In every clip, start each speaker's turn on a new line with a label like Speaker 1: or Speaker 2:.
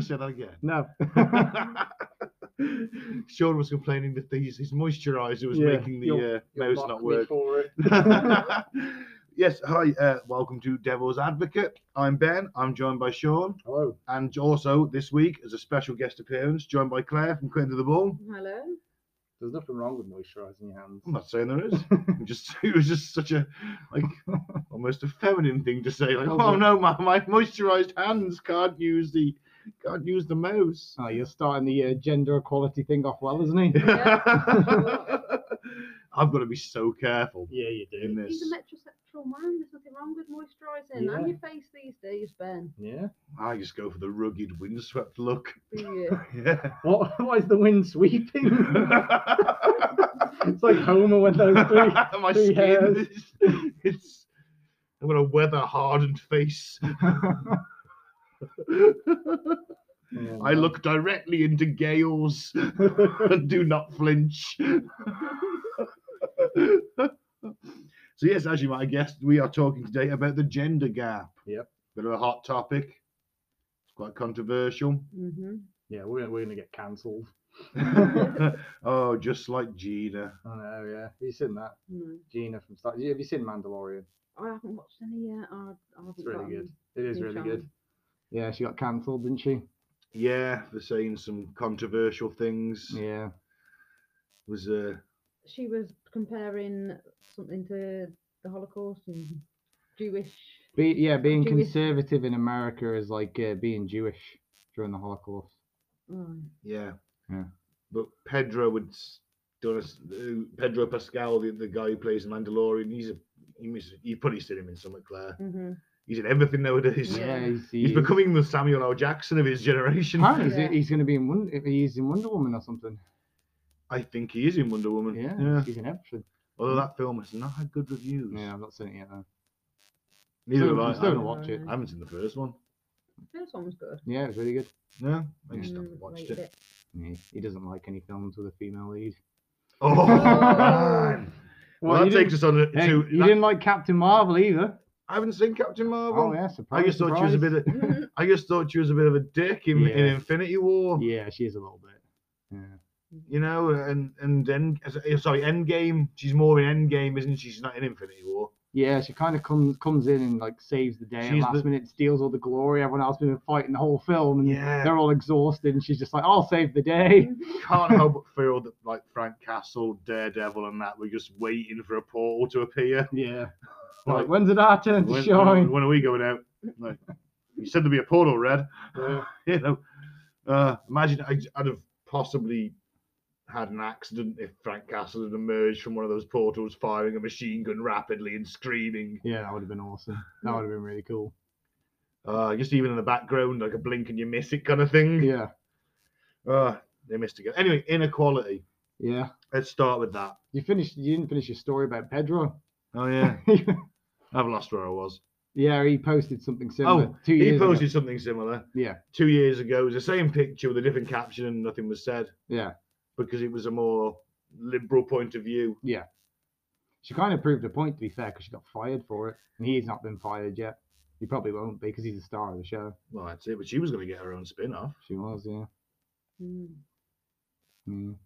Speaker 1: said that again.
Speaker 2: No.
Speaker 1: Sean was complaining that these, his moisturizer was
Speaker 2: Yeah,
Speaker 1: making the
Speaker 3: you'll-
Speaker 1: uh, mouse not work.
Speaker 3: for it.
Speaker 1: yes, hi, uh, welcome to Devil's Advocate. I'm Ben. I'm joined by Sean,
Speaker 3: Hello.
Speaker 1: and also this week as a special guest appearance, joined by Claire from Clinton to the Ball.
Speaker 4: Hello.
Speaker 3: There's nothing wrong with moisturising your hands.
Speaker 1: I'm not saying there is. I'm just it was just such a like almost a feminine thing to say. Like,
Speaker 2: Oh,
Speaker 1: oh
Speaker 2: but-
Speaker 1: no, my, my moisturized hands can't use the can't use the mouse.
Speaker 2: Oh, you're starting the uh, gender equality thing off well, isn't he?
Speaker 4: Yeah.
Speaker 1: I've got to be so careful
Speaker 3: Yeah, you
Speaker 1: in
Speaker 4: He's
Speaker 1: this.
Speaker 4: a metrosexual man. There's nothing wrong with moisturising.
Speaker 3: Yeah.
Speaker 4: On your face these days, Ben.
Speaker 3: Yeah.
Speaker 1: I just go for the rugged, windswept look.
Speaker 4: Do you?
Speaker 1: Yeah.
Speaker 3: What? Why is the wind sweeping?
Speaker 1: My
Speaker 3: it's like Homer when those three. three
Speaker 1: skin
Speaker 3: hairs.
Speaker 1: is, it's I've got a weather hardened face.
Speaker 3: Yeah,
Speaker 1: I
Speaker 3: no.
Speaker 1: look directly into gales and do not flinch. so, yes, as you might have guessed, we are talking today about the gender gap.
Speaker 3: Yep.
Speaker 1: Bit of a hot topic. It's quite controversial.
Speaker 4: hmm
Speaker 3: Yeah, we're, we're gonna get cancelled.
Speaker 1: oh, just like Gina.
Speaker 3: I know. Yeah. Have you seen that
Speaker 4: No.
Speaker 3: Gina from Star? Have you seen Mandalorian?
Speaker 4: I haven't watched any yet. I, I haven't
Speaker 3: It's really
Speaker 4: gotten
Speaker 3: good. It is
Speaker 4: new
Speaker 3: really
Speaker 4: channel.
Speaker 3: good.
Speaker 2: yeah, she got cancelled, didn't she?
Speaker 1: Yeah, they're saying some controversial things.
Speaker 2: Yeah.
Speaker 1: Was uh,
Speaker 4: She was comparing something to the Holocaust and Jewish.
Speaker 2: Be, yeah, being
Speaker 4: Jewish.
Speaker 2: conservative in America is like uh, being Jewish during the Holocaust.
Speaker 4: Oh,
Speaker 1: yeah.
Speaker 2: Yeah.
Speaker 1: But Pedro would s- done a s- who- Pedro Pascal, the, the guy who plays the Mandalorian. He's a you miss, you've probably seen him in something, Claire.
Speaker 4: hmm
Speaker 1: He's in everything nowadays.
Speaker 4: Yeah.
Speaker 2: he's,
Speaker 1: He's
Speaker 2: he-
Speaker 1: becoming the Samuel L. Jackson of his generation.
Speaker 2: Apparently, he's-
Speaker 4: Yeah.
Speaker 2: he's going to be in Wonder. He's in Wonder Woman or something.
Speaker 1: I think he is in Wonder Woman.
Speaker 2: Yeah, he's in everything.
Speaker 1: Although that film has not had good reviews.
Speaker 2: Yeah, I've not seen it yet. Though.
Speaker 1: Neither
Speaker 2: Still-
Speaker 1: have I.
Speaker 2: I'm still
Speaker 1: I,
Speaker 2: gonna watch it.
Speaker 1: I haven't seen the first one.
Speaker 4: First one was good.
Speaker 2: Yeah, it's really good.
Speaker 1: No, I
Speaker 2: Yeah.
Speaker 1: just haven't
Speaker 4: Mm,
Speaker 1: watched
Speaker 4: liked
Speaker 1: it.
Speaker 2: Yeah, he doesn't like any films with a female lead.
Speaker 1: Oh, man. Well,
Speaker 2: you
Speaker 1: that takes
Speaker 2: didn't-
Speaker 1: us on a,
Speaker 2: Hey,
Speaker 1: to.
Speaker 2: you
Speaker 1: that-
Speaker 2: didn't like Captain Marvel either.
Speaker 1: I haven't seen Captain Marvel.
Speaker 2: Oh yeah, surprise.
Speaker 1: I just thought she was a bit. Of,
Speaker 4: Mhm.
Speaker 1: I just thought she was a bit of a dick in, in
Speaker 2: Yeah.
Speaker 1: Infinity War.
Speaker 2: Yeah, she is a little bit. Yeah.
Speaker 1: You know, and and then sorry, Endgame. She's more in Endgame, isn't she? She's not in Infinity War.
Speaker 2: Yeah, she kind of comes comes in and like saves the day. and
Speaker 1: She's
Speaker 2: last
Speaker 1: the-
Speaker 2: minute steals all the glory. Everyone else has been fighting the whole film, and
Speaker 1: Yeah.
Speaker 2: they're all exhausted. And she's just like, "I'll save the day."
Speaker 1: Can't help but feel that like Frank Castle, Daredevil, and that we're just waiting for a portal to appear.
Speaker 2: Yeah. Like,
Speaker 1: Like,
Speaker 2: when's it our turn to
Speaker 1: when,
Speaker 2: shine?
Speaker 1: when are we going out? Like, you said there'd be a portal, Red.
Speaker 3: Yeah.
Speaker 1: you know, uh, imagine I, I'd have possibly had an accident if Frank Castle had emerged from one of those portals firing a machine gun rapidly and screaming.
Speaker 2: Yeah, that would have been awesome. That
Speaker 4: Yeah.
Speaker 2: would have been really cool.
Speaker 1: Uh, just even in the background, like a blink and you miss it kind of thing.
Speaker 2: Yeah.
Speaker 1: Uh, they missed again. Anyway, inequality.
Speaker 2: Yeah.
Speaker 1: Let's start with that.
Speaker 2: You finished. You didn't finish your story about Pedro.
Speaker 1: Oh, yeah. I've lost where I was.
Speaker 2: yeah, he posted something similar.
Speaker 1: Oh,
Speaker 2: two
Speaker 1: he
Speaker 2: years ago.
Speaker 1: posted something similar
Speaker 2: Yeah.
Speaker 1: two years ago. It was the same picture with a different caption and nothing was said
Speaker 2: Yeah.
Speaker 1: because it was a more liberal point of view.
Speaker 2: She kind of proved a point, to be fair, because she got fired for it, and he's not been fired yet. He probably won't be because he's the star of the show.
Speaker 1: Well, that's it. But she was going to get her own spin off.
Speaker 2: She was, yeah.
Speaker 4: Mm.
Speaker 2: Mm.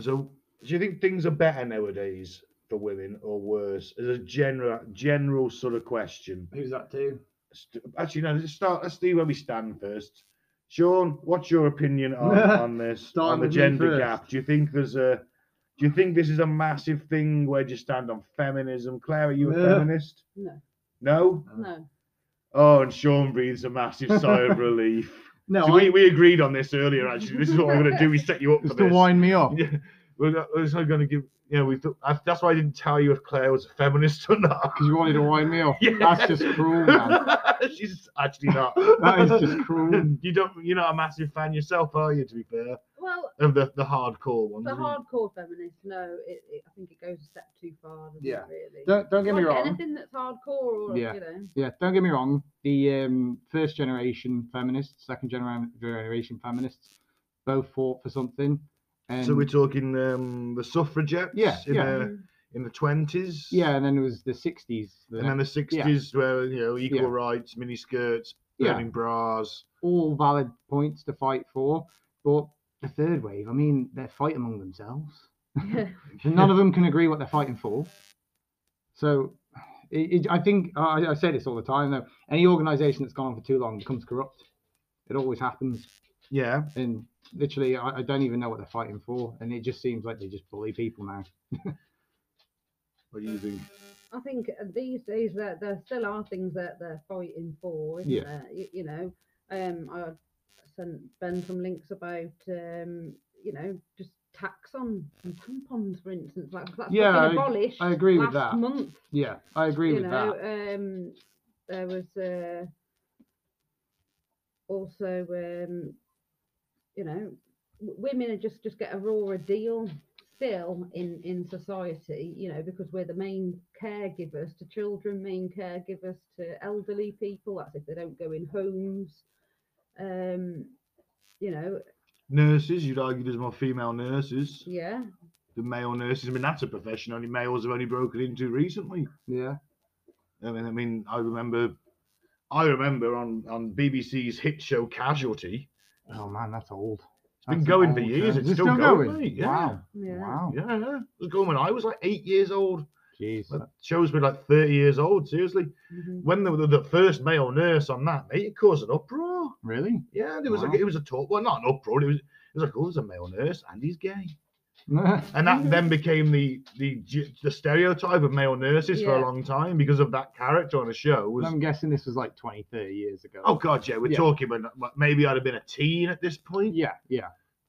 Speaker 1: So, do you think things are better nowadays for women or worse? As a general, general sort of question.
Speaker 3: Who's that to?
Speaker 1: St- Actually, no. Let's start. Let's see where we stand first. Sean, what's your opinion on, on this?
Speaker 3: Starting
Speaker 1: on the
Speaker 3: with me
Speaker 1: gender
Speaker 3: first.
Speaker 1: gap. Do you think there's a? Do you think this is a massive thing? Where do you stand on feminism? Claire, are you a
Speaker 3: Yeah.
Speaker 1: feminist?
Speaker 4: No.
Speaker 1: No.
Speaker 4: No.
Speaker 1: Oh, and Sean breathes a massive sigh of relief.
Speaker 2: No,
Speaker 1: So we, we agreed on this earlier. Actually, this is what we're going to do. We set you up for
Speaker 2: just to
Speaker 1: this.
Speaker 2: wind me up.
Speaker 1: Yeah, we're not, we're not going to give. You know, we thought I, that's why I didn't tell you if Claire was a feminist or not.
Speaker 2: Because you wanted to wind me up.
Speaker 1: Yeah.
Speaker 2: That's just cruel, man.
Speaker 1: She's actually not.
Speaker 2: That is just cruel.
Speaker 1: you don't. You're not a massive fan yourself, are you? To be fair,
Speaker 4: Well,
Speaker 1: of the the hardcore ones.
Speaker 4: the hardcore feminist, no, it, it, I think it goes a step too far. doesn't it,
Speaker 3: Yeah.
Speaker 4: Really.
Speaker 2: Don't don't get me
Speaker 4: Like
Speaker 2: wrong.
Speaker 4: Anything that's hardcore or,
Speaker 2: Yeah.
Speaker 4: you know.
Speaker 2: Yeah, don't get me wrong. The um, first generation feminists, second genera- generation feminists, both fought for something. And
Speaker 1: So we're talking um, the suffragettes
Speaker 2: Yeah,
Speaker 1: in
Speaker 2: yeah.
Speaker 4: Mm-hmm.
Speaker 1: the in the twenties.
Speaker 2: yeah, and then it was the sixties.
Speaker 1: And then the sixties, where you know equal
Speaker 2: Yeah.
Speaker 1: rights, miniskirts,
Speaker 2: Yeah.
Speaker 1: burning bras.
Speaker 2: all valid points to fight for. But the third wave, I mean, they fight among themselves.
Speaker 4: Yeah.
Speaker 2: None of them can agree what they're fighting for. So it, it, I think I, I say this all the time though. Any organisation that's gone on for too long becomes corrupt. It always happens,
Speaker 1: Yeah,
Speaker 2: and literally, I, I don't even know what they're fighting for, and it just seems like they just bully people now.
Speaker 1: what do you think?
Speaker 4: I think uh, these days that there still are things that they're fighting for, isn't
Speaker 2: Yeah.
Speaker 4: there? You, you know, um, I sent Ben some links about, um, you know, just tax on on tampons, for instance. Like that's
Speaker 2: Yeah,
Speaker 4: yeah,
Speaker 2: I-
Speaker 4: abolished.
Speaker 2: I agree with
Speaker 4: last
Speaker 2: that.
Speaker 4: Month,
Speaker 2: Yeah, I agree
Speaker 4: you
Speaker 2: with
Speaker 4: know,
Speaker 2: that.
Speaker 4: um, there was uh, also, um, you know, w- women are just just get a rawer deal still in in society, you know, because we're the main caregivers to children, main caregivers to elderly people. That's if they don't go in homes. Um, you know,
Speaker 1: Nurses, you'd argue there's more female nurses
Speaker 4: yeah,
Speaker 1: than male nurses. I mean, that's a profession only males have only broken into recently.
Speaker 2: Yeah,
Speaker 1: I mean, I mean, I remember, I remember on on BBC's hit show Casualty.
Speaker 2: Oh man, that's old. It's
Speaker 1: been going for years, it's still going, mate, yeah.
Speaker 2: Wow.
Speaker 4: yeah.
Speaker 2: Wow.
Speaker 1: Yeah, yeah, it was going when I was like eight years old.
Speaker 2: Jeez.
Speaker 1: That show's been like thirty years old. Seriously,
Speaker 4: mhm.
Speaker 1: when they were the first male nurse on that, mate, it caused an uproar.
Speaker 2: Really?
Speaker 1: Yeah, there was
Speaker 2: Wow.
Speaker 1: like it was a talk. Well, not an uproar. It was it was like, oh, there's a male nurse and he's gay, and
Speaker 4: Mm-hmm.
Speaker 1: that then became the the g- the stereotype of male nurses for a
Speaker 4: Yeah.
Speaker 1: long time because of that character on a show. Was
Speaker 2: I'm guessing this was like 20, 30 years ago.
Speaker 1: oh god, yeah, we're
Speaker 2: Yeah.
Speaker 1: talking about like, maybe I'd have been a teen at this point.
Speaker 2: yeah, yeah.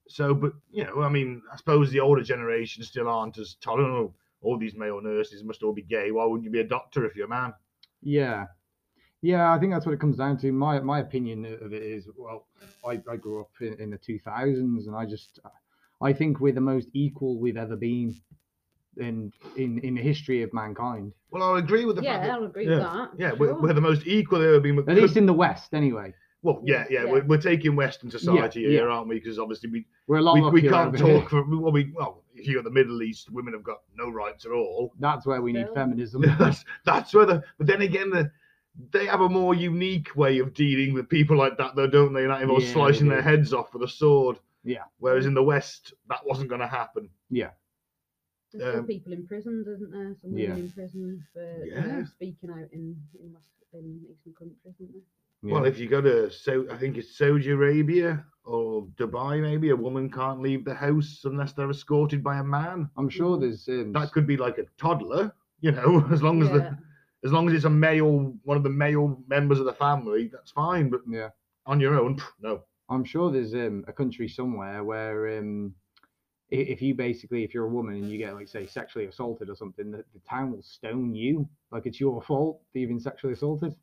Speaker 1: So, but you know, I mean, I suppose the older generation still aren't as tolerant. Oh, all these male nurses must all be gay. Why wouldn't you be a doctor if you're a man?
Speaker 2: Yeah. Yeah, I think that's what it comes down to. My my opinion of it is, well, I, I grew up in, in the 2000s and I just, I think we're the most equal we've ever been in in, in the history of mankind.
Speaker 1: Well, I'll agree with the
Speaker 4: yeah,
Speaker 1: fact that,
Speaker 4: I'll agree
Speaker 1: yeah,
Speaker 4: with that.
Speaker 1: yeah, we're,
Speaker 4: sure.
Speaker 1: we're the most equal ever been.
Speaker 2: At least in the West, anyway.
Speaker 1: well, yeah, yeah,
Speaker 4: Yeah.
Speaker 1: We're, we're taking Western society
Speaker 2: yeah.
Speaker 1: here, aren't we? Because obviously we
Speaker 2: We're a lot
Speaker 1: we, we
Speaker 2: luckier
Speaker 1: can't
Speaker 2: over here.
Speaker 1: talk for well, we well here in the Middle East, women have got no rights at all.
Speaker 2: That's where we need
Speaker 4: Still.
Speaker 2: feminism.
Speaker 1: that's that's where the but then again the they have a more unique way of dealing with people like that though, don't they? That involves
Speaker 2: Yeah, they
Speaker 1: slicing their
Speaker 2: do.
Speaker 1: heads off with a sword.
Speaker 2: Yeah.
Speaker 1: Whereas in the West, that wasn't going to happen.
Speaker 4: There's still
Speaker 1: Um,
Speaker 4: people in prisons, isn't there? Some
Speaker 2: Yeah.
Speaker 4: women in prison for you know,
Speaker 1: Yeah.
Speaker 4: speaking out in in, West, in Eastern countries, isn't there?
Speaker 2: Yeah.
Speaker 1: Well, if you go to so I think it's Saudi Arabia or Dubai, maybe a woman can't leave the house unless they're escorted by a man.
Speaker 2: I'm sure there's um,
Speaker 1: That could be like a toddler, you know, as long as the as long as it's a male, one of the male members of the family, that's fine. But
Speaker 2: Yeah.
Speaker 1: on your own, pff, no.
Speaker 2: I'm sure there's um, a country somewhere where um, i- if you basically if you're a woman and you get like say sexually assaulted or something, the, the town will stone you like it's your fault that you've been sexually assaulted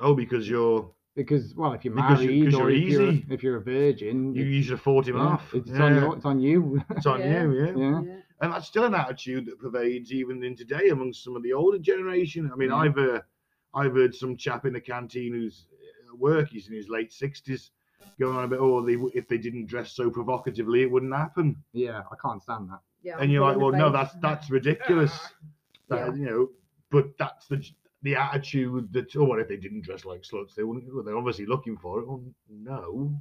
Speaker 1: Oh, because you're
Speaker 2: because well if you're
Speaker 1: Because you-
Speaker 2: married
Speaker 1: 'cause
Speaker 2: or
Speaker 1: you're
Speaker 2: if you're,
Speaker 1: easy.
Speaker 2: if you're a virgin,
Speaker 1: you,
Speaker 2: it-
Speaker 1: you should have fought him
Speaker 2: yeah,
Speaker 1: off.
Speaker 2: It's
Speaker 1: yeah,
Speaker 2: on you. It's on you.
Speaker 1: it's on
Speaker 4: Yeah.
Speaker 1: you, yeah.
Speaker 2: yeah.
Speaker 4: yeah.
Speaker 1: And that's still an attitude that pervades even in today amongst some of the older generation. I mean,
Speaker 2: Yeah.
Speaker 1: I've uh, I've heard some chap in the canteen who's at work, he's in his late sixties, going on about oh, they, w- if they didn't dress so provocatively, it wouldn't happen.
Speaker 2: yeah, I can't stand that.
Speaker 4: yeah,
Speaker 1: and you're
Speaker 4: full
Speaker 1: like,
Speaker 4: in the
Speaker 1: well, no,
Speaker 4: face.
Speaker 1: that's that's ridiculous. That, You know, but that's the the attitude that oh, well, if they didn't dress like sluts, they wouldn't. Well, they're obviously looking for it. Well, no.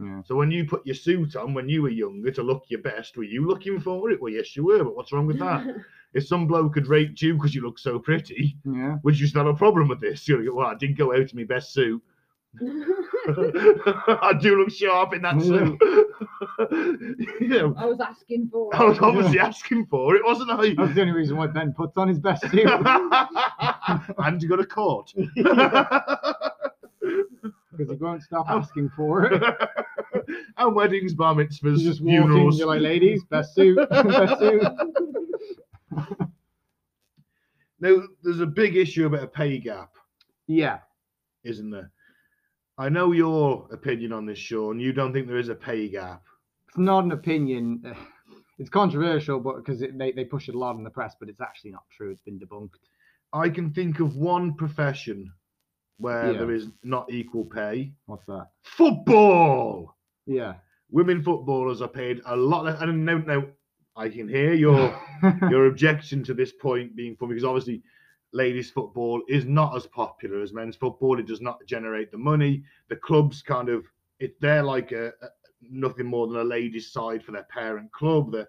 Speaker 2: Yeah.
Speaker 1: So when you put your suit on when you were younger to look your best, were you looking for it? Well, yes, you were. But what's wrong with that? if some bloke had raped you because you look so pretty,
Speaker 2: Yeah.
Speaker 1: would you still have a problem with this? You're like, well, I did go out in my best suit. I do look sharp in that suit. you know,
Speaker 4: I was asking for.
Speaker 1: I was
Speaker 4: it.
Speaker 1: obviously asking for it, wasn't I?
Speaker 2: That's the only reason why Ben puts on his best suit.
Speaker 1: and you got a court.
Speaker 2: Because he won't stop asking for it.
Speaker 1: and weddings, bar mitzvahs,
Speaker 2: You just walk in,
Speaker 1: funerals.
Speaker 2: you're like, ladies, best suit, best suit.
Speaker 1: Now, there's a big issue about a pay gap,
Speaker 2: Yeah,
Speaker 1: isn't there? I know your opinion on this, Sean. You don't think there is a pay gap.
Speaker 2: it's not an opinion. eh, It's controversial, but because they, they push it a lot in the press, but it's actually not true. It's been debunked.
Speaker 1: I can think of one profession where
Speaker 2: Yeah.
Speaker 1: there is not equal pay.
Speaker 2: What's that?
Speaker 1: Football.
Speaker 2: Yeah.
Speaker 1: Women footballers are paid a lot less. And no, no, I can hear your your objection to this point being funny because obviously ladies football is not as popular as men's football. It does not generate the money. The clubs kind of it they're like a, a nothing more than a ladies' side for their parent club. That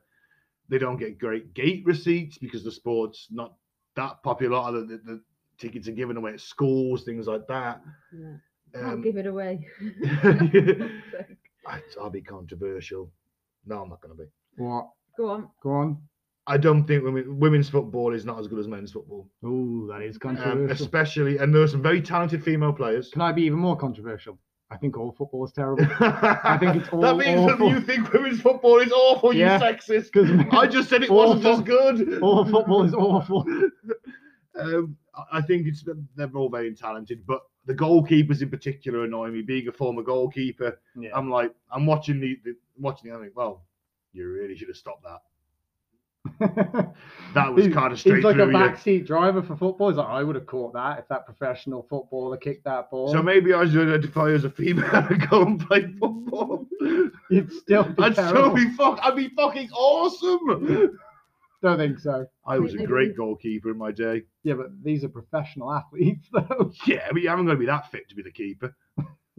Speaker 1: they don't get great gate receipts because the sport's not that popular. The, the, the tickets are given away at schools, things like that.
Speaker 4: Yeah. Can't
Speaker 1: Um,
Speaker 4: give it away.
Speaker 1: I, I'll be controversial. No, I'm not going to be.
Speaker 5: What?
Speaker 4: Go on.
Speaker 5: Go on.
Speaker 1: I don't think women, women's football is not as good as men's football,
Speaker 5: Oh, that is
Speaker 1: um,
Speaker 5: controversial.
Speaker 1: especially. And there are some very talented female players.
Speaker 5: Can I be even more controversial? I think all football is terrible.
Speaker 1: I
Speaker 5: think it's all
Speaker 1: that means
Speaker 5: awful.
Speaker 1: that you think women's football is awful.
Speaker 5: Yeah.
Speaker 1: You sexist.
Speaker 5: 'Cause
Speaker 1: I just said it wasn't as good.
Speaker 5: all football is awful.
Speaker 1: Um, I- I think it's they're all very talented, but the goalkeepers in particular annoy me. Being a former goalkeeper,
Speaker 5: Yeah.
Speaker 1: I'm like, I'm watching the, the watching the. I think, well, you really should have stopped that. That was
Speaker 5: He's-
Speaker 1: kind of straight
Speaker 2: He's like a
Speaker 1: through you.
Speaker 2: backseat driver for football. He's like, I would have caught that if that professional footballer kicked that ball.
Speaker 1: So maybe I should identify as a female and go and play football.
Speaker 2: You'd still be
Speaker 1: I'd still
Speaker 2: terrible.
Speaker 1: be fuck. I'd be fucking awesome.
Speaker 2: Don't think so.
Speaker 1: I was a
Speaker 4: Maybe-
Speaker 1: great goalkeeper in my day.
Speaker 2: Yeah, but these are professional athletes, though.
Speaker 1: Yeah, but you haven't got to be that fit to be the keeper.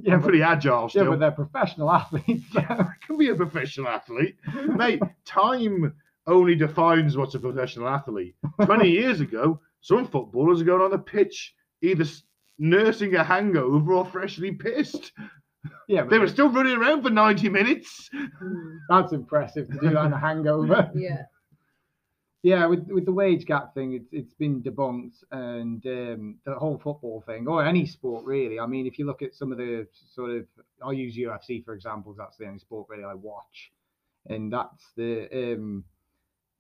Speaker 2: Yeah,
Speaker 1: I'm
Speaker 2: but,
Speaker 1: pretty agile
Speaker 2: yeah,
Speaker 1: still.
Speaker 2: but they're professional athletes. though.
Speaker 1: I can be a professional athlete. Mate, time only defines what's a professional athlete. 20 years ago, some footballers are going on the pitch either s- nursing a hangover or freshly pissed.
Speaker 2: Yeah, but
Speaker 1: They were still running around for 90 minutes.
Speaker 4: Mm,
Speaker 2: that's impressive to do that in a hangover.
Speaker 4: yeah.
Speaker 2: Yeah, with with the wage gap thing, it's it's been debunked, and um, the whole football thing, or any sport really. I mean, if you look at some of the sort of, I'll use UFC for example. 'cause That's the only sport really I watch, and that's the um,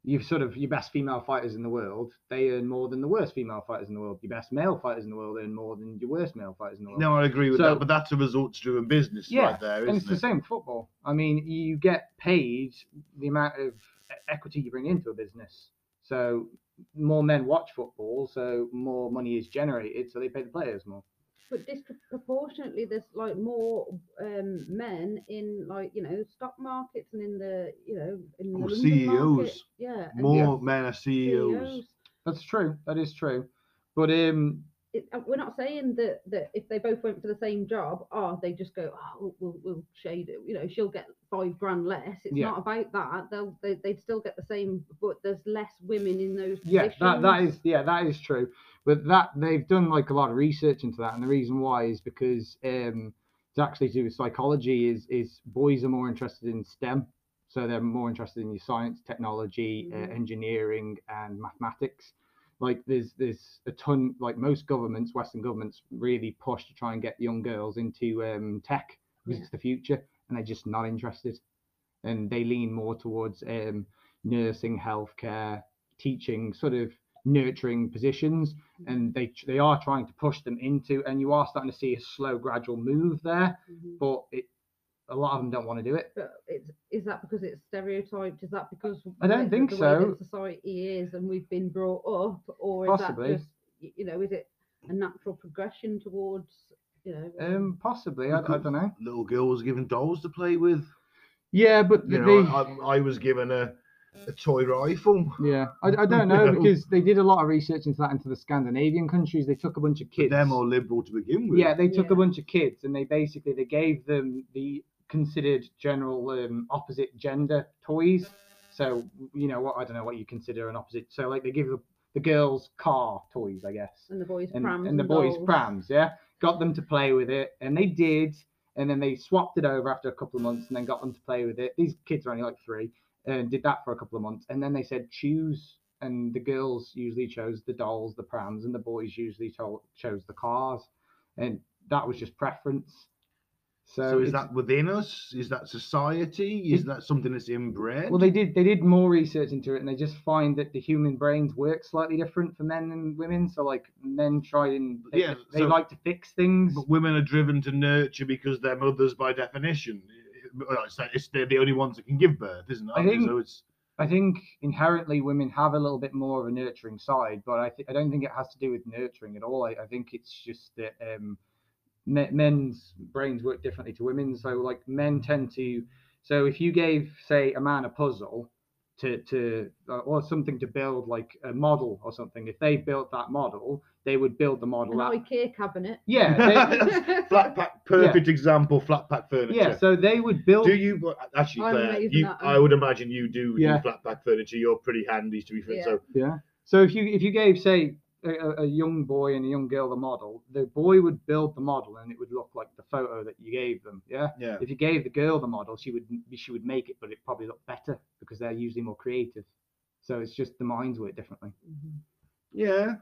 Speaker 2: you've sort of your best female fighters in the world. They earn more than the worst female fighters in the world. Your best male fighters in the world earn more than your worst male fighters in the world.
Speaker 1: No, I agree with
Speaker 2: So-
Speaker 1: that, but that's a results driven business
Speaker 2: Yeah,
Speaker 1: right there,
Speaker 2: and it's
Speaker 1: isn't
Speaker 2: the
Speaker 1: it?
Speaker 2: same with football. I mean, you get paid the amount of e- equity you bring into a business. So more men watch football, so more money is generated, so they pay the players more.
Speaker 4: But disproportionately, there's like more um, men in like you know stock markets and in the you know in the
Speaker 1: Or
Speaker 4: London market.
Speaker 1: CEOs.
Speaker 4: Yeah, E and
Speaker 1: More men are E
Speaker 2: E
Speaker 1: CEOs.
Speaker 2: That's true. That is true. But um,
Speaker 4: It, uh, we're not saying that that if they both went for the same job, oh, they just go, oh, we'll, we'll, we'll shade it. You know, she'll get five grand less. It's
Speaker 2: Yeah.
Speaker 4: not about that. They'll they, they'd still get the same, but there's less women in those.
Speaker 2: yeah, that that
Speaker 4: positions.
Speaker 2: is yeah, that is true. But that they've done like a lot of research into that, and the reason why is because um, it's actually to do with psychology. Is is boys are more interested in STEM, so they're more interested in your science, technology,
Speaker 4: Mhm.
Speaker 2: uh, engineering, and mathematics. Like there's there's a ton like most governments, Western governments, really push to try and get young girls into um, tech because
Speaker 4: Yeah.
Speaker 2: it's the future, and they're just not interested, and they lean more towards um, nursing, healthcare, teaching, sort of nurturing positions and they they are trying to push them into and you are starting to see a slow gradual move there
Speaker 4: Mhm.
Speaker 2: but it a lot of them don't want to do it
Speaker 4: But it's, is that because it's stereotyped? Is that because
Speaker 2: I don't
Speaker 4: the-
Speaker 2: think
Speaker 4: the way
Speaker 2: so.
Speaker 4: that society is, and we've been brought up, or
Speaker 2: Possibly.
Speaker 4: is that just y- you know, is it a natural progression towards you know?
Speaker 2: um possibly I, I
Speaker 1: Because-
Speaker 2: don't know
Speaker 1: Little girl was given dolls to play with.
Speaker 2: yeah but
Speaker 1: You
Speaker 2: the,
Speaker 1: know, I, I was given a, a toy rifle.
Speaker 2: yeah I, I don't know
Speaker 1: Yeah.
Speaker 2: because they did a lot of research into that into the scandinavian countries they took a bunch of
Speaker 1: But
Speaker 2: kids
Speaker 1: They're more liberal to begin with.
Speaker 2: yeah they took
Speaker 4: Yeah.
Speaker 2: a bunch of kids and they basically they gave them the considered general um, opposite gender toys so you know what i don't know what you consider an opposite so like they give the, the girls car toys i guess
Speaker 4: and the boys
Speaker 2: and,
Speaker 4: prams
Speaker 2: and the boys
Speaker 4: dolls.
Speaker 2: prams, yeah. Got them to play with it, and they did. And then they swapped it over after a couple of months, and then got them to play with it. These kids are only like three, and did that for a couple of months, and then they said choose. And the girls usually chose the dolls, the prams, and the boys usually to- chose the cars, and that was just preference. So,
Speaker 1: So is
Speaker 2: it's-
Speaker 1: that within us? Is that society? Is
Speaker 2: It-
Speaker 1: that something that's inbred?
Speaker 2: Well, they did they did more research into it, and they just find that the human brains work slightly different for men and women. So like men try and they,
Speaker 1: Yeah,
Speaker 2: they
Speaker 1: so-
Speaker 2: like to fix things.
Speaker 1: But women are driven to nurture because they're mothers by definition. Well, It's, it's they're the only ones that can give birth, isn't it?
Speaker 2: I think-
Speaker 1: so it's
Speaker 2: I think inherently women have a little bit more of a nurturing side, but I, th- I don't think it has to do with nurturing at all. I, I think it's just that um, me- men's brains work differently to women. So, like, men tend to. So, if you gave, say, a man a puzzle to to uh, or something to build like a model or something. If they built that model, they would build the
Speaker 4: An
Speaker 2: model. out.
Speaker 4: IKEA cabinet.
Speaker 2: Yeah, they,
Speaker 4: Mm-hmm.
Speaker 1: flat pack, perfect example. Flat pack furniture.
Speaker 2: yeah. So they would build.
Speaker 1: Do you well, actually,
Speaker 4: I'm
Speaker 1: Claire?
Speaker 4: amazing
Speaker 1: You,
Speaker 4: at that.
Speaker 1: I would imagine you do
Speaker 5: Yeah.
Speaker 1: do flat pack furniture. You're pretty handy, to be fair.
Speaker 4: Yeah.
Speaker 1: So
Speaker 5: Yeah.
Speaker 2: So if you if you gave say a, a- a young boy and a young girl the model, the boy would build the model and it would look like the photo that you gave them. Yeah.
Speaker 1: yeah,
Speaker 2: If you gave the girl the model, she would she would make it, but it probably looked better because they're usually more creative. So it's just the minds work differently.
Speaker 1: yeah.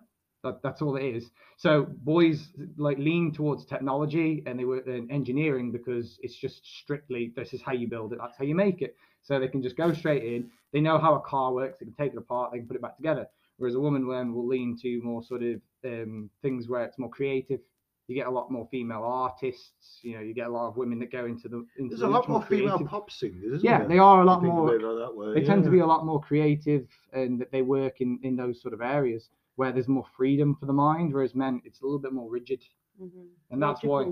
Speaker 2: That, that's all it is. So boys like lean towards technology and they were in engineering because it's just strictly this is how you build it, that's how you make it. So they can just go straight in. They know how a car works. They can take it apart. They can put it back together. Whereas a woman one will lean to more sort of um, things where it's more creative. You get a lot more female artists. You know, you get a lot of women that go into the. Into
Speaker 1: There's
Speaker 2: the
Speaker 1: a lot
Speaker 2: much
Speaker 1: more female
Speaker 2: creative-
Speaker 1: pop singers, isn't
Speaker 2: Yeah,
Speaker 1: there?
Speaker 2: they are a
Speaker 1: If you
Speaker 2: lot
Speaker 1: think
Speaker 2: more
Speaker 1: about it like that way,
Speaker 2: they tend to
Speaker 1: yeah.
Speaker 2: be a lot more creative and that they work in in those sort of areas where there's more freedom for the mind whereas men it's a little bit more rigid
Speaker 4: Mm-hmm.
Speaker 2: and that's why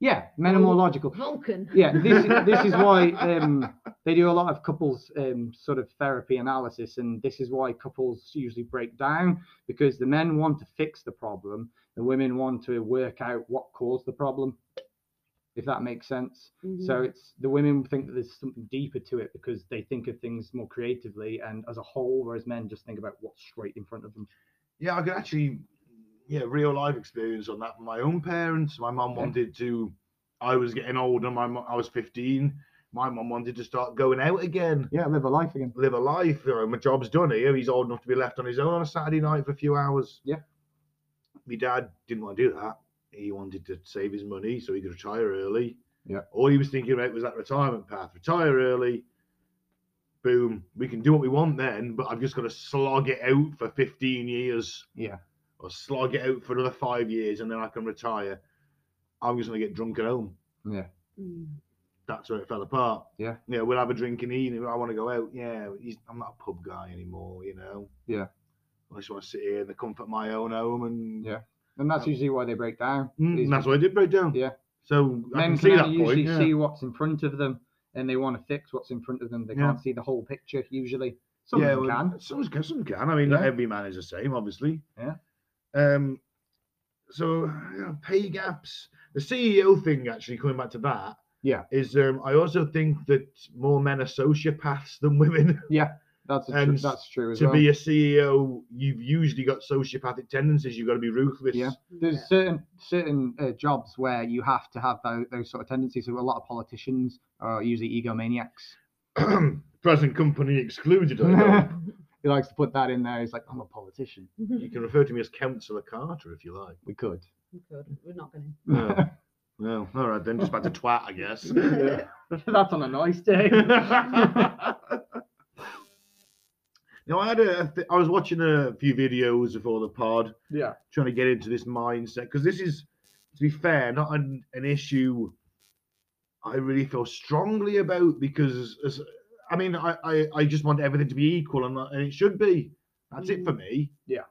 Speaker 2: yeah men are more logical
Speaker 4: Vulcan.
Speaker 2: yeah this is, this is why um they do a lot of couples um sort of therapy analysis and this is why couples usually break down because the men want to fix the problem the women want to work out what caused the problem if that makes sense
Speaker 4: Mm-hmm.
Speaker 2: so
Speaker 1: Mm.
Speaker 2: it's the women think that there's something deeper to it because they think of things more creatively and as a whole, whereas men just think about what's straight in front of them.
Speaker 1: yeah, I could actually, yeah, real life experience on that from my own parents. My mum
Speaker 2: Okay.
Speaker 1: wanted to, I was getting older. My mum, I was 15. My mum wanted to start going out again,
Speaker 5: Yeah, live a life again.
Speaker 1: live a life. You know, my job's done here. He's old enough to be left on his own on a Saturday night for a few hours.
Speaker 2: Yeah.
Speaker 1: My dad didn't want to do that. He wanted to save his money so he could retire early.
Speaker 5: Yeah.
Speaker 1: All he was thinking about was that retirement path. Retire early. Boom. We can do what we want then, but I've just got to slog it out for 15 years
Speaker 5: Yeah.
Speaker 1: or slog it out for another five years and then I can retire. I'm just gonna get drunk at home.
Speaker 4: Mm-hmm.
Speaker 1: That's where it fell apart.
Speaker 5: Yeah.
Speaker 1: Yeah, we'll have a drink and eat. and I want to go out. Yeah, he's, I'm not a pub guy anymore, you know.
Speaker 5: Yeah.
Speaker 1: I just want to sit here in the comfort of my own home, and
Speaker 5: Yeah. And that's
Speaker 1: Um,
Speaker 5: usually why they break down.
Speaker 1: Mm,
Speaker 5: is
Speaker 1: and that's what I did break down.
Speaker 5: Yeah.
Speaker 1: So I
Speaker 2: men
Speaker 1: can see
Speaker 2: only
Speaker 1: that point.
Speaker 2: usually
Speaker 1: yeah.
Speaker 2: see what's in front of them and they want to fix what's in front of them. They
Speaker 1: Yeah.
Speaker 2: can't see the whole picture usually. Some
Speaker 1: yeah,
Speaker 2: of them
Speaker 1: well,
Speaker 2: can.
Speaker 1: Some can, some can. I mean, not
Speaker 2: Yeah.
Speaker 1: every man is the same, obviously.
Speaker 2: Yeah.
Speaker 1: Um. So yeah, pay gaps, the CEO thing, actually coming back to that.
Speaker 5: Yeah.
Speaker 1: Is um, I also think that more men are sociopaths than women.
Speaker 5: That's a tr-
Speaker 1: and
Speaker 5: that's true as
Speaker 1: to
Speaker 5: well.
Speaker 1: be a CEO, you've usually got sociopathic tendencies. You've got to be ruthless.
Speaker 5: Yeah.
Speaker 2: There's certain certain uh, jobs where you have to have those, those sort of tendencies. So a lot of politicians are usually egomaniacs.
Speaker 1: Present company excluded. I hope.
Speaker 5: he likes to put that in there. He's like, I'm a politician.
Speaker 1: you can refer to me as Councillor Carter if you like.
Speaker 5: We could.
Speaker 4: We're not going
Speaker 1: No. no. All right then. Just back to twat, I guess.
Speaker 4: to.
Speaker 5: that's on a nice day.
Speaker 1: Now I had a, a th- I was watching a few videos before the pod,
Speaker 5: yeah.
Speaker 1: trying to get into this mindset because this is, to be fair, not an, an issue. I really feel strongly about because, as, I mean, I, I I just want everything to be equal and and it should be. That's it for me.
Speaker 5: Mm. Yeah.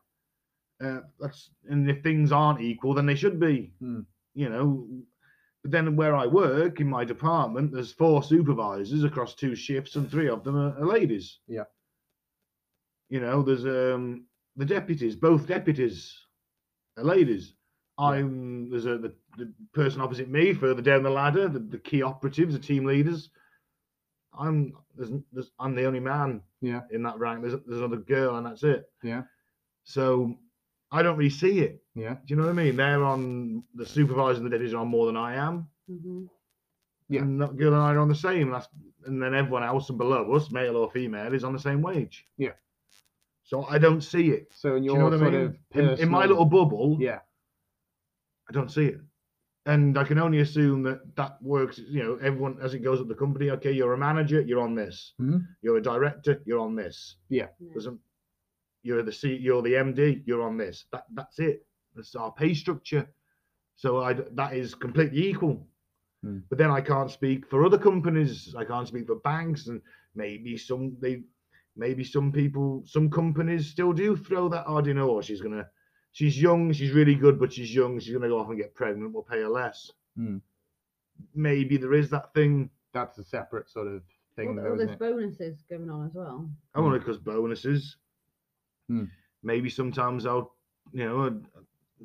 Speaker 1: Uh, that's and if things aren't equal, then they should be.
Speaker 5: Mm.
Speaker 1: You know. But then where I work in my department, there's four supervisors across two shifts, and three of them are, are ladies.
Speaker 5: Yeah.
Speaker 1: You know, there's um the deputies, both deputies are ladies. I'm there's a the, the person opposite me, further down the ladder, the, the key operatives, the team leaders. I'm there's, there's I'm the only man.
Speaker 5: Yeah.
Speaker 1: In that rank, there's there's another girl, and that's it.
Speaker 5: Yeah.
Speaker 1: So I don't really see it.
Speaker 5: Yeah.
Speaker 1: Do you know what I mean? They're on the supervisor and the deputies are on more than I am.
Speaker 4: Mm-hmm.
Speaker 5: Yeah.
Speaker 1: And that girl and I are on the same. That's and then everyone else and below us, male or female, is on the same wage.
Speaker 5: Yeah.
Speaker 1: So I don't see it.
Speaker 5: So in
Speaker 1: Do
Speaker 5: your
Speaker 1: you know what I
Speaker 5: sort
Speaker 1: mean?
Speaker 5: of
Speaker 1: In, in my
Speaker 5: personal-
Speaker 1: little bubble,
Speaker 5: yeah,
Speaker 1: I don't see it. And I can only assume that that works. You know, everyone as it goes up the company. Okay, you're a manager, you're on this.
Speaker 5: Mhm.
Speaker 1: You're a director, you're on this. Doesn't you're the C, you're the MD, you're on this. That that's it. That's our pay structure. So I d- that is completely equal.
Speaker 5: Hmm.
Speaker 1: But then I can't speak for other companies. I can't speak for banks, and maybe some they, maybe some people, some companies still do throw that. Oh, do you know what? She's gonna, she's young, she's really good, but she's young. She's gonna go off and get pregnant. We'll pay her less.
Speaker 5: Hmm.
Speaker 1: Maybe there is that thing.
Speaker 5: that's a separate sort of thing.
Speaker 4: Well,
Speaker 5: though,
Speaker 4: there's
Speaker 5: isn't it?
Speaker 4: bonuses going on as well.
Speaker 1: I want to cause bonuses.
Speaker 5: Hmm.
Speaker 1: Maybe sometimes I'll, you know, uh,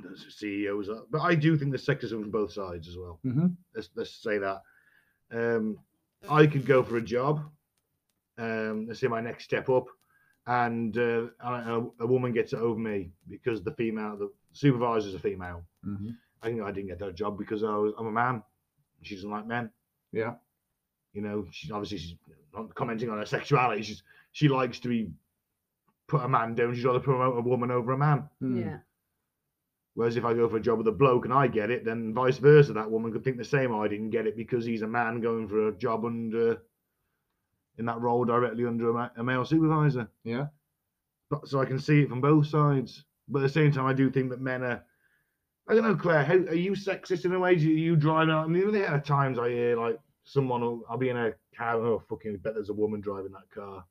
Speaker 1: uh, CEOs, are, but I do think there's sexism from both sides as well.
Speaker 5: Mhm.
Speaker 1: Let's let's say that. Um, I could go for a job. Um, let's say my next step up, and uh, I- a, a woman gets it over me because the female, the supervisor's a female.
Speaker 5: Mhm.
Speaker 1: I think I didn't get that job because I was I'm a man. She doesn't like men.
Speaker 5: Yeah.
Speaker 1: You know, she's obviously she's not commenting on her sexuality. She's she likes to be put a man down. She'd rather promote a woman over a man.
Speaker 5: Mm.
Speaker 2: Hmm.
Speaker 4: Yeah.
Speaker 1: Whereas if I go for a job with a bloke and I get it, then vice versa, that woman could think the same. I didn't get it because he's a man going for a job under in that role directly under a, ma- a male supervisor.
Speaker 5: Yeah.
Speaker 1: But so I can see it from both sides. But at the same time, I do think that men are. I don't know, Claire. How, are you sexist in a way? Do you drive out? I mean, the amount of times I hear like someone, will, I'll be in a car and oh fucking, bet there's a woman driving that car.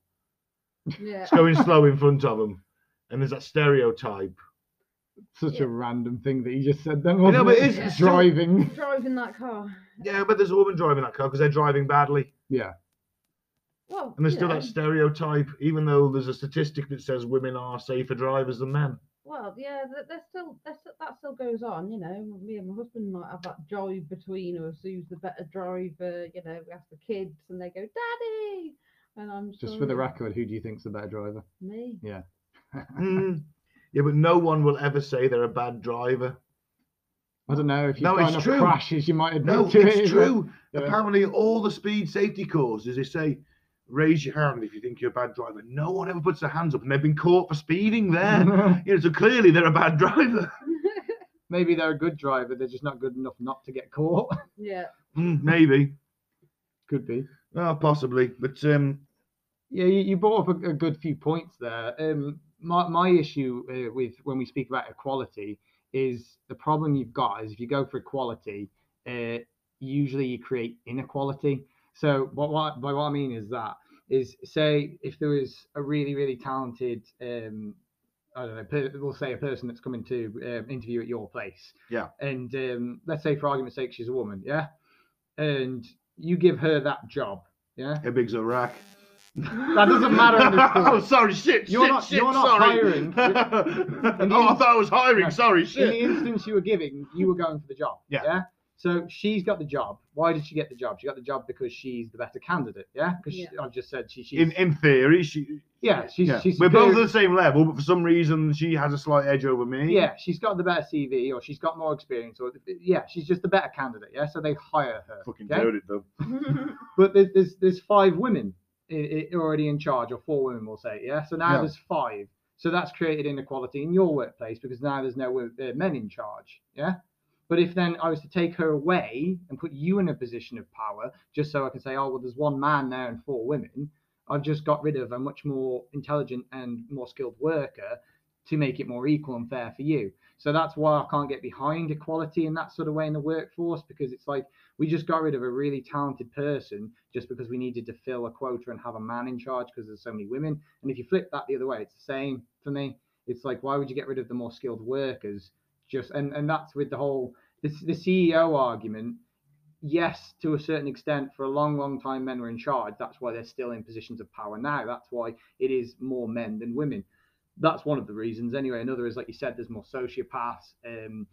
Speaker 4: Yeah.
Speaker 1: It's going slow in front of them, and there's that stereotype.
Speaker 5: Mm. Such
Speaker 4: Yeah.
Speaker 5: a random thing that you just said then.
Speaker 1: know,
Speaker 5: Wasn't
Speaker 1: but
Speaker 5: it?
Speaker 1: it's- it's still-
Speaker 5: driving.
Speaker 4: Driving that car.
Speaker 1: Yeah, but there's a woman driving that car because they're driving badly.
Speaker 5: Yeah.
Speaker 4: Well,
Speaker 1: And there's
Speaker 4: you
Speaker 1: still
Speaker 4: know,
Speaker 1: that stereotype, even though there's a statistic that says women are safer drivers than men.
Speaker 4: well, yeah, that there's still there's, still- that still goes on. You know, me and my husband might have that drive between us who's the better driver. You know, we ask the kids and they go, "Daddy," and I'm
Speaker 5: Just for the
Speaker 4: like,
Speaker 5: record, who do you think's the better driver?
Speaker 4: Me.
Speaker 1: Hmm. Yeah, but no one will ever say they're a bad driver.
Speaker 5: I don't know if you've
Speaker 1: No,
Speaker 5: got
Speaker 1: it's
Speaker 5: enough
Speaker 1: true.
Speaker 5: crashes, you might admit
Speaker 1: No,
Speaker 5: to it.
Speaker 1: it's
Speaker 5: as well.
Speaker 1: true.
Speaker 5: Yeah.
Speaker 1: Apparently, all the speed safety courses, they say, raise your hand if you think you're a bad driver. No one ever puts their hands up, and they've been caught for speeding there. you know, so clearly they're a bad driver.
Speaker 2: Maybe they're a good driver, they're just not good enough not to get caught.
Speaker 4: Yeah.
Speaker 1: Hmm, maybe.
Speaker 5: Could be.
Speaker 1: Oh, possibly. But um,
Speaker 2: Yeah, you, you brought up a, a good few points there. Um, my, my issue uh, with when we speak about equality is the problem you've got is if you go for equality, uh, usually you create inequality. So what, what by what I mean is that is say if there was a really really talented um, I don't know per, we'll say a person that's coming to um, interview at your place.
Speaker 1: Yeah.
Speaker 2: And um, let's say for argument's sake she's a woman. Yeah. And you give her that job. Yeah.
Speaker 1: how big's a rack?
Speaker 2: That doesn't matter in this
Speaker 1: oh,
Speaker 2: course.
Speaker 1: sorry, shit,
Speaker 2: You're
Speaker 1: shit,
Speaker 2: not-
Speaker 1: shit,
Speaker 2: you're not
Speaker 1: sorry.
Speaker 2: hiring.
Speaker 1: oh, I thought I was hiring.
Speaker 2: No.
Speaker 1: Sorry,
Speaker 2: in the
Speaker 1: shit.
Speaker 2: instance you were giving, you were going for the job.
Speaker 1: Yeah.
Speaker 2: So she's got the job. Why did she get the job? She got the job because she's the better candidate. Yeah. Because I've just said she. She's,
Speaker 1: In in theory, she.
Speaker 2: yeah. She's.
Speaker 1: yeah.
Speaker 2: she's
Speaker 1: We're both at
Speaker 2: superior-
Speaker 1: the same level, but for some reason, she has a slight edge over me.
Speaker 2: Yeah. She's got the better CV, or she's got more experience, or yeah, she's just the better candidate. Yeah. So they hire her.
Speaker 1: Fucking
Speaker 2: okay?
Speaker 1: doubted though.
Speaker 2: But there's there's, there's five women i i already in charge, or four women, we'll say. Yeah. So now
Speaker 1: Yeah.
Speaker 2: there's five. So that's created inequality in your workplace because now there's no wo- uh, men in charge. Yeah. But if then I was to take her away and put you in a position of power, just so I can say, oh well, there's one man there and four women, I've just got rid of a much more intelligent and more skilled worker to make it more equal and fair for you. So that's why I can't get behind equality in that sort of way in the workforce because it's like we just got rid of a really talented person just because we needed to fill a quota and have a man in charge because there's so many women. And if you flip that the other way, it's the same for me. It's like why would you get rid of the more skilled workers? Just and and that's with the whole this the CEO argument. Yes, to a certain extent, for a long, long time, men were in charge. That's why they're still in positions of power now. That's why it is more men than women. That's one of the reasons, anyway. Another is, like you said, there's more sociopaths. Um,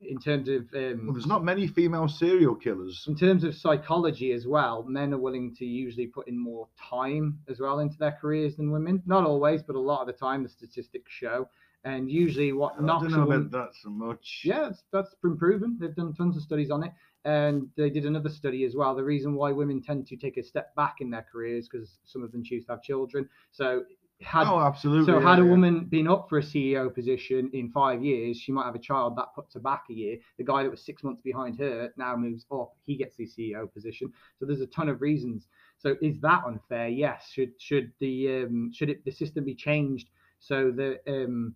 Speaker 2: in terms of um,
Speaker 1: Well, there's not many female serial killers.
Speaker 2: in terms of psychology as well, men are willing to usually put in more time as well into their careers than women. Not always, but a lot of the time, the statistics show. And usually,
Speaker 1: I
Speaker 2: what
Speaker 1: don't
Speaker 2: knocks a
Speaker 1: know
Speaker 2: woman,
Speaker 1: about that so much.
Speaker 2: yeah, that's- that's been proven. They've done tons of studies on it, and they did another study as well. The reason why women tend to take a step back in their careers because some of them choose to have children. So had
Speaker 1: oh, absolutely.
Speaker 2: so
Speaker 1: yeah,
Speaker 2: had a
Speaker 1: yeah.
Speaker 2: woman been up for a CEO position in five years, she might have a child that puts her back a year. The guy that was six months behind her now moves up. He gets the CEO position. So there's a ton of reasons. So is that unfair? Yes. Should should the um, should it the system be changed so that um,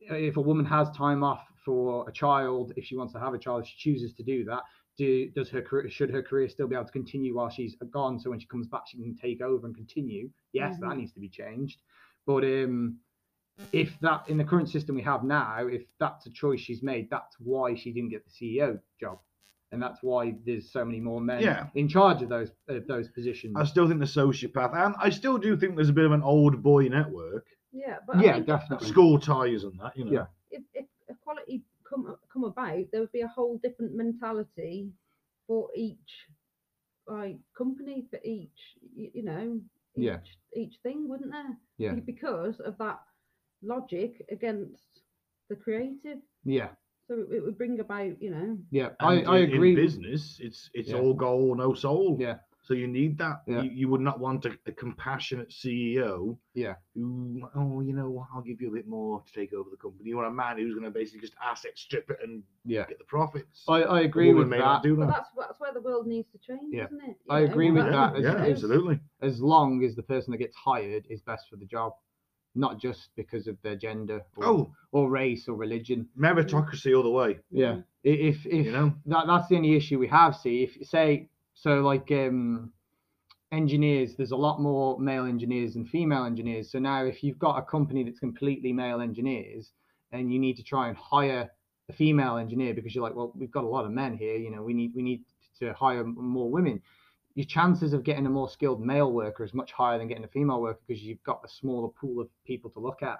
Speaker 2: if a woman has time off for a child, if she wants to have a child, she chooses to do that. Do, does her career should her career still be able to continue while she's gone? So when she comes back, she can take over and continue. Yes,
Speaker 4: Mhm.
Speaker 2: that needs to be changed. But um, if that in the current system we have now, if that's a choice she's made, that's why she didn't get the CEO E job.
Speaker 6: and that's why there's so many more men
Speaker 1: Yeah.
Speaker 6: in charge of those of those positions.
Speaker 1: I still think the sociopath, and I still do think there's a bit of an old boy network,
Speaker 4: Yeah, but I
Speaker 6: yeah,
Speaker 4: think
Speaker 6: definitely.
Speaker 1: school ties and that, you know.
Speaker 6: Yeah.
Speaker 4: if, if equality come come about, there would be a whole different mentality for each like company for each you, you know each,
Speaker 2: Yeah.
Speaker 4: each thing, wouldn't there?
Speaker 2: Yeah.
Speaker 4: Be- Because of that logic against the creative,
Speaker 2: Yeah,
Speaker 4: so it, it would bring about you know
Speaker 2: yeah, I,
Speaker 1: And
Speaker 2: I
Speaker 1: in-
Speaker 2: agree.
Speaker 1: In business, it's it's
Speaker 2: Yeah.
Speaker 1: all goal, no soul.
Speaker 2: Yeah.
Speaker 1: So you need that.
Speaker 2: Yeah.
Speaker 1: You, you would not want a, a compassionate CEO.
Speaker 2: Yeah.
Speaker 1: Who, oh, you know, what, I'll give you a bit more to take over the company. You want a man who's going to basically just asset strip it and
Speaker 2: Yeah.
Speaker 1: get the profits.
Speaker 2: I, I
Speaker 1: A
Speaker 2: agree
Speaker 1: woman
Speaker 2: with
Speaker 1: may not
Speaker 2: that.
Speaker 1: do
Speaker 4: But
Speaker 1: that.
Speaker 4: that's that's where the world needs to change,
Speaker 2: Yeah.
Speaker 4: isn't it?
Speaker 2: I agree with
Speaker 1: Yeah,
Speaker 2: that.
Speaker 1: yeah,
Speaker 2: It's-
Speaker 1: absolutely.
Speaker 2: As long as the person that gets hired is best for the job, not just because of their gender or,
Speaker 1: Oh,
Speaker 2: or race or religion.
Speaker 1: meritocracy all the way.
Speaker 2: Yeah, I- if if
Speaker 1: You know.
Speaker 2: that that's the only issue we have. See, if say so, like um, engineers, there's a lot more male engineers than female engineers. So now, if you've got a company that's completely male engineers, and you need to try and hire a female engineer because you're like, well, we've got a lot of men here. You know, we need we need to hire m- more women. Your chances of getting a more skilled male worker is much higher than getting a female worker because you've got a smaller pool of people to look at.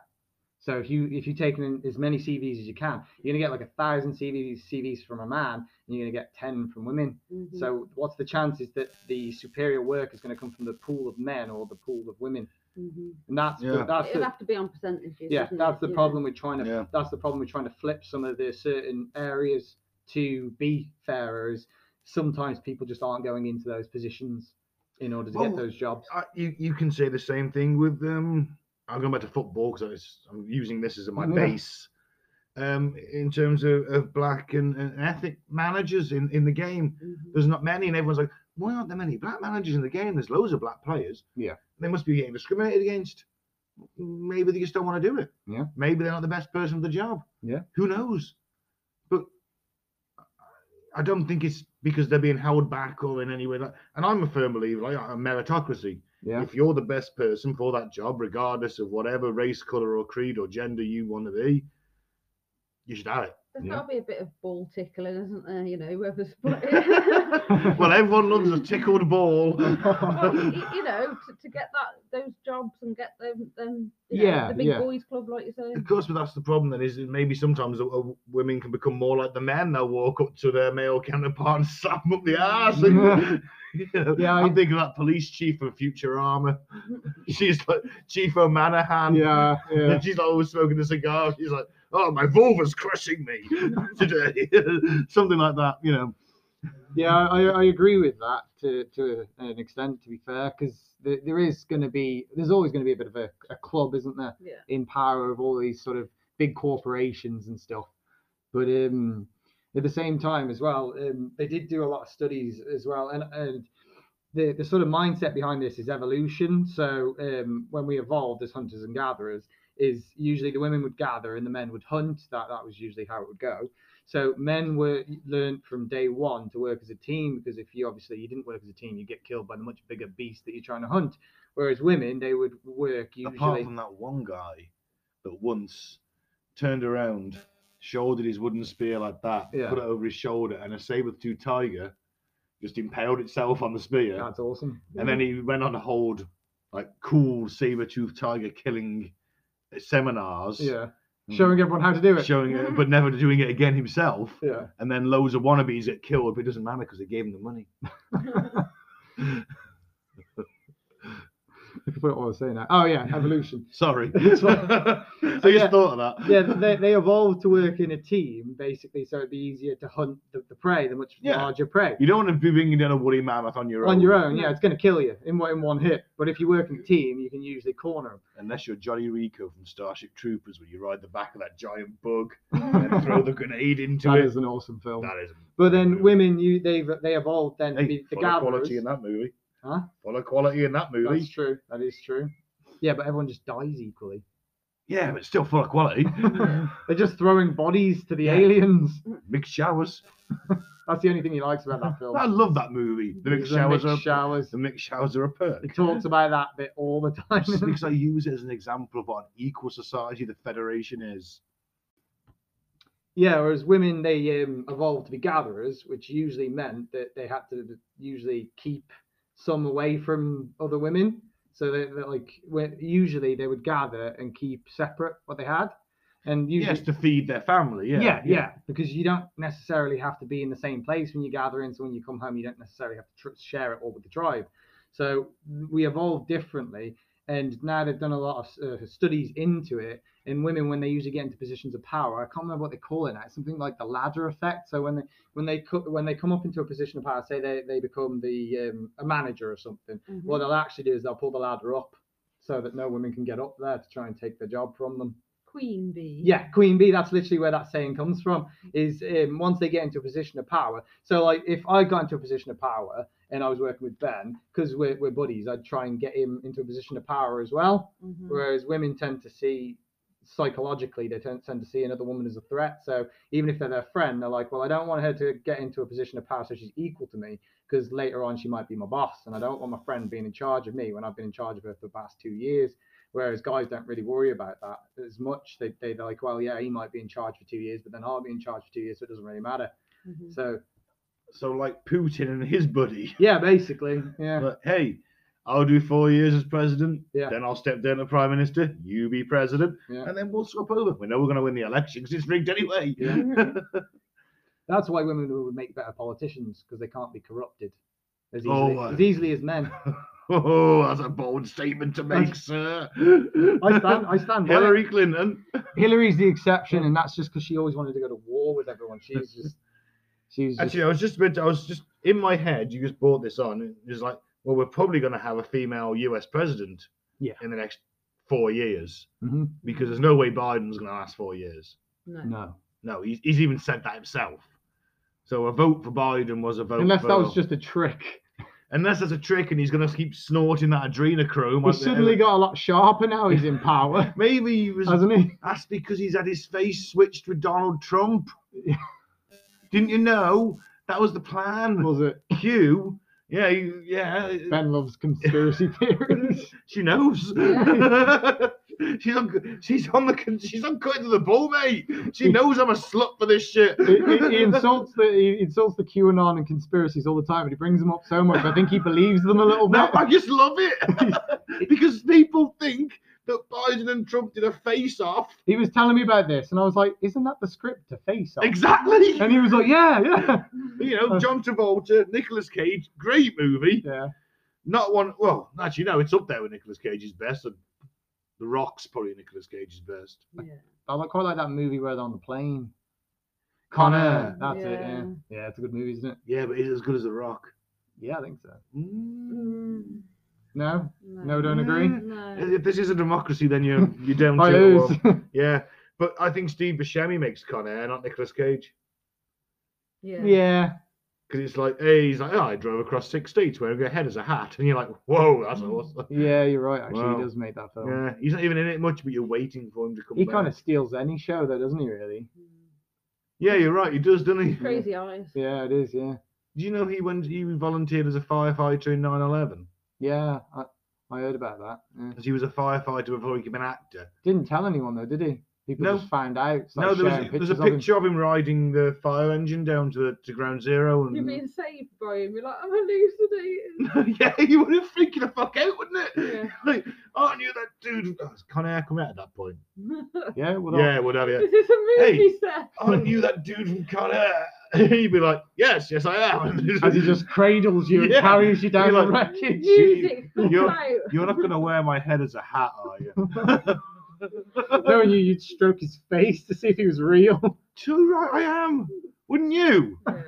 Speaker 2: So if you if you take in as many CVs as you can, you're gonna get like a thousand CVs CVs from a man, and you're gonna get ten from women.
Speaker 4: Mhm.
Speaker 2: So what's the chances that the superior work is gonna come from the pool of men or the pool of women?
Speaker 4: Mhm.
Speaker 2: And that's the-
Speaker 1: Yeah.
Speaker 2: that's
Speaker 4: it'll
Speaker 2: the,
Speaker 4: have to be on percentages.
Speaker 2: yeah
Speaker 4: isn't it?
Speaker 2: that's the
Speaker 4: You know?
Speaker 2: problem with trying to
Speaker 1: Yeah.
Speaker 2: that's the problem with trying to flip some of the certain areas to be fairer. Is sometimes people just aren't going into those positions in order to
Speaker 1: Well,
Speaker 2: get those jobs.
Speaker 1: I, you you can say the same thing with um. I'm going back to football because I'm using this as my
Speaker 2: Yeah.
Speaker 1: base. Um, in terms of, of black and, and ethnic managers in, in the game,
Speaker 4: Mhm.
Speaker 1: there's not many, and everyone's like, why aren't there many black managers in the game? There's loads of black players.
Speaker 2: Yeah.
Speaker 1: they must be getting discriminated against. Maybe they just don't want to do it.
Speaker 2: Yeah.
Speaker 1: maybe they're not the best person for the job.
Speaker 2: Yeah.
Speaker 1: who knows? But I don't think it's because they're being held back or in any way. That, and I'm a firm believer, like a meritocracy
Speaker 2: Yeah,
Speaker 1: if you're the best person for that job, regardless of whatever race, color, or creed or gender you want to be, you should have it.
Speaker 4: There's
Speaker 2: Yeah.
Speaker 4: got to be a bit of ball tickling, isn't there? You know, whoever's put it.
Speaker 1: Well, everyone loves a tickled ball.
Speaker 4: well, y- you know, to, to get that those jobs and get them, them you know,
Speaker 2: Yeah,
Speaker 4: the big
Speaker 2: yeah.
Speaker 4: boys club, like you say.
Speaker 1: of course, but that's the problem. Then is that maybe sometimes a, a women can become more like the men. They'll walk up to their male counterpart and slap them up the ass. And, you know,
Speaker 2: Yeah,
Speaker 1: I'm
Speaker 2: I-
Speaker 1: thinking of that police chief of Futurama. She's like Chief O'Manahan.
Speaker 2: yeah, yeah.
Speaker 1: And she's like always smoking a cigar. She's like, "Oh, my vulva's crushing me today," something like that. You know,
Speaker 2: Yeah, I, I agree with that to, to an extent, to be fair, because there, there is going to be, there's always going to be a bit of a, a club, isn't there,
Speaker 4: Yeah.
Speaker 2: in power of all these sort of big corporations and stuff. But um, at the same time, as well, um, they did do a lot of studies as well. And, and the, the sort of mindset behind this is evolution. So um, when we evolved as hunters and gatherers, is usually the women would gather and the men would hunt. That that was usually how it would go. So men were learned from day one to work as a team because if you obviously you didn't work as a team, you get killed by the much bigger beast that you're trying to hunt. Whereas women, they would work
Speaker 1: apart
Speaker 2: usually.
Speaker 1: from that one guy that once turned around, shouldered his wooden spear like that,
Speaker 2: Yeah.
Speaker 1: put it over his shoulder, and a saber-tooth tiger just impaled itself on the spear,
Speaker 2: That's awesome.
Speaker 1: and then he went on to hold like cool saber-tooth tiger killing seminars.
Speaker 2: Yeah,
Speaker 1: Mm.
Speaker 2: showing everyone how to do it.
Speaker 1: Showing it, but never doing it again himself,
Speaker 2: yeah,
Speaker 1: and then loads of wannabes get killed, but it doesn't matter because they gave him the money.
Speaker 2: I forgot what I was saying. Now. Oh yeah, evolution.
Speaker 1: Sorry.
Speaker 2: It's fine.
Speaker 1: I just
Speaker 2: yeah.
Speaker 1: thought of that.
Speaker 2: yeah, they, they evolved to work in a team basically, so it'd be easier to hunt the, the prey, the much
Speaker 1: Yeah.
Speaker 2: larger prey.
Speaker 1: You don't want to be bringing down a woolly mammoth on your own.
Speaker 2: on your own, yeah, it's going to kill you in, one- in one hit. But if you work in a team, you can usually corner 'em.
Speaker 1: Unless you're Johnny Rico from Starship Troopers, where you ride the back of that giant bug and throw the grenade into
Speaker 2: That
Speaker 1: it.
Speaker 2: is an awesome film.
Speaker 1: That is.
Speaker 2: But then
Speaker 1: unbelievable.
Speaker 2: women, you they've they evolved then to
Speaker 1: Hey,
Speaker 2: be the
Speaker 1: follow
Speaker 2: gatherers.
Speaker 1: quality in that movie.
Speaker 2: Huh?
Speaker 1: Follow quality in that movie.
Speaker 2: That's true. That is true. Yeah, but everyone just dies equally.
Speaker 1: Yeah, but still follow quality.
Speaker 4: Mm-hmm.
Speaker 2: They're just throwing bodies to the
Speaker 1: Yeah.
Speaker 2: aliens.
Speaker 1: mixed showers.
Speaker 2: That's the only thing he likes about that film.
Speaker 1: I love that movie. The mixed
Speaker 2: The
Speaker 1: showers
Speaker 2: mixed
Speaker 1: are
Speaker 2: showers.
Speaker 1: the mixed showers are a perk.
Speaker 2: He talks about that bit all the time.
Speaker 1: Just because I use it as an example of what an equal society the Federation is.
Speaker 2: Yeah, whereas women they um, evolved to be gatherers, which usually meant that they had to usually keep some away from other women. So that, that like where- usually they would gather and keep separate what they had, and usually
Speaker 1: Yes, to feed their family. Yeah,
Speaker 2: yeah, yeah, because you don't necessarily have to be in the same place when you gather in. So when you come home, you don't necessarily have to tr- share it all with the tribe. So we evolved differently, and now they've done a lot of uh, studies into it. And women, when they usually get into positions of power, I can't remember what they call it now. It's something like the ladder effect. So when they when they co- when they come up into a position of power, say they, they become the um, a manager or something,
Speaker 4: Mhm.
Speaker 2: what they'll actually do is they'll pull the ladder up so that no women can get up there to try and take the job from them.
Speaker 4: Queen bee.
Speaker 2: Yeah, queen bee. That's literally where that saying comes from. Is um, once they get into a position of power. So like, if I got into a position of power and I was working with Ben, because we're, we're buddies, I'd try and get him into a position of power as well.
Speaker 4: Mhm.
Speaker 2: Whereas women tend to see psychologically, they tend, tend to see another woman as a threat. So even if they're their friend, they're like, well, I don't want her to get into a position of power so she's equal to me, because later on she might be my boss, and I don't want my friend being in charge of me when I've been in charge of her for the past two years. Whereas guys don't really worry about that as much. They, they, they're like, well, yeah, he might be in charge for two years, but then I'll be in charge for two years, so it doesn't really matter.
Speaker 4: Mhm.
Speaker 2: So,
Speaker 1: So like Putin and his buddy.
Speaker 2: yeah, basically, yeah.
Speaker 1: But hey, I'll do four years as president.
Speaker 2: Yeah.
Speaker 1: Then I'll step down as prime minister. You be president,
Speaker 2: Yeah.
Speaker 1: and then we'll swap over. We know we're going to win the election because it's rigged anyway.
Speaker 2: Yeah. That's why women would make better politicians because they can't be corrupted as easily,
Speaker 1: Oh, uh,
Speaker 2: as, easily as men.
Speaker 1: Oh, that's a bold statement to make, sir.
Speaker 2: I stand, I stand. by it.
Speaker 1: Hillary Clinton.
Speaker 2: Hillary's the exception, and that's just because she always wanted to go to war with everyone. She's just, she's just,
Speaker 1: Actually, I was just about to, I was just in my head. You just brought this on. It was like, well, we're probably going to have a female U.S. president.
Speaker 2: Yeah.
Speaker 1: In the next four years,
Speaker 2: Mhm.
Speaker 1: because there's no way Biden's going to last four years.
Speaker 4: No.
Speaker 2: no.
Speaker 1: No, he's, he's even said that himself. So a vote for Biden was a vote.
Speaker 2: Unless
Speaker 1: for,
Speaker 2: that was just a trick.
Speaker 1: unless that's a trick, and he's going to keep snorting that adrenochrome.
Speaker 2: He's
Speaker 1: like the-
Speaker 2: suddenly got a lot sharper now. He's in power,
Speaker 1: Maybe he was.
Speaker 2: hasn't he?
Speaker 1: That's because he's had his face switched with Donald Trump. Didn't you know that was the plan?
Speaker 2: Was it?
Speaker 1: Q. Yeah, you- yeah.
Speaker 2: Ben loves conspiracy theories.
Speaker 1: She knows.
Speaker 4: Yeah.
Speaker 1: she's on. She's on the. con- She's on cutting to the bull, mate. She knows I'm a slut for this shit.
Speaker 2: He, he- he insults the he insults the QAnon and conspiracies all the time, but he brings them up so much. I think he believes them a little bit.
Speaker 1: No, I just love it because people think that Biden and Trump did a face off.
Speaker 2: He was telling me about this, and I was like, "Isn't that the script to face off?"
Speaker 1: Exactly.
Speaker 2: And he was like, "Yeah, yeah,
Speaker 1: You know, John Travolta, Nicolas Cage, great movie.
Speaker 2: yeah."
Speaker 1: Not one. Well, actually, no, it's up there with Nicolas Cage's best. And The Rock's probably Nicolas Cage's best.
Speaker 4: Yeah.
Speaker 2: I like- quite like that movie where they're on the plane.
Speaker 1: Con
Speaker 2: Connor,
Speaker 1: Air.
Speaker 2: that's it.
Speaker 4: Yeah.
Speaker 2: Yeah. yeah, it's a good movie, isn't it?
Speaker 1: Yeah, but is it as good as The Rock?
Speaker 2: Yeah, I think so.
Speaker 4: Mm,
Speaker 2: No,
Speaker 4: no.
Speaker 2: no, don't agree.
Speaker 1: Mm.
Speaker 4: No.
Speaker 1: If this is a democracy, then you're you're down
Speaker 2: I
Speaker 1: to it.
Speaker 2: lose.
Speaker 1: Well, yeah, but I think Steve Buscemi makes Con Air, not Nicolas Cage,
Speaker 4: Yeah.
Speaker 2: yeah,
Speaker 1: because it's like, hey, he's like, oh, I drove across six states wearing a head as a hat, and you're like, whoa, that's
Speaker 4: Mm.
Speaker 1: awesome.
Speaker 2: yeah, you're right. Actually,
Speaker 1: Wow.
Speaker 2: he does make that film.
Speaker 1: Yeah, he's not even in it much, but you're waiting for him to come.
Speaker 2: He
Speaker 1: back.
Speaker 2: kind of steals any show, though, doesn't he? Really?
Speaker 4: Mm.
Speaker 1: Yeah, you're right. He does, doesn't he?
Speaker 4: Crazy eyes.
Speaker 2: Yeah, it is. Yeah,
Speaker 1: Do you know he went? He volunteered as a firefighter in 9/11
Speaker 2: yeah. I, I heard about that. Yeah.
Speaker 1: because he was a firefighter before he became an actor.
Speaker 2: Didn't tell anyone though, did he? People
Speaker 1: No.
Speaker 2: just found out.
Speaker 1: no, there was,
Speaker 2: pictures
Speaker 1: there's a
Speaker 2: of him.
Speaker 1: picture of him. riding the fire engine down to to ground zero,
Speaker 4: You're
Speaker 1: and
Speaker 4: being saved by him. You're like, I'm hallucinating.
Speaker 1: yeah, he would have freaking the fuck out, wouldn't it?
Speaker 4: Yeah.
Speaker 1: Like, oh, I knew that dude. Oh, it's Con Air come out at that point.
Speaker 2: Yeah, well,
Speaker 1: Yeah, would have you?
Speaker 4: this is a
Speaker 1: Hey.
Speaker 4: movie set.
Speaker 1: I knew that dude from Con Air. He'd be like, yes, yes, I am.
Speaker 2: As he just cradles you
Speaker 1: Yeah.
Speaker 2: and carries you down
Speaker 1: You're
Speaker 2: the
Speaker 1: like-
Speaker 2: wreckage.
Speaker 4: Music. comes
Speaker 1: You're-
Speaker 4: out.
Speaker 1: You're not gonna wear my head as a hat, are you?
Speaker 2: Knowing you, you'd stroke his face to see if he was real.
Speaker 1: Too right, I am. Wouldn't you?
Speaker 4: Yeah.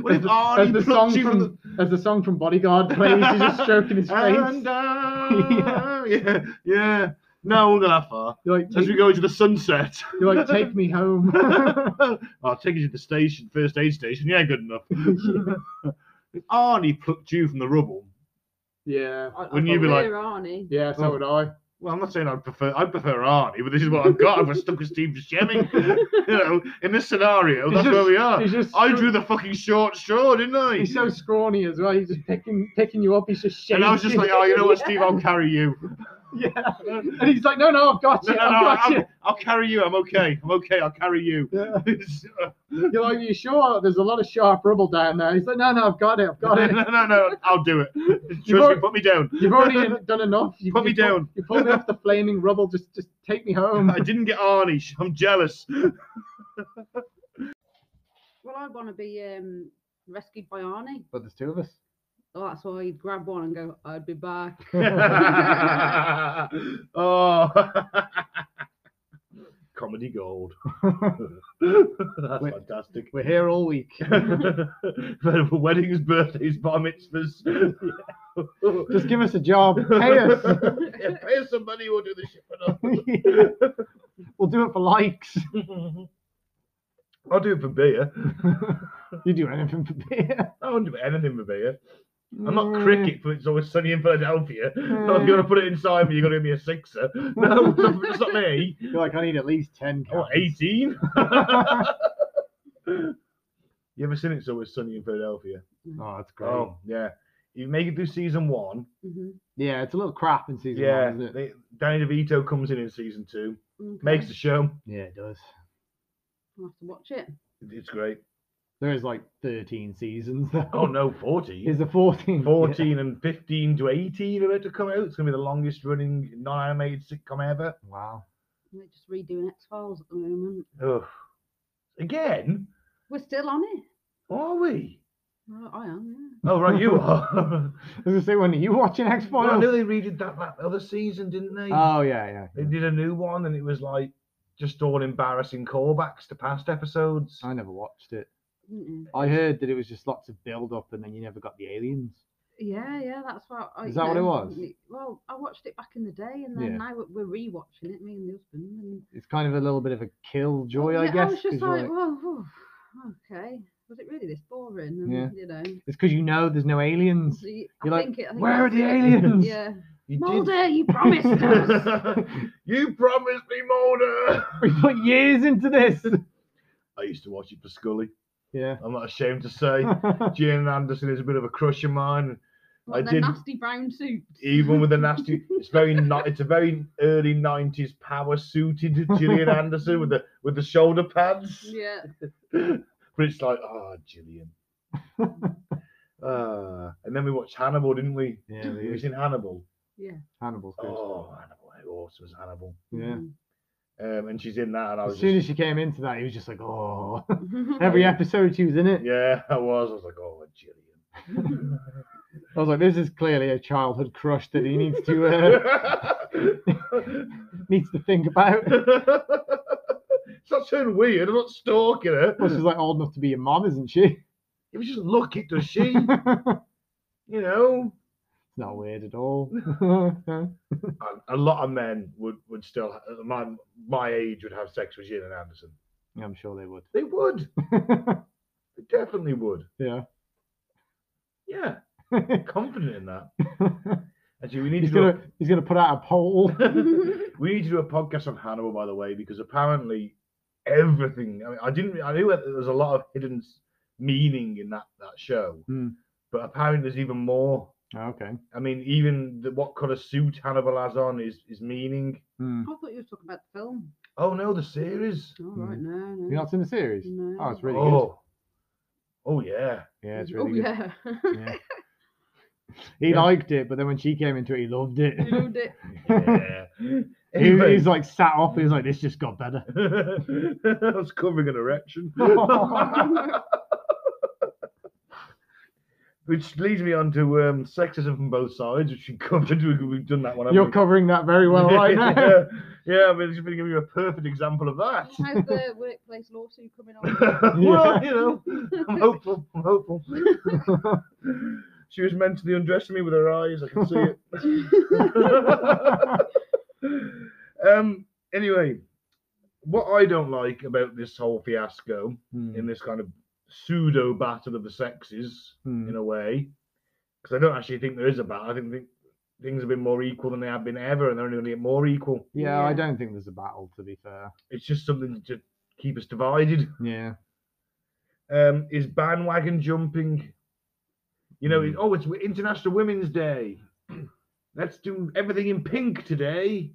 Speaker 1: What if
Speaker 2: the-
Speaker 1: Arnie
Speaker 2: as the
Speaker 1: plucked
Speaker 2: song
Speaker 1: you
Speaker 2: from as the song from Bodyguard plays, he's just stroking his face.
Speaker 1: And, uh, yeah, yeah. No, we'll go that far.
Speaker 2: You're like,
Speaker 1: As
Speaker 2: take,
Speaker 1: we go into the sunset,
Speaker 2: you're like, take me home.
Speaker 1: I'll take you to the station, first aid station. Yeah, good enough. If Arnie plucked you from the rubble.
Speaker 2: yeah,
Speaker 4: I- I've
Speaker 1: Wouldn't you
Speaker 4: got
Speaker 1: be like-
Speaker 4: Lear Arnie.
Speaker 2: yeah. So would I.
Speaker 1: Well, I'm not saying I'd prefer I'd prefer Arnie, but this is what I've got. I'm stuck with Steve Buscemi. you know, in this scenario,
Speaker 2: He's
Speaker 1: that's
Speaker 2: just-
Speaker 1: where we are.
Speaker 2: He's just.
Speaker 1: Oh, I
Speaker 2: scra-
Speaker 1: drew the fucking short straw, didn't I?
Speaker 2: He's so scrawny as well. He's just picking picking you up. He's just shaking.
Speaker 1: oh, and I was just like, oh, you know what, Steve, I'll carry you.
Speaker 7: yeah. And he's like, no, no, I've got
Speaker 1: No,
Speaker 7: you.
Speaker 1: no,
Speaker 7: I've
Speaker 1: no.
Speaker 7: got
Speaker 1: I'm,
Speaker 7: you.
Speaker 1: I'll carry you. I'm okay. I'm okay. I'll carry you.
Speaker 7: Yeah.
Speaker 1: It's-
Speaker 7: You're like, you sure? There's a lot of sharp rubble down there. He's like, no, no, I've got it. I've
Speaker 1: no,
Speaker 7: got it.
Speaker 1: no, no, no. I'll do it.
Speaker 7: You've
Speaker 1: Trust me.
Speaker 7: already-
Speaker 1: Put me down.
Speaker 7: You've already done enough. You,
Speaker 1: Put me
Speaker 7: you pull-
Speaker 1: down.
Speaker 7: You pulled me off the flaming rubble. Just, just take me home.
Speaker 1: I didn't get Arnie. I'm jealous.
Speaker 4: Well, I want to be um, rescued by Arnie.
Speaker 2: But there's two of us.
Speaker 4: Oh, that's why he'd grab one and go, I'd be back.
Speaker 1: oh. Comedy gold. That's
Speaker 2: Wait.
Speaker 1: fantastic.
Speaker 2: We're here all week.
Speaker 1: Weddings, birthdays, bar mitzvahs.
Speaker 2: Just give us a job. Pay us.
Speaker 1: Yeah, pay us some money, we'll do the shit for nothing.
Speaker 2: We'll do it for likes.
Speaker 1: I'll do it for beer.
Speaker 2: You do anything for beer.
Speaker 1: I won't do anything for beer. I'm not cricket, but it's always sunny in Philadelphia. Not if
Speaker 2: Mm.
Speaker 1: you're going to put it inside me, you're going to give me a sixer. No, it's not- it's not me.
Speaker 2: You're like, I need at least 10.
Speaker 1: I want 18. you ever seen It's Always Sunny in Philadelphia?
Speaker 2: Oh, that's great.
Speaker 1: Oh, yeah. You make it through season one.
Speaker 4: hmm
Speaker 2: Yeah, it's a little crap in season
Speaker 1: yeah.
Speaker 2: one, isn't it?
Speaker 1: they- Danny DeVito comes in in season two, makes the show.
Speaker 2: Yeah, it does.
Speaker 4: I'll have to watch it.
Speaker 1: It's great.
Speaker 2: There is like 13 seasons. Though.
Speaker 1: Oh, no, 40.
Speaker 2: Is a 14.
Speaker 1: 14 and 15 to 18 are about to come out. It's going to be the longest running non animated sitcom ever.
Speaker 2: Yeah. Wow.
Speaker 4: We're just redoing X Files at the moment.
Speaker 1: Ugh. Again?
Speaker 4: We're still on it.
Speaker 1: Are we?
Speaker 4: Well, I am,
Speaker 1: Oh, right, you are.
Speaker 2: I was going to say, when are you watching X
Speaker 1: well, I
Speaker 2: Files?
Speaker 1: know they redid that, that other season, didn't they?
Speaker 2: Oh, yeah,
Speaker 1: they
Speaker 2: yeah.
Speaker 1: did a new one, and it was like just all embarrassing callbacks to past episodes.
Speaker 2: I never watched it.
Speaker 4: yeah. Mm-mm.
Speaker 2: I heard that it was just lots of build up and then you never got the aliens.
Speaker 4: Yeah, yeah, that's what. I,
Speaker 2: Is
Speaker 4: you
Speaker 2: that what it
Speaker 4: know,
Speaker 2: was?
Speaker 4: y- Well, I watched it back in the day, and then
Speaker 2: Yeah.
Speaker 4: now we're we're rewatching it, me and the husband. And
Speaker 2: It's kind of a little bit of a killjoy,
Speaker 4: yeah,
Speaker 2: I guess.
Speaker 4: was
Speaker 2: 'cause
Speaker 4: just
Speaker 2: you're
Speaker 4: like,
Speaker 2: like-
Speaker 4: well, whew, okay, was it really this boring? And,
Speaker 2: Yeah.
Speaker 4: You know,
Speaker 2: It's because you know there's no aliens.
Speaker 4: so you- I
Speaker 2: You're like,
Speaker 4: think it, I think
Speaker 2: Where are
Speaker 4: that's
Speaker 2: the
Speaker 4: it.
Speaker 2: aliens?
Speaker 4: Yeah,
Speaker 1: You
Speaker 4: Mulder, you promised us.
Speaker 1: you promised me, Mulder.
Speaker 2: We put years into this.
Speaker 1: I used to watch it for Scully.
Speaker 2: Yeah.
Speaker 1: I'm not ashamed to say,
Speaker 2: yeah.
Speaker 1: Jane Anderson is a bit of a crush of mine.
Speaker 4: What,
Speaker 1: I
Speaker 4: the
Speaker 1: did-
Speaker 4: nasty brown suit.
Speaker 1: Even with the nasty, it's very not. It's a very early '90s power suited Gillian Anderson with the with the shoulder pads.
Speaker 4: Yeah,
Speaker 1: but it's like, ah, Gillian. uh, and then we watched Hannibal, didn't we?
Speaker 2: they
Speaker 1: Have you
Speaker 2: use
Speaker 1: seen Hannibal?
Speaker 2: Hannibal's good.
Speaker 1: Oh, Hannibal! How awesome is Hannibal?
Speaker 2: Yeah.
Speaker 4: mhm.
Speaker 1: Um, and she's in that, and I was
Speaker 2: As soon
Speaker 1: just,
Speaker 2: as she came into that, he was just like, oh.
Speaker 4: Mm.
Speaker 2: Every
Speaker 1: Oh.
Speaker 2: episode she was in it,
Speaker 1: yeah, I was. I was like, oh, Gillian.
Speaker 2: I was like, this is clearly a childhood crush that he needs to uh, needs to think about.
Speaker 1: it's not turning weird. I'm not stalking her.
Speaker 2: Well, she's like old enough to be your mom, isn't she?
Speaker 1: It was just lucky, does she?
Speaker 2: it's
Speaker 1: you know,
Speaker 2: not weird at all.
Speaker 1: A- a lot of men would would still uh, my my age would have sex with Gillian Anderson.
Speaker 2: Yeah, I'm sure they would.
Speaker 1: They would. They definitely would.
Speaker 2: yeah.
Speaker 1: Yeah, confident in that. Actually, we need
Speaker 2: he's
Speaker 1: to. do a-
Speaker 2: gonna he's gonna put out a poll.
Speaker 1: we need to do a podcast on Hannibal, by the way, because apparently everything. I mean, I didn't. I knew that there was a lot of hidden s- meaning in that that show,
Speaker 2: Hmm.
Speaker 1: but apparently there's even more.
Speaker 2: Oh, okay.
Speaker 1: I mean, even the, what colour suit Hannibal has on is is meaning.
Speaker 2: Hmm.
Speaker 4: I thought you were talking about the film.
Speaker 1: Oh no, the series.
Speaker 4: All right, no, no.
Speaker 2: You not seen the series?
Speaker 4: No.
Speaker 2: Oh, it's really good.
Speaker 1: oh, oh yeah.
Speaker 2: Yeah, it's
Speaker 4: oh,
Speaker 2: really good.
Speaker 4: yeah.
Speaker 2: Yeah. He
Speaker 1: Yeah.
Speaker 2: liked it, but then when she came into it, he loved it.
Speaker 4: you loved it.
Speaker 1: yeah.
Speaker 2: He, he
Speaker 1: Anyway.
Speaker 2: was like sat off. He was like, "This just got better."
Speaker 1: I was covering an erection. which leads me on to um, sexism from both sides, which we covered. We- We've done that one. haven't
Speaker 2: You're
Speaker 1: we?
Speaker 2: covering that very well right now.
Speaker 1: yeah, yeah, I mean, it's been giving you a perfect example of that.
Speaker 4: How's the workplace lawsuit coming on?
Speaker 1: well, you know, I'm hopeful. I'm hopeful. she was mentally undressing me with her eyes. I can see it. um. Anyway, what I don't like about this whole fiasco
Speaker 2: Hmm.
Speaker 1: in this kind of pseudo battle of the sexes
Speaker 2: Hmm.
Speaker 1: in a way, because I don't actually think there is a battle. I think think things have been more equal than they have been ever, and they're only going to get more equal.
Speaker 2: Yeah, I
Speaker 4: Yeah.
Speaker 2: don't think there's a battle. To be fair.
Speaker 1: It's just something to keep us divided.
Speaker 2: Yeah.
Speaker 1: Um, is bandwagon jumping? You know, it-
Speaker 2: Mm.
Speaker 1: oh, it's International Women's Day. Let's do everything in pink today.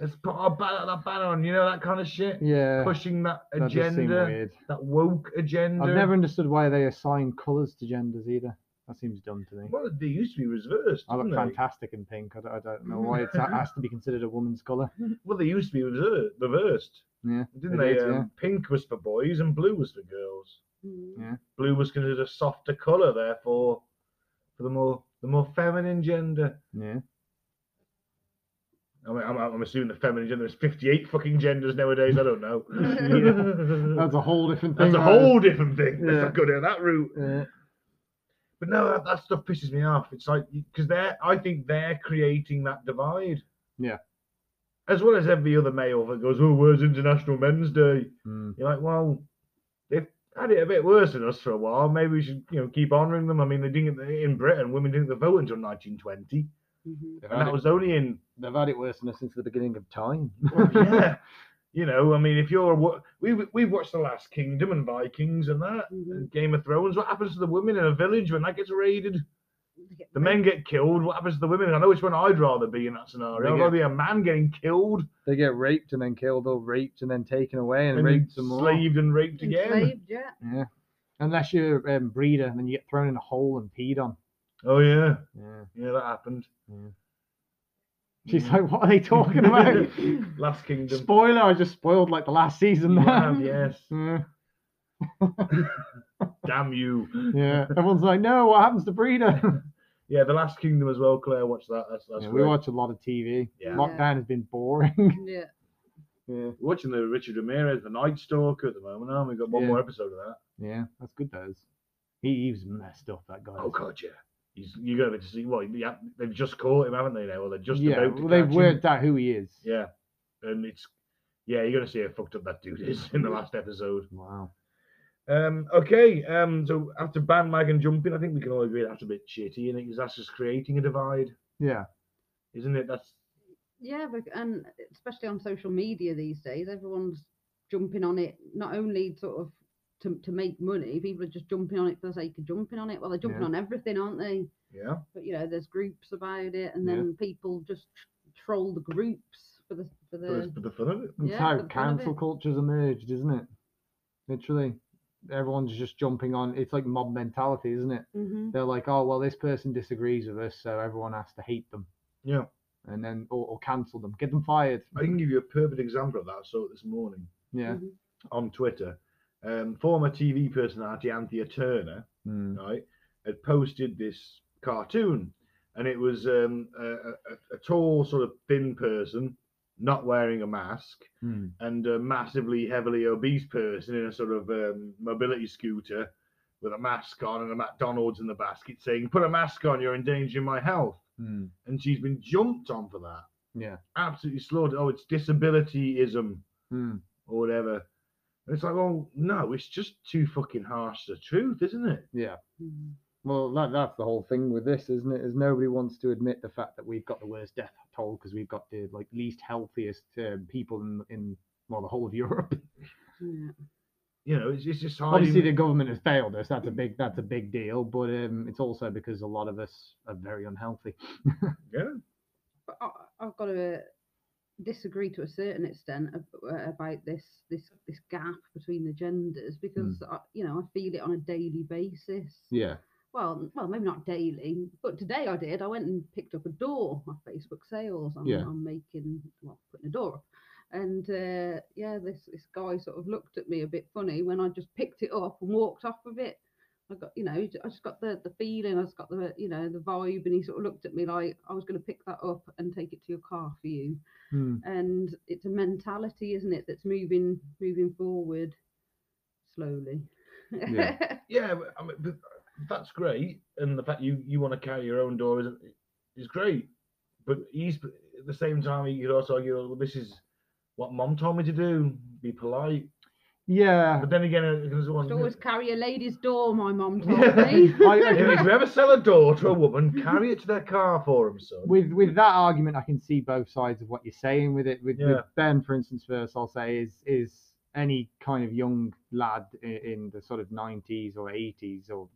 Speaker 1: Let's put our banner, that banner on. You know that kind of shit.
Speaker 2: Yeah.
Speaker 1: Pushing that
Speaker 2: that does seem
Speaker 1: agenda,
Speaker 2: weird.
Speaker 1: that woke agenda.
Speaker 2: I've never understood why they assign colours to genders either. That seems dumb to me.
Speaker 1: Well, they used to be reversed.
Speaker 2: I look
Speaker 1: didn't they?
Speaker 2: fantastic in pink. I don't, I don't know why it's, that has to be considered a woman's colour.
Speaker 1: Well, they used to be reser- reversed,
Speaker 2: Yeah.
Speaker 1: didn't
Speaker 2: It
Speaker 1: they?
Speaker 2: is,
Speaker 1: um, Pink was for boys and blue was for girls.
Speaker 4: Mm.
Speaker 2: Yeah.
Speaker 1: Blue was considered a softer colour, therefore, for the more the more feminine gender.
Speaker 2: Yeah.
Speaker 1: I mean, I'm, I'm assuming the feminine gender is 58 fucking genders nowadays. I don't know.
Speaker 2: Yeah. That's a whole different thing.
Speaker 1: That's a
Speaker 2: right?
Speaker 1: whole different thing. Let's
Speaker 2: Yeah.
Speaker 1: not go down that route.
Speaker 2: Yeah.
Speaker 1: But no, that, that stuff pisses me off. It's like because they're, I think they're creating that divide.
Speaker 2: Yeah.
Speaker 1: As well as every other male that goes, oh, where's International Men's Day?
Speaker 2: Mm.
Speaker 1: You're like, well, they've had it a bit worse than us for a while. Maybe we should, you know, keep honouring them. I mean, they didn't get the- in Britain. Women didn't get the vote until 1920,
Speaker 4: Mhm.
Speaker 2: They've,
Speaker 1: and
Speaker 2: had
Speaker 1: that
Speaker 2: it,
Speaker 1: was only in
Speaker 2: they've had it worse than us since the beginning of time.
Speaker 1: well, yeah. You know, I mean, if you're a wo- we we watched The Last Kingdom and Vikings and that
Speaker 2: Mm-hmm.
Speaker 4: Mhm.
Speaker 1: and Game of Thrones. What happens to the women in a village when that gets raided?
Speaker 4: They get
Speaker 1: The men get killed. What happens to the women? I know which one I'd rather be in that scenario. I'd
Speaker 2: They
Speaker 1: rather be a man getting killed
Speaker 2: they get raped and then killed or raped and then taken away
Speaker 1: and enslaved and raped again.
Speaker 4: enslaved, yeah.
Speaker 2: Yeah. Unless you're um, breeder and then you get thrown in a hole and peed on.
Speaker 1: Oh yeah,
Speaker 2: Yeah.
Speaker 1: yeah, that happened. Mm.
Speaker 2: Yeah. She's
Speaker 1: Yeah.
Speaker 2: like, what are they talking about?
Speaker 1: Last Kingdom.
Speaker 2: Spoiler, I just spoiled like the last season
Speaker 1: You
Speaker 2: there.
Speaker 1: have, yes.
Speaker 2: Yeah.
Speaker 1: Damn you.
Speaker 2: yeah. Everyone's like, no, what happens to Breeder?
Speaker 1: Yeah, The Last Kingdom as well, Claire. Watch that. That's that's
Speaker 2: Yeah, we
Speaker 1: great.
Speaker 2: watch a lot of TV.
Speaker 1: Yeah.
Speaker 2: Lockdown has been boring.
Speaker 4: Yeah.
Speaker 2: yeah.
Speaker 1: We're watching the Richard Ramirez, The Night Stalker at the moment, aren't we? We've got one
Speaker 2: Yeah.
Speaker 1: more episode of that.
Speaker 2: Yeah, that's good, that is. He, he's messed up, that guy.
Speaker 1: Oh god, yeah. He's you're gonna have to see. Well, yeah, they've just caught him, haven't they? Now, or they're just
Speaker 2: yeah,
Speaker 1: about. To
Speaker 2: well, they've
Speaker 1: catch him.
Speaker 2: worked out who he is.
Speaker 1: Yeah, and it's yeah, you're gonna see how fucked up that dude is in the last episode.
Speaker 2: Wow.
Speaker 1: Um, okay. Um, so after bandwagon jumping, I think we can all agree that's a bit shitty, and because that's just creating a divide,
Speaker 2: Yeah.
Speaker 1: isn't it? That's
Speaker 4: Yeah, bec- and especially on social media these days, everyone's jumping on it. Not only sort of to, to make money, people are just jumping on it for the sake of jumping on it. Well, they're jumping
Speaker 2: Yeah.
Speaker 4: on everything, aren't they?
Speaker 1: yeah.
Speaker 4: But you know, there's groups about it, and
Speaker 2: Yeah.
Speaker 4: then people just tr- troll the groups for the for
Speaker 1: But it's
Speaker 4: the.
Speaker 1: for the fun of it.
Speaker 2: That's
Speaker 4: Yeah,
Speaker 2: how
Speaker 4: for the fun of
Speaker 2: cancel
Speaker 4: it.
Speaker 2: culture's emerged, isn't it? Literally. Everyone's just jumping on. It's like mob mentality, isn't it?
Speaker 4: hmm
Speaker 2: They're like, oh, well, this person disagrees with us, so everyone has to hate them
Speaker 1: Yeah,
Speaker 2: and then, or, or cancel them, get them fired.
Speaker 1: I can give you a perfect example of that. I saw it this morning
Speaker 2: Yeah.
Speaker 1: on Twitter. Um, former TV personality Anthea Turner
Speaker 2: Mm.
Speaker 1: right, had posted this cartoon, and it was um, a, a, a- a tall, sort of thin person, not wearing a mask,
Speaker 2: Mm.
Speaker 1: and a massively heavily obese person in a sort of um, mobility scooter with a mask on and a McDonald's in the basket, saying, "Put a mask on, you're endangering my health."
Speaker 2: Mm.
Speaker 1: And she's been jumped on for that.
Speaker 2: Yeah.
Speaker 1: Absolutely slaughtered. Oh, it's disabilityism
Speaker 2: Mm.
Speaker 1: or whatever. And it's like, well, no, it's just too fucking harsh the truth, isn't it?
Speaker 2: Yeah.
Speaker 4: Mm-hmm.
Speaker 2: Well, that, that's the whole thing with this, isn't it? Is nobody wants to admit the fact that we've got the worst death toll because we've got the like least healthiest um, people in in well the whole of Europe.
Speaker 4: Yeah.
Speaker 1: You know, it's, it's just hard.
Speaker 2: Obviously,
Speaker 1: even-
Speaker 2: the government has failed us. That's a big that's a big deal. But um, it's also because a lot of us are very unhealthy.
Speaker 1: Yeah.
Speaker 4: But I, I've got to disagree to a certain extent ab- uh, about this this this gap between the genders because
Speaker 2: Hmm.
Speaker 4: I, you know I feel it on a daily basis.
Speaker 2: Yeah.
Speaker 4: well, n- well, maybe not daily, but today I did. I went and picked up a door off Facebook sales. I'm,
Speaker 2: Yeah.
Speaker 4: I'm making, well, putting a door up. And uh, yeah, this, this guy sort of looked at me a bit funny when I just picked it up and walked off of it. I got, you know, I just got the, the feeling, I just got the, you know, the vibe. And he sort of looked at me like, I was going to pick that up and take it to your car for you
Speaker 2: Hmm.
Speaker 4: and it's a mentality isn't it that's moving moving forward slowly
Speaker 2: Yeah.
Speaker 1: Yeah, but, I mean, but that's great, and the fact you you want to carry your own door is is great. But he's at the same time you could also argue, well, this is what mom told me to do: be polite.
Speaker 2: Yeah.
Speaker 1: But then again, uh, it can
Speaker 4: Just always
Speaker 1: always
Speaker 4: carry a lady's door my mum told me
Speaker 1: Yeah.
Speaker 2: I, I
Speaker 1: if,
Speaker 2: think
Speaker 1: if you ever sell a door to a woman, carry it to their car for them, son.
Speaker 2: with with that argument, I can see both sides of what you're saying. With it, with,
Speaker 1: Yeah.
Speaker 2: with Ben, for instance, first I'll say is is any kind of young lad i- in the sort of 90s or 80s or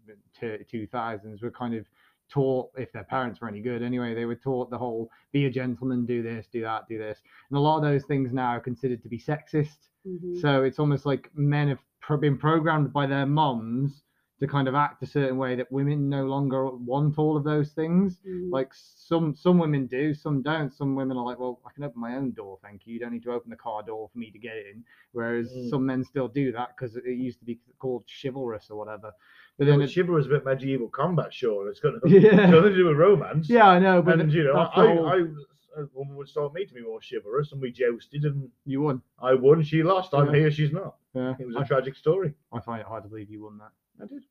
Speaker 2: two thousands were kind of
Speaker 5: taught if their parents were any good anyway they were taught the whole be a gentleman do this do that do this and a lot of those things now are considered to be sexist
Speaker 2: Mm-hmm.
Speaker 4: Mhm.
Speaker 5: so it's almost like men have pro- been programmed by their moms to kind of act a certain way that women no longer want all of those things
Speaker 4: Mm.
Speaker 5: like some some women do some don't some women are like well i can open my own door thank you you don't need to open the car door for me to get in whereas
Speaker 1: Mm.
Speaker 5: some men still do that because it it used to be called chivalrous or whatever but
Speaker 1: You
Speaker 5: then
Speaker 1: know,
Speaker 5: it,
Speaker 1: Shiver was a bit medieval combat, sure. It's got nothing
Speaker 5: yeah
Speaker 1: to do with romance.
Speaker 5: yeah i know but
Speaker 1: And, you know,
Speaker 5: that's
Speaker 1: I,
Speaker 5: the whole-
Speaker 1: I, I, a woman would start me to be more chivalrous, and we jousted, and
Speaker 5: you won
Speaker 1: I won, she lost. I'm
Speaker 5: Yeah.
Speaker 1: here, she's not.
Speaker 5: yeah
Speaker 1: It was
Speaker 5: I-
Speaker 1: a tragic story.
Speaker 5: I find it hard to believe you won that
Speaker 1: I did.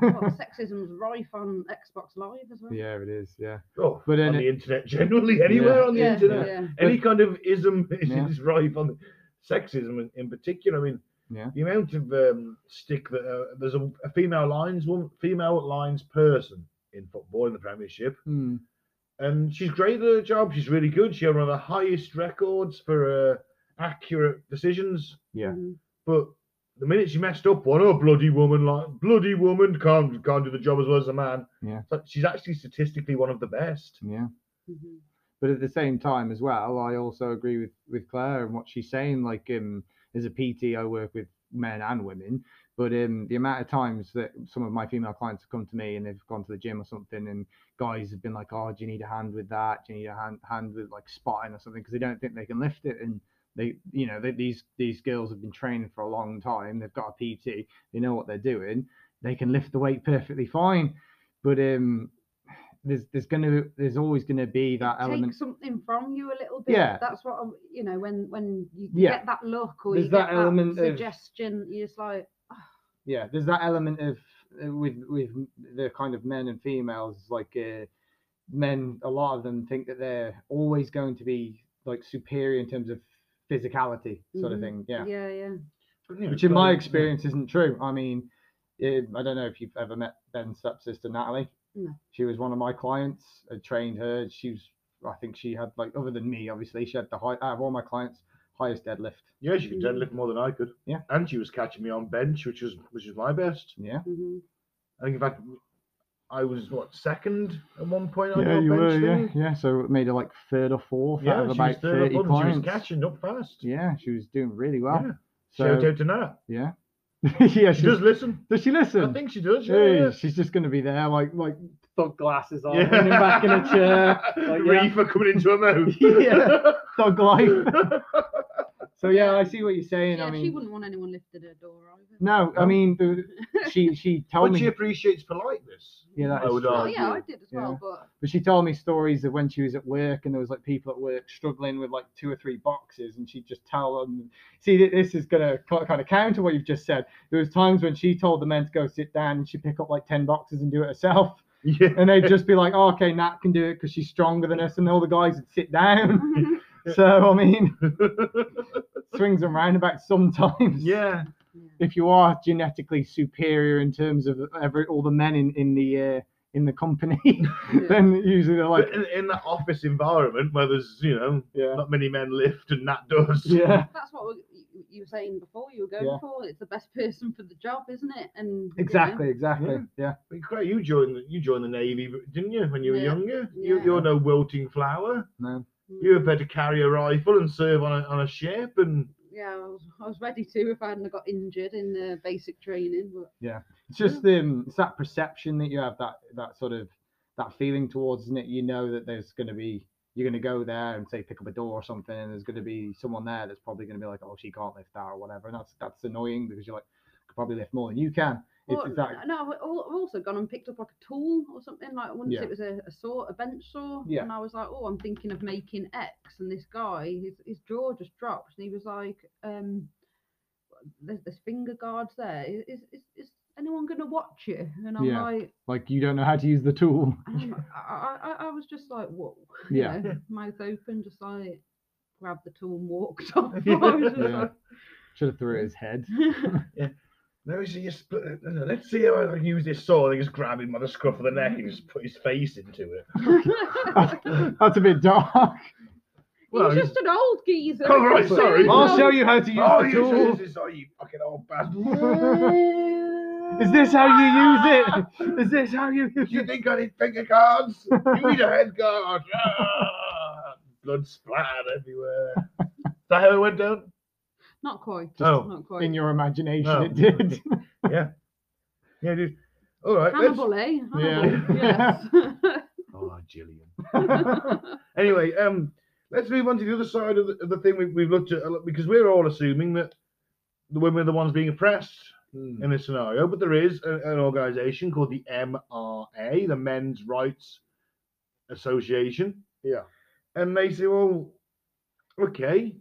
Speaker 4: Well, sexism's rife on Xbox Live as well.
Speaker 5: yeah it is yeah
Speaker 1: Oh,
Speaker 5: But then
Speaker 1: on
Speaker 5: it-
Speaker 1: the internet generally, anywhere on the
Speaker 4: yeah,
Speaker 1: internet,
Speaker 4: yeah.
Speaker 1: any kind of ism is,
Speaker 5: Yeah.
Speaker 1: is rife on sexism in, in particular. I mean,
Speaker 5: Yeah.
Speaker 1: the amount of um, stick that uh, there's a, a female lines woman, female lines person in football in the Premiership,
Speaker 5: Hmm.
Speaker 1: and she's great at her job. She's really good. She had one of the highest records for uh, accurate decisions.
Speaker 5: Yeah.
Speaker 4: Mhm.
Speaker 1: But the minute she messed up one, oh bloody woman, like bloody woman can't can't do the job as well as a man.
Speaker 5: Yeah.
Speaker 1: But she's actually statistically one of the best.
Speaker 5: yeah
Speaker 4: Mhm.
Speaker 5: but at the same time as well i also agree with with claire and what she's saying like um as a pt i work with men and women but um the amount of times that some of my female clients have come to me and they've gone to the gym or something and guys have been like oh do you need a hand with that do you need a hand hand with like spotting or something because they don't think they can lift it and they you know they, these these girls have been training for a long time they've got a pt they know what they're doing they can lift the weight perfectly fine but um there's there's gonna there's always gonna be that element
Speaker 4: Take something from you a little bit.
Speaker 5: Yeah.
Speaker 4: That's what I'm- you know when when you
Speaker 5: Yeah.
Speaker 4: get that look or
Speaker 2: There's
Speaker 4: you get
Speaker 2: that element of-
Speaker 4: suggestion, you're just like,
Speaker 2: yeah there's that element of uh, with with the kind of men and females like uh, men a lot of them think that they're always going to be like superior in terms of physicality sort of
Speaker 4: Mhm.
Speaker 2: thing yeah,
Speaker 4: yeah, yeah, yeah.
Speaker 2: which in my experience isn't true i mean eh, i don't know if you've ever met ben's stepsister natalie
Speaker 4: No.
Speaker 2: she was one of my clients i trained her she was i think she had like other than me obviously she had the high out of all my clients highest deadlift
Speaker 1: Yeah, she could deadlift more than I could.
Speaker 2: Yeah.
Speaker 1: And she was catching me on bench, which was which was my best.
Speaker 2: yeah
Speaker 4: Mhm.
Speaker 1: I think in fact I was what second at one point on
Speaker 5: Yeah,
Speaker 1: your
Speaker 5: you
Speaker 1: bench
Speaker 5: were. Yeah,
Speaker 1: thing?
Speaker 5: yeah. So it made it like third or fourth
Speaker 1: Yeah,
Speaker 5: out of
Speaker 1: she was
Speaker 5: about
Speaker 1: third
Speaker 5: thirty
Speaker 1: up on, she was
Speaker 5: clients.
Speaker 1: catching up fast.
Speaker 5: yeah, she was doing really well.
Speaker 1: Yeah. Shout
Speaker 5: So
Speaker 1: out to Nat.
Speaker 5: yeah, yeah.
Speaker 1: She
Speaker 5: She
Speaker 1: does listen.
Speaker 5: Does she listen?
Speaker 1: I think she does. Yeah,
Speaker 5: Hey,
Speaker 1: yeah.
Speaker 5: She's just gonna be there, like like
Speaker 2: thug glasses on
Speaker 1: Yeah.
Speaker 2: leaning back in a chair like, yeah.
Speaker 1: Reefer coming into her mouth.
Speaker 2: Yeah.
Speaker 5: dog life.
Speaker 2: so yeah i see what you're saying
Speaker 4: yeah
Speaker 2: i mean
Speaker 4: she wouldn't want anyone lifting her door either.
Speaker 5: No, I
Speaker 1: No.
Speaker 5: mean the, she she told
Speaker 1: but
Speaker 5: me,
Speaker 1: she appreciates politeness.
Speaker 5: Yeah, that
Speaker 1: I
Speaker 5: is
Speaker 1: would
Speaker 5: true.
Speaker 4: Oh
Speaker 1: argue.
Speaker 4: yeah, I did as well,
Speaker 5: yeah.
Speaker 4: but
Speaker 5: but she told me stories of when she was at work and there was like people at work
Speaker 2: struggling with like two or three boxes and she'd just tell them see th- this is going to kind of counter what you've just said there was times when she told the men to go sit down and she'd pick up like 10 boxes and do it herself
Speaker 1: Yeah.
Speaker 2: and they'd just be like oh, okay nat can do it because she's stronger than us and all the guys would sit down so i mean swings and roundabouts sometimes
Speaker 1: yeah.
Speaker 4: yeah.
Speaker 5: if you are genetically superior in terms of every all the men in in the uh, in the company, then usually they're like
Speaker 1: But uh, in, in that office environment where there's, you know,
Speaker 2: yeah
Speaker 1: not many men lift and Nat does.
Speaker 2: yeah
Speaker 4: that's what we- you- you were saying before. You were going
Speaker 2: Yeah.
Speaker 4: for it's the best person for the job, isn't it? And you know,
Speaker 2: exactly exactly yeah
Speaker 1: But Craig, you joined the, you joined the navy, didn't you, when you were
Speaker 4: Yeah.
Speaker 1: younger? You,
Speaker 4: Yeah.
Speaker 1: you're no wilting flower.
Speaker 4: mm,
Speaker 1: You were better carry a rifle and serve on a, on a ship, and
Speaker 4: yeah, I was, I was ready to if I hadn't have got injured in the basic training, but
Speaker 2: it's just the um, it's that perception that you have that that sort of that feeling towards isn't it you know that there's going to be you're going to go there and say pick up a door or something and there's going to be someone there that's probably going to be like oh she can't lift that or whatever and that's that's annoying because you're like I could probably lift more than you can it's,
Speaker 4: Well,
Speaker 2: it's that
Speaker 4: no, I've al- I've also gone and picked up like a tool or something. Like once
Speaker 2: Yeah.
Speaker 4: it was a, a saw, a bench saw,
Speaker 2: Yeah.
Speaker 4: and I was like, "Oh, I'm thinking of making X." And this guy, his, his jaw just dropped, and he was like, um, "There's, there's finger guards there. Is, is, is, is anyone going to watch you?" And I'm
Speaker 5: Yeah.
Speaker 4: like,
Speaker 5: like you don't know how to use the tool.
Speaker 4: and I'm like- I, I, I- I was just like, "Whoa!"
Speaker 5: Yeah.
Speaker 4: you know, mouth open, just like grabbed the tool and walked off.
Speaker 1: Yeah.
Speaker 4: I was just
Speaker 5: Yeah.
Speaker 4: like-
Speaker 5: Should have threw it at his head.
Speaker 1: let me see you split. uh, Let's see how I can use this saw. And they just grab him by the scruff of the neck and just put his face into it.
Speaker 5: That's a bit dark.
Speaker 1: Well,
Speaker 4: he's just an old geezer.
Speaker 1: Oh, right, sorry.
Speaker 2: I'll
Speaker 1: I'll
Speaker 2: show you how to use
Speaker 1: oh,
Speaker 2: the
Speaker 1: you
Speaker 2: tool
Speaker 1: this, oh, you fucking old bastard!
Speaker 4: you.
Speaker 2: Is this how you use it? Is this how you use
Speaker 1: You
Speaker 2: it?
Speaker 1: think I need finger guards? You need a head guard. Ah, blood splattered everywhere. Is that how it went down?
Speaker 4: Not quite.
Speaker 1: Oh,
Speaker 4: not quite.
Speaker 2: In your imagination,
Speaker 1: No.
Speaker 2: it did.
Speaker 1: Yeah, dude. All right. let's-
Speaker 4: Hannibal, eh?
Speaker 2: Yeah.
Speaker 4: Hannibal, yes.
Speaker 1: Oh, Gillian. anyway, um, let's move on to the other side of the, of the thing we, we've looked at a lot, because we're all assuming that the women are the ones being oppressed
Speaker 2: Hmm,
Speaker 1: in this scenario, but there is a, an organisation called the MRA, the Men's Rights Association.
Speaker 2: Yeah.
Speaker 1: and they say, well, okay,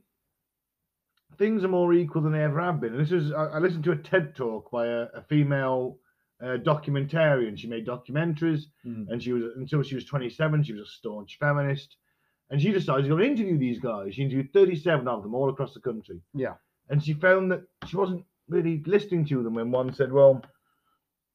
Speaker 1: things are more equal than they ever have been. And this is I, I listened to a TED talk by a, a female. Uh, documentarian. She made documentaries,
Speaker 2: Mm.
Speaker 1: and she was until she was 27. She was a staunch feminist, and she decided to go and interview these guys. She interviewed 37 of them all across the country.
Speaker 2: Yeah.
Speaker 1: And she found that she wasn't really listening to them when one said, well,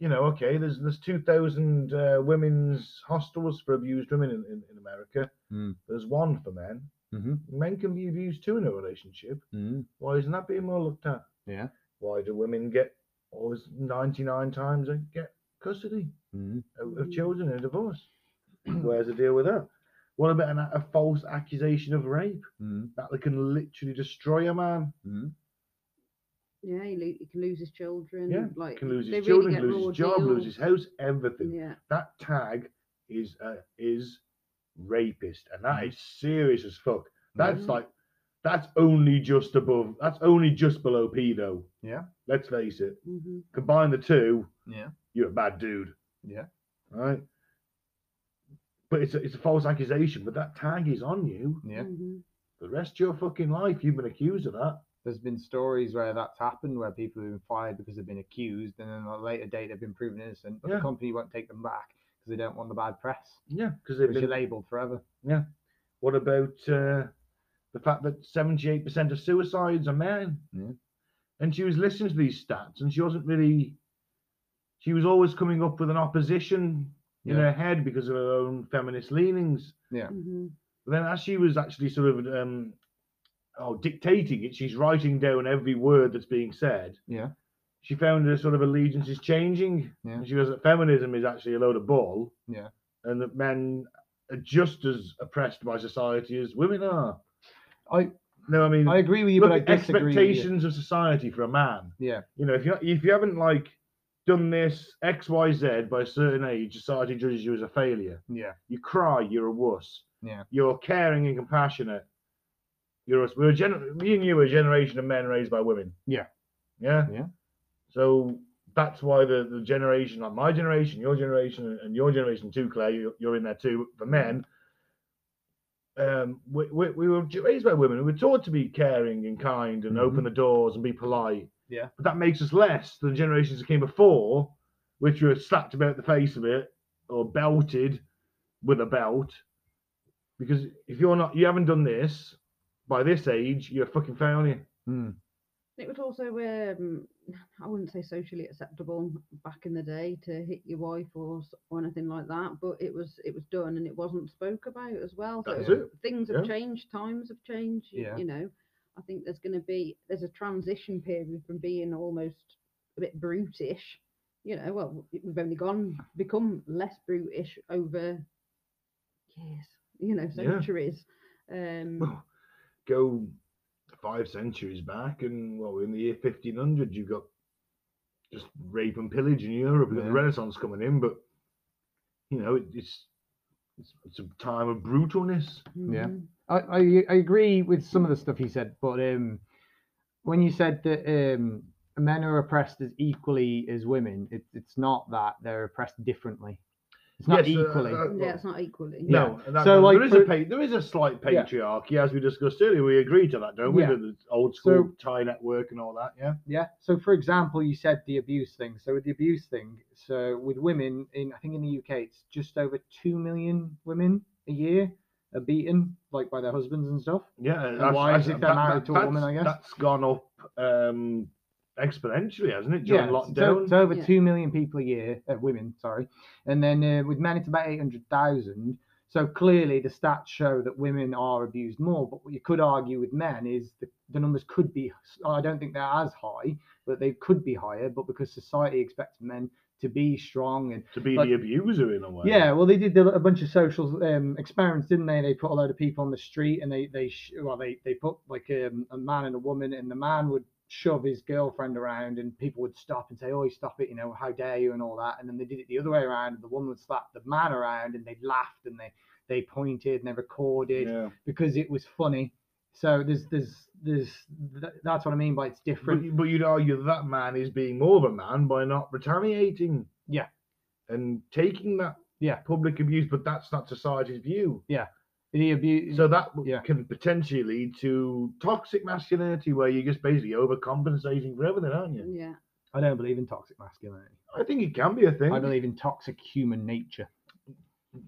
Speaker 1: you know, okay, there's there's 2,000 uh, women's hostels for abused women in, in, in America.
Speaker 5: Mm.
Speaker 1: There's one for men.
Speaker 5: Mhm.
Speaker 1: Men can be abused too in a relationship.
Speaker 5: Mm.
Speaker 1: Why isn't that being more looked at?
Speaker 5: Yeah.
Speaker 1: Why do women get always 99 times they get custody
Speaker 5: Mm.
Speaker 1: of, of children in a divorce? Where's the deal with that? What about an, a- a false accusation of rape?
Speaker 5: Mm.
Speaker 1: that they can literally destroy a man.
Speaker 5: Mm.
Speaker 4: yeah, he, lo- he can lose his children.
Speaker 1: Yeah,
Speaker 4: like
Speaker 1: Can lose
Speaker 4: they
Speaker 1: his
Speaker 4: really
Speaker 1: children,
Speaker 4: get
Speaker 1: lose
Speaker 4: raw
Speaker 1: his job, lose
Speaker 4: deals.
Speaker 1: his house, everything.
Speaker 4: Yeah,
Speaker 1: That tag is uh, is rapist, and
Speaker 4: Mm.
Speaker 1: that is serious as fuck. That's
Speaker 4: Mhm.
Speaker 1: like that's only just above. That's only just below pedo.
Speaker 2: Yeah.
Speaker 1: Let's face it.
Speaker 4: hmm
Speaker 1: Combine the two.
Speaker 2: Yeah.
Speaker 1: You're a bad dude.
Speaker 2: Yeah.
Speaker 1: Right. But it's a, it's a false accusation. But that tag is on you.
Speaker 2: Yeah.
Speaker 4: hmm
Speaker 1: The rest of your fucking life, you've been accused of that.
Speaker 2: There's been stories where that's happened, where people have been fired because they've been accused, and then at a later date they've been proven innocent, but
Speaker 1: Yeah.
Speaker 2: the company won't take them back because they don't want the bad press,
Speaker 1: Yeah. Because they've
Speaker 2: which
Speaker 1: been
Speaker 2: are labelled forever.
Speaker 1: What about uh, the fact that 78% of suicides are men?
Speaker 5: Yeah.
Speaker 1: And she was listening to these stats and she wasn't really, she was always coming up with an opposition in her
Speaker 2: Yeah.
Speaker 1: head because of her own feminist leanings.
Speaker 4: hmm
Speaker 1: But then as she was actually sort of um, oh, dictating it, she's writing down every word that's being said.
Speaker 2: Yeah.
Speaker 1: She found her sort of allegiance is changing.
Speaker 2: Yeah.
Speaker 1: And she goes that feminism is actually a load of bull.
Speaker 2: Yeah.
Speaker 1: And that men are just as oppressed by society as women are.
Speaker 2: I-
Speaker 1: no, I mean
Speaker 2: I agree with you,
Speaker 1: look
Speaker 2: but I
Speaker 1: at
Speaker 2: disagree. with you.
Speaker 1: expectations of society for a man.
Speaker 2: Yeah.
Speaker 1: You know, if you if you haven't like done this X Y Z by a certain age, society judges you as a failure.
Speaker 2: Yeah.
Speaker 1: You cry, you're a wuss.
Speaker 2: Yeah.
Speaker 1: You're caring and compassionate. You're us. We're a gener- me and you are a generation of men raised by women.
Speaker 2: Yeah.
Speaker 1: Yeah.
Speaker 2: Yeah.
Speaker 1: So that's why the, the generation, like my generation, your generation, and- and your generation too, Claire, you're, you're in there too, for men. Um, we, we, we were j- raised by women. We were taught to be caring and kind and open the doors and be polite.
Speaker 2: Yeah.
Speaker 1: But that makes us less than generations that came before, which were slapped about the face of it or belted with a belt because if you're not you haven't done this by this age you're a fucking failure
Speaker 2: Mm.
Speaker 4: It was also, um, I wouldn't say socially acceptable back in the day to hit your wife or, s- or anything like that, but it was it was done and it wasn't spoke about as well. So
Speaker 1: That's
Speaker 4: it was-
Speaker 1: it.
Speaker 4: things have
Speaker 1: Yeah.
Speaker 4: changed, times have changed. y-
Speaker 2: Yeah.
Speaker 4: You know, I think there's going to be there's a transition period from being almost a bit brutish. You know, well, w- we've only gone become less brutish over years. You know,
Speaker 1: Yeah.
Speaker 4: centuries. Um,
Speaker 1: Well, go five centuries back and well in the year 1500 you got just rape and pillage in europe you got the
Speaker 2: Yeah.
Speaker 1: renaissance coming in but you know it, it's, it's it's a time of brutalness
Speaker 2: yeah.
Speaker 4: mhm.
Speaker 5: I, I I agree with some of the stuff he said, but um, when you said that um, men are oppressed as equally as women, it, it's not that they're oppressed differently. It's not
Speaker 1: Yes, uh,
Speaker 5: equally.
Speaker 1: uh, well,
Speaker 4: Yeah, it's not equally.
Speaker 1: No, and that-
Speaker 5: So, like,
Speaker 1: there is
Speaker 5: for-
Speaker 1: a pa- there is a slight
Speaker 5: Yeah.
Speaker 1: patriarchy as we discussed earlier. We agree to that, don't we?
Speaker 5: Yeah.
Speaker 1: The, the old
Speaker 5: So-
Speaker 1: school tie network and all that. Yeah,
Speaker 2: Yeah. So, for example, you said the abuse thing. So, with the abuse thing, so with women in, I think in the UK, it's just over two million women a year are beaten, like by their husbands and stuff.
Speaker 1: Yeah,
Speaker 2: why is it they're married to a woman,
Speaker 1: that's-
Speaker 2: I guess?
Speaker 1: that's gone up um, exponentially, hasn't it? During
Speaker 2: it's- it's o-
Speaker 1: lockdown,
Speaker 2: It's over
Speaker 4: Yeah.
Speaker 2: two million people a year, uh, women, sorry. And then uh, with men, it's about eight hundred thousand. So clearly, the stats show that women are abused more. But what you could argue with men is the, the numbers could be, I don't think they're as high, but they could be higher. But because society expects men to be strong and
Speaker 1: to be
Speaker 2: Like-
Speaker 1: the abuser in a way.
Speaker 2: yeah, well, they did the- a bunch of social um, experiments, didn't they? They put a load of people on the street, and they they sh- well they they put like um, a man and a woman, and the man would shove his girlfriend around, and people would stop and say, "Oh, stop it! You know, how dare you?" and all that. And then they did it the other way around, and the woman would slap the man around, and they laughed and they they pointed and they recorded
Speaker 1: Yeah.
Speaker 2: because it was funny. So there's there's there's th- that's what I mean by it's different.
Speaker 1: But, but you'd argue that man is being more of a man by not retaliating.
Speaker 2: Yeah.
Speaker 1: And taking that
Speaker 2: Yeah.
Speaker 1: public abuse, but that's not society's view.
Speaker 2: The abuse.
Speaker 1: So that w-
Speaker 2: Yeah.
Speaker 1: can potentially lead to toxic masculinity, where you're just basically overcompensating for everything, aren't you?
Speaker 4: Yeah.
Speaker 2: I don't believe in toxic masculinity.
Speaker 1: I think it can be a thing.
Speaker 2: I believe in toxic human nature.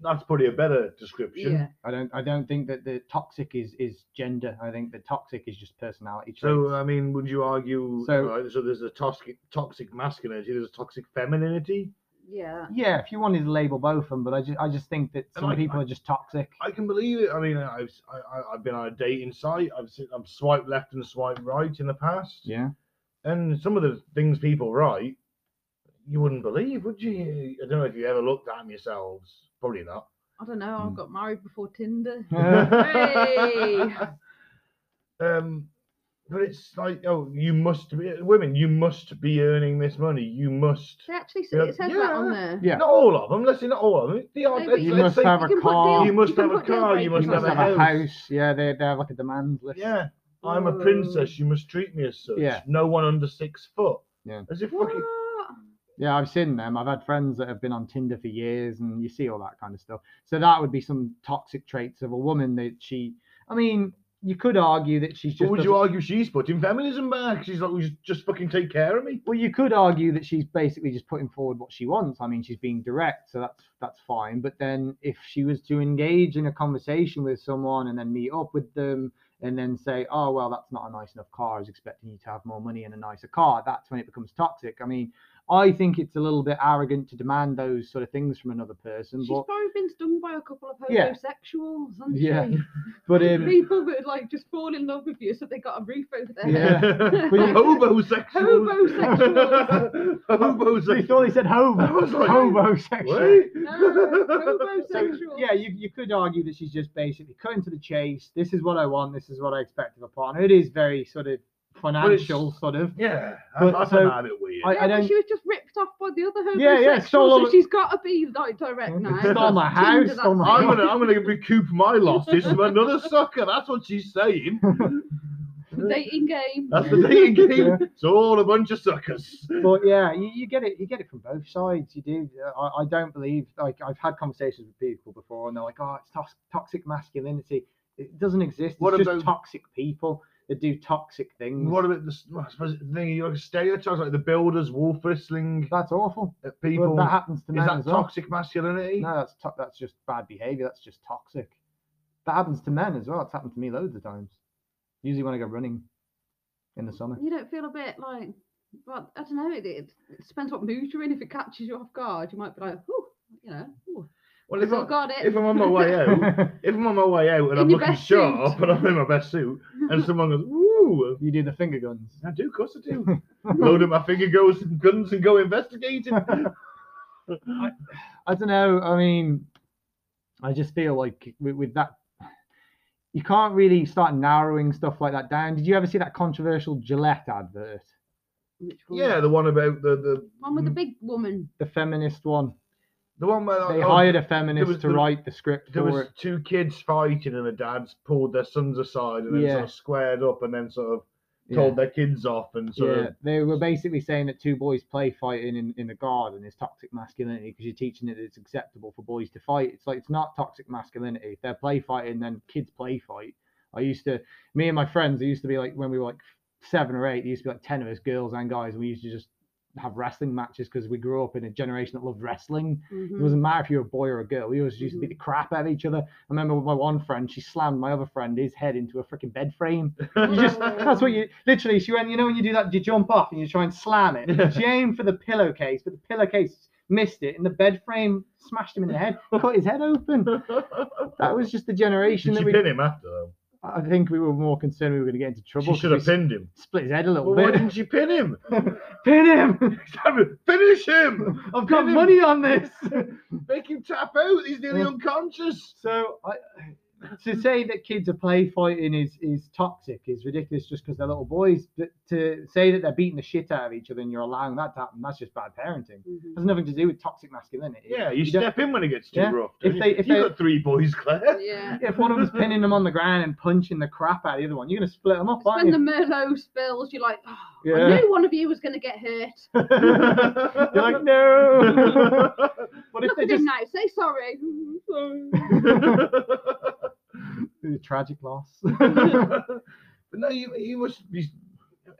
Speaker 1: that's probably a better description.
Speaker 4: Yeah.
Speaker 2: I don't I don't think that the toxic is is gender. I think the toxic is just personality traits.
Speaker 1: So I mean, would you argue?
Speaker 2: So-
Speaker 1: So, so there's a toxic toxic masculinity, there's a toxic femininity.
Speaker 4: Yeah.
Speaker 2: yeah, if you wanted to label both of them, but I just I just think that
Speaker 1: And
Speaker 2: some
Speaker 1: um, I-
Speaker 2: people are just toxic.
Speaker 1: I can believe it. I mean, I've I, I- I've been on a dating site. I've seen, I've swiped left and swiped right in the past,
Speaker 2: yeah.
Speaker 1: and some of the things people write, you wouldn't believe, would you? I don't know if you ever looked at them yourselves. Probably not.
Speaker 4: I don't know. I
Speaker 1: Hmm.
Speaker 2: Mm.
Speaker 4: got married before Tinder. Hey!
Speaker 1: um, but it's like, oh, you must be women. You must be earning this money. You must.
Speaker 4: They actually say,
Speaker 1: Yeah.
Speaker 4: it says that on
Speaker 1: Yeah.
Speaker 4: there.
Speaker 2: Yeah.
Speaker 1: Not all of them. Let's say not all of them. The odd,
Speaker 4: No, but
Speaker 1: let's,
Speaker 4: you
Speaker 1: let's
Speaker 2: must
Speaker 1: say-
Speaker 2: have a
Speaker 4: can put
Speaker 2: car.
Speaker 4: deal-
Speaker 1: You must
Speaker 4: can
Speaker 1: have a
Speaker 4: put deal
Speaker 1: car, you
Speaker 4: breakers
Speaker 1: must
Speaker 2: you
Speaker 4: on
Speaker 2: must
Speaker 1: have
Speaker 2: have
Speaker 1: a
Speaker 4: there.
Speaker 2: a
Speaker 1: house.
Speaker 2: house. Yeah, they they have like a demand list.
Speaker 1: yeah, I'm a
Speaker 4: Whoa.
Speaker 1: princess. You must treat me as such.
Speaker 2: Yeah.
Speaker 1: No one under six foot.
Speaker 2: Yeah.
Speaker 1: As if
Speaker 4: What?
Speaker 1: fucking.
Speaker 2: Yeah, I've seen them. I've had friends that have been on Tinder for years, and you see all that kind of stuff. So that would be some toxic traits of a woman that she. I mean, you could argue that she's
Speaker 1: But
Speaker 2: just.
Speaker 1: would
Speaker 2: doesn't-
Speaker 1: you argue she's putting feminism back? She's like, well, just- just fucking take care of me.
Speaker 2: Well, you could argue that she's basically just putting forward what she wants. I mean, she's being direct, so that's that's fine. But then, if she was to engage in a conversation with someone and then meet up with them and then say, "Oh, well, that's not a nice enough car," I was expecting you to have more money and a nicer car. That's when it becomes toxic. I mean, I think it's a little bit arrogant to demand those sort of things from another person.
Speaker 4: She's
Speaker 2: But
Speaker 4: probably been stung by a couple of
Speaker 2: Yeah.
Speaker 4: homosexuals, hasn't
Speaker 2: Yeah.
Speaker 4: she?
Speaker 2: but um,
Speaker 4: People that like just fall in love with you, so they got a roof over their
Speaker 2: Yeah.
Speaker 4: head. you-
Speaker 1: Hobosexuals.
Speaker 4: Hobosexuals.
Speaker 2: we thought
Speaker 1: Hobosexuals.
Speaker 2: he said homo,
Speaker 1: I was like,
Speaker 2: homosexual.
Speaker 1: Wait.
Speaker 4: No, homosexual.
Speaker 2: yeah, you, you could argue that she's just basically cutting to the chase. This is what I want. This is what I expect of a partner. It is very sort of financial, sort of.
Speaker 1: Yeah, I,
Speaker 2: But
Speaker 1: I
Speaker 2: so-
Speaker 1: found that a bit weird.
Speaker 2: I-
Speaker 4: Yeah, but
Speaker 2: don't-
Speaker 4: she was just ripped off by the other homosexual.
Speaker 2: Yeah, yeah, stole all
Speaker 4: so
Speaker 2: of-
Speaker 4: she's got to be like direct
Speaker 2: Mm,
Speaker 4: now.
Speaker 1: stole
Speaker 2: my
Speaker 4: Tinder,
Speaker 2: house,
Speaker 4: that's
Speaker 2: stole my-
Speaker 1: I'm
Speaker 4: it.
Speaker 1: gonna, I'm gonna recoup my losses from another sucker. That's what she's saying.
Speaker 4: dating game.
Speaker 1: That's the dating game. It's all a bunch of suckers.
Speaker 2: But yeah, you, you get it. You get it from both sides. You do. I, I don't believe. Like I've had conversations with people before, and they're like, "Oh, it's tos- toxic masculinity. It doesn't exist. It's
Speaker 1: What
Speaker 2: just
Speaker 1: about-
Speaker 2: toxic people that do toxic things."
Speaker 1: What about the? s- I suppose the thing you like stereotypes like the builders wolf whistling
Speaker 2: That's awful.
Speaker 1: at
Speaker 2: Well,
Speaker 1: people.
Speaker 2: that happens to
Speaker 1: is
Speaker 2: men
Speaker 1: that
Speaker 2: as well.
Speaker 1: toxic masculinity?
Speaker 2: No, that's to- that's just bad behavior. That's just toxic. That happens to men as well. It's happened to me loads of times. Usually when I go running in the summer.
Speaker 4: You don't feel a bit like, well, I don't know. It, it, it depends what mood you're in. If it catches you off guard, you might be like, oh, you know, ooh,
Speaker 1: Well, if,
Speaker 4: still
Speaker 1: I,
Speaker 4: got it.
Speaker 1: if I'm on my way out, if I'm on my way out and I'm
Speaker 4: your
Speaker 1: looking
Speaker 4: best suit.
Speaker 1: sharp and I'm in my best suit and someone goes, "Ooh,
Speaker 2: you do the finger guns.
Speaker 1: I do, of course I do," load up my finger goes and guns and go investigating.
Speaker 2: I don't know. I mean, I just feel like with, with that, you can't really start narrowing stuff like that down. Did you ever see that controversial Gillette advert?
Speaker 4: Which one?
Speaker 1: yeah, the one about the the mm,
Speaker 4: One
Speaker 2: Mm.
Speaker 4: with the big woman.
Speaker 2: The feminist one.
Speaker 1: the one where
Speaker 2: They
Speaker 1: oh,
Speaker 2: hired a feminist
Speaker 1: was-
Speaker 2: to
Speaker 1: there-
Speaker 2: write the script
Speaker 1: There
Speaker 2: for
Speaker 1: was
Speaker 2: it.
Speaker 1: two kids fighting, and the dads pulled their sons aside, and then
Speaker 2: Yeah.
Speaker 1: sort of squared up, and then sort of
Speaker 2: Yeah.
Speaker 1: told their kids off, and sort
Speaker 2: yeah,
Speaker 1: of
Speaker 2: they were basically saying that two boys play fighting in, in the garden is toxic masculinity because you're teaching it that it's acceptable for boys to fight. It's like it's not toxic masculinity. If they're play fighting, then kids play fight. I used to, me and my friends, it used to be like when we were like seven or eight, there used to be like 10 of us, girls and guys, and we used to just have wrestling matches because we grew up in a generation that loved wrestling. It
Speaker 4: Mhm.
Speaker 2: doesn't matter if you're a boy or a girl. We always used to beat the crap out of each other. I remember with my one friend, she slammed my other friend his head into a freaking bed frame. You just that's what you literally she went, you know when you do that, you jump off and you try and slam it. She aimed for the pillowcase, but the pillowcase missed it, and the bed frame smashed him in the head, cut his head open. That was just the generation
Speaker 1: Did she
Speaker 2: that we.
Speaker 1: pin him after though?
Speaker 2: I think we were more concerned we were going to get into trouble.
Speaker 1: She
Speaker 2: 'cause
Speaker 1: should have
Speaker 2: we
Speaker 1: pinned him.
Speaker 2: split his head a little
Speaker 1: Well, why
Speaker 2: bit.
Speaker 1: didn't she pin him?
Speaker 2: Pin him!
Speaker 1: Finish him!
Speaker 2: I've got
Speaker 1: him.
Speaker 2: money on this.
Speaker 1: Make him tap out. He's nearly unconscious.
Speaker 2: so I, to say that kids are play fighting is is toxic is ridiculous just because they're little boys. But to say that they're beating the shit out of each other and you're allowing that to happen, that's just bad parenting.
Speaker 4: Mm-hmm.
Speaker 2: It has nothing to do with toxic masculinity.
Speaker 1: Yeah, you,
Speaker 2: don't-
Speaker 1: step in when it gets too
Speaker 2: Yeah.
Speaker 1: rough.
Speaker 2: If
Speaker 1: don't you?
Speaker 2: they- if
Speaker 1: you
Speaker 2: they-
Speaker 1: got three boys, Claire.
Speaker 4: Yeah.
Speaker 2: If one of them's pinning them on the ground and punching the crap out of the other one, you're gonna split them up, aren't
Speaker 4: When the
Speaker 2: you?
Speaker 4: Merlot spills, you're like, oh,
Speaker 2: Yeah.
Speaker 4: I knew one of you was going to get hurt.
Speaker 2: you're like, no. but if
Speaker 4: Look
Speaker 2: they
Speaker 4: at
Speaker 2: just
Speaker 4: him now. Say sorry. "Mm, sorry."
Speaker 2: a tragic loss.
Speaker 1: but no, you you must be.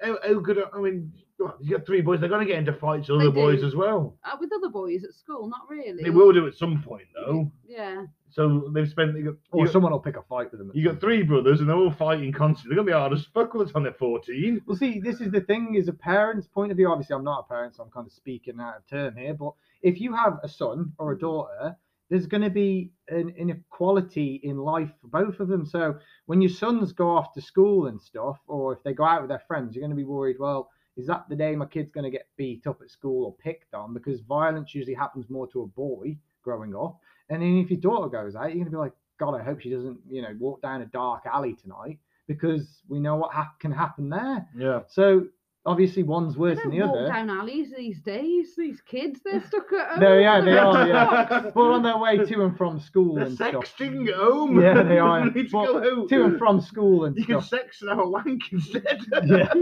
Speaker 1: How, how good? are- I mean, God, you got three boys. They're going to get into fights with
Speaker 4: They
Speaker 1: other boys
Speaker 4: do.
Speaker 1: as well.
Speaker 4: Uh, with other boys at school, not really.
Speaker 1: They will do at some point though.
Speaker 4: Yeah.
Speaker 1: So they've spent. You got,
Speaker 2: or
Speaker 1: you, got,
Speaker 2: someone will pick a fight with them. at
Speaker 1: you
Speaker 2: some
Speaker 1: got three brothers, and they're all fighting constantly. They're going to be hard as fuck when the time they're fourteen.
Speaker 2: Well, see, this is the thing is a parent's point of view. Obviously, I'm not a parent, so I'm kind of speaking out of turn here. But if you have a son or a daughter, there's going to be an inequality in life for both of them. So when your sons go off to school and stuff, or if they go out with their friends, you're going to be worried, well, is that the day my kid's going to get beat up at school or picked on? Because violence usually happens more to a boy growing up. And then if your daughter goes out, you're going to be like, God, I hope she doesn't, you know, walk down a dark alley tonight because we know what hap can happen there.
Speaker 1: Yeah.
Speaker 2: So obviously one's
Speaker 4: They
Speaker 2: worse than
Speaker 4: don't
Speaker 2: the
Speaker 4: walk
Speaker 2: other.
Speaker 4: down alleys these days. These kids, they're stuck at home.
Speaker 2: No, yeah, they
Speaker 4: they're
Speaker 2: are,
Speaker 4: in
Speaker 2: yeah.
Speaker 4: stocks.
Speaker 2: Well, on their way to and from school
Speaker 1: They're
Speaker 2: and stuff.
Speaker 1: sexting at home.
Speaker 2: Yeah, they are.
Speaker 1: need to
Speaker 2: Well,
Speaker 1: go out.
Speaker 2: To and from school and
Speaker 1: You can
Speaker 2: stuff.
Speaker 1: sex and have a wank instead.
Speaker 2: Yeah.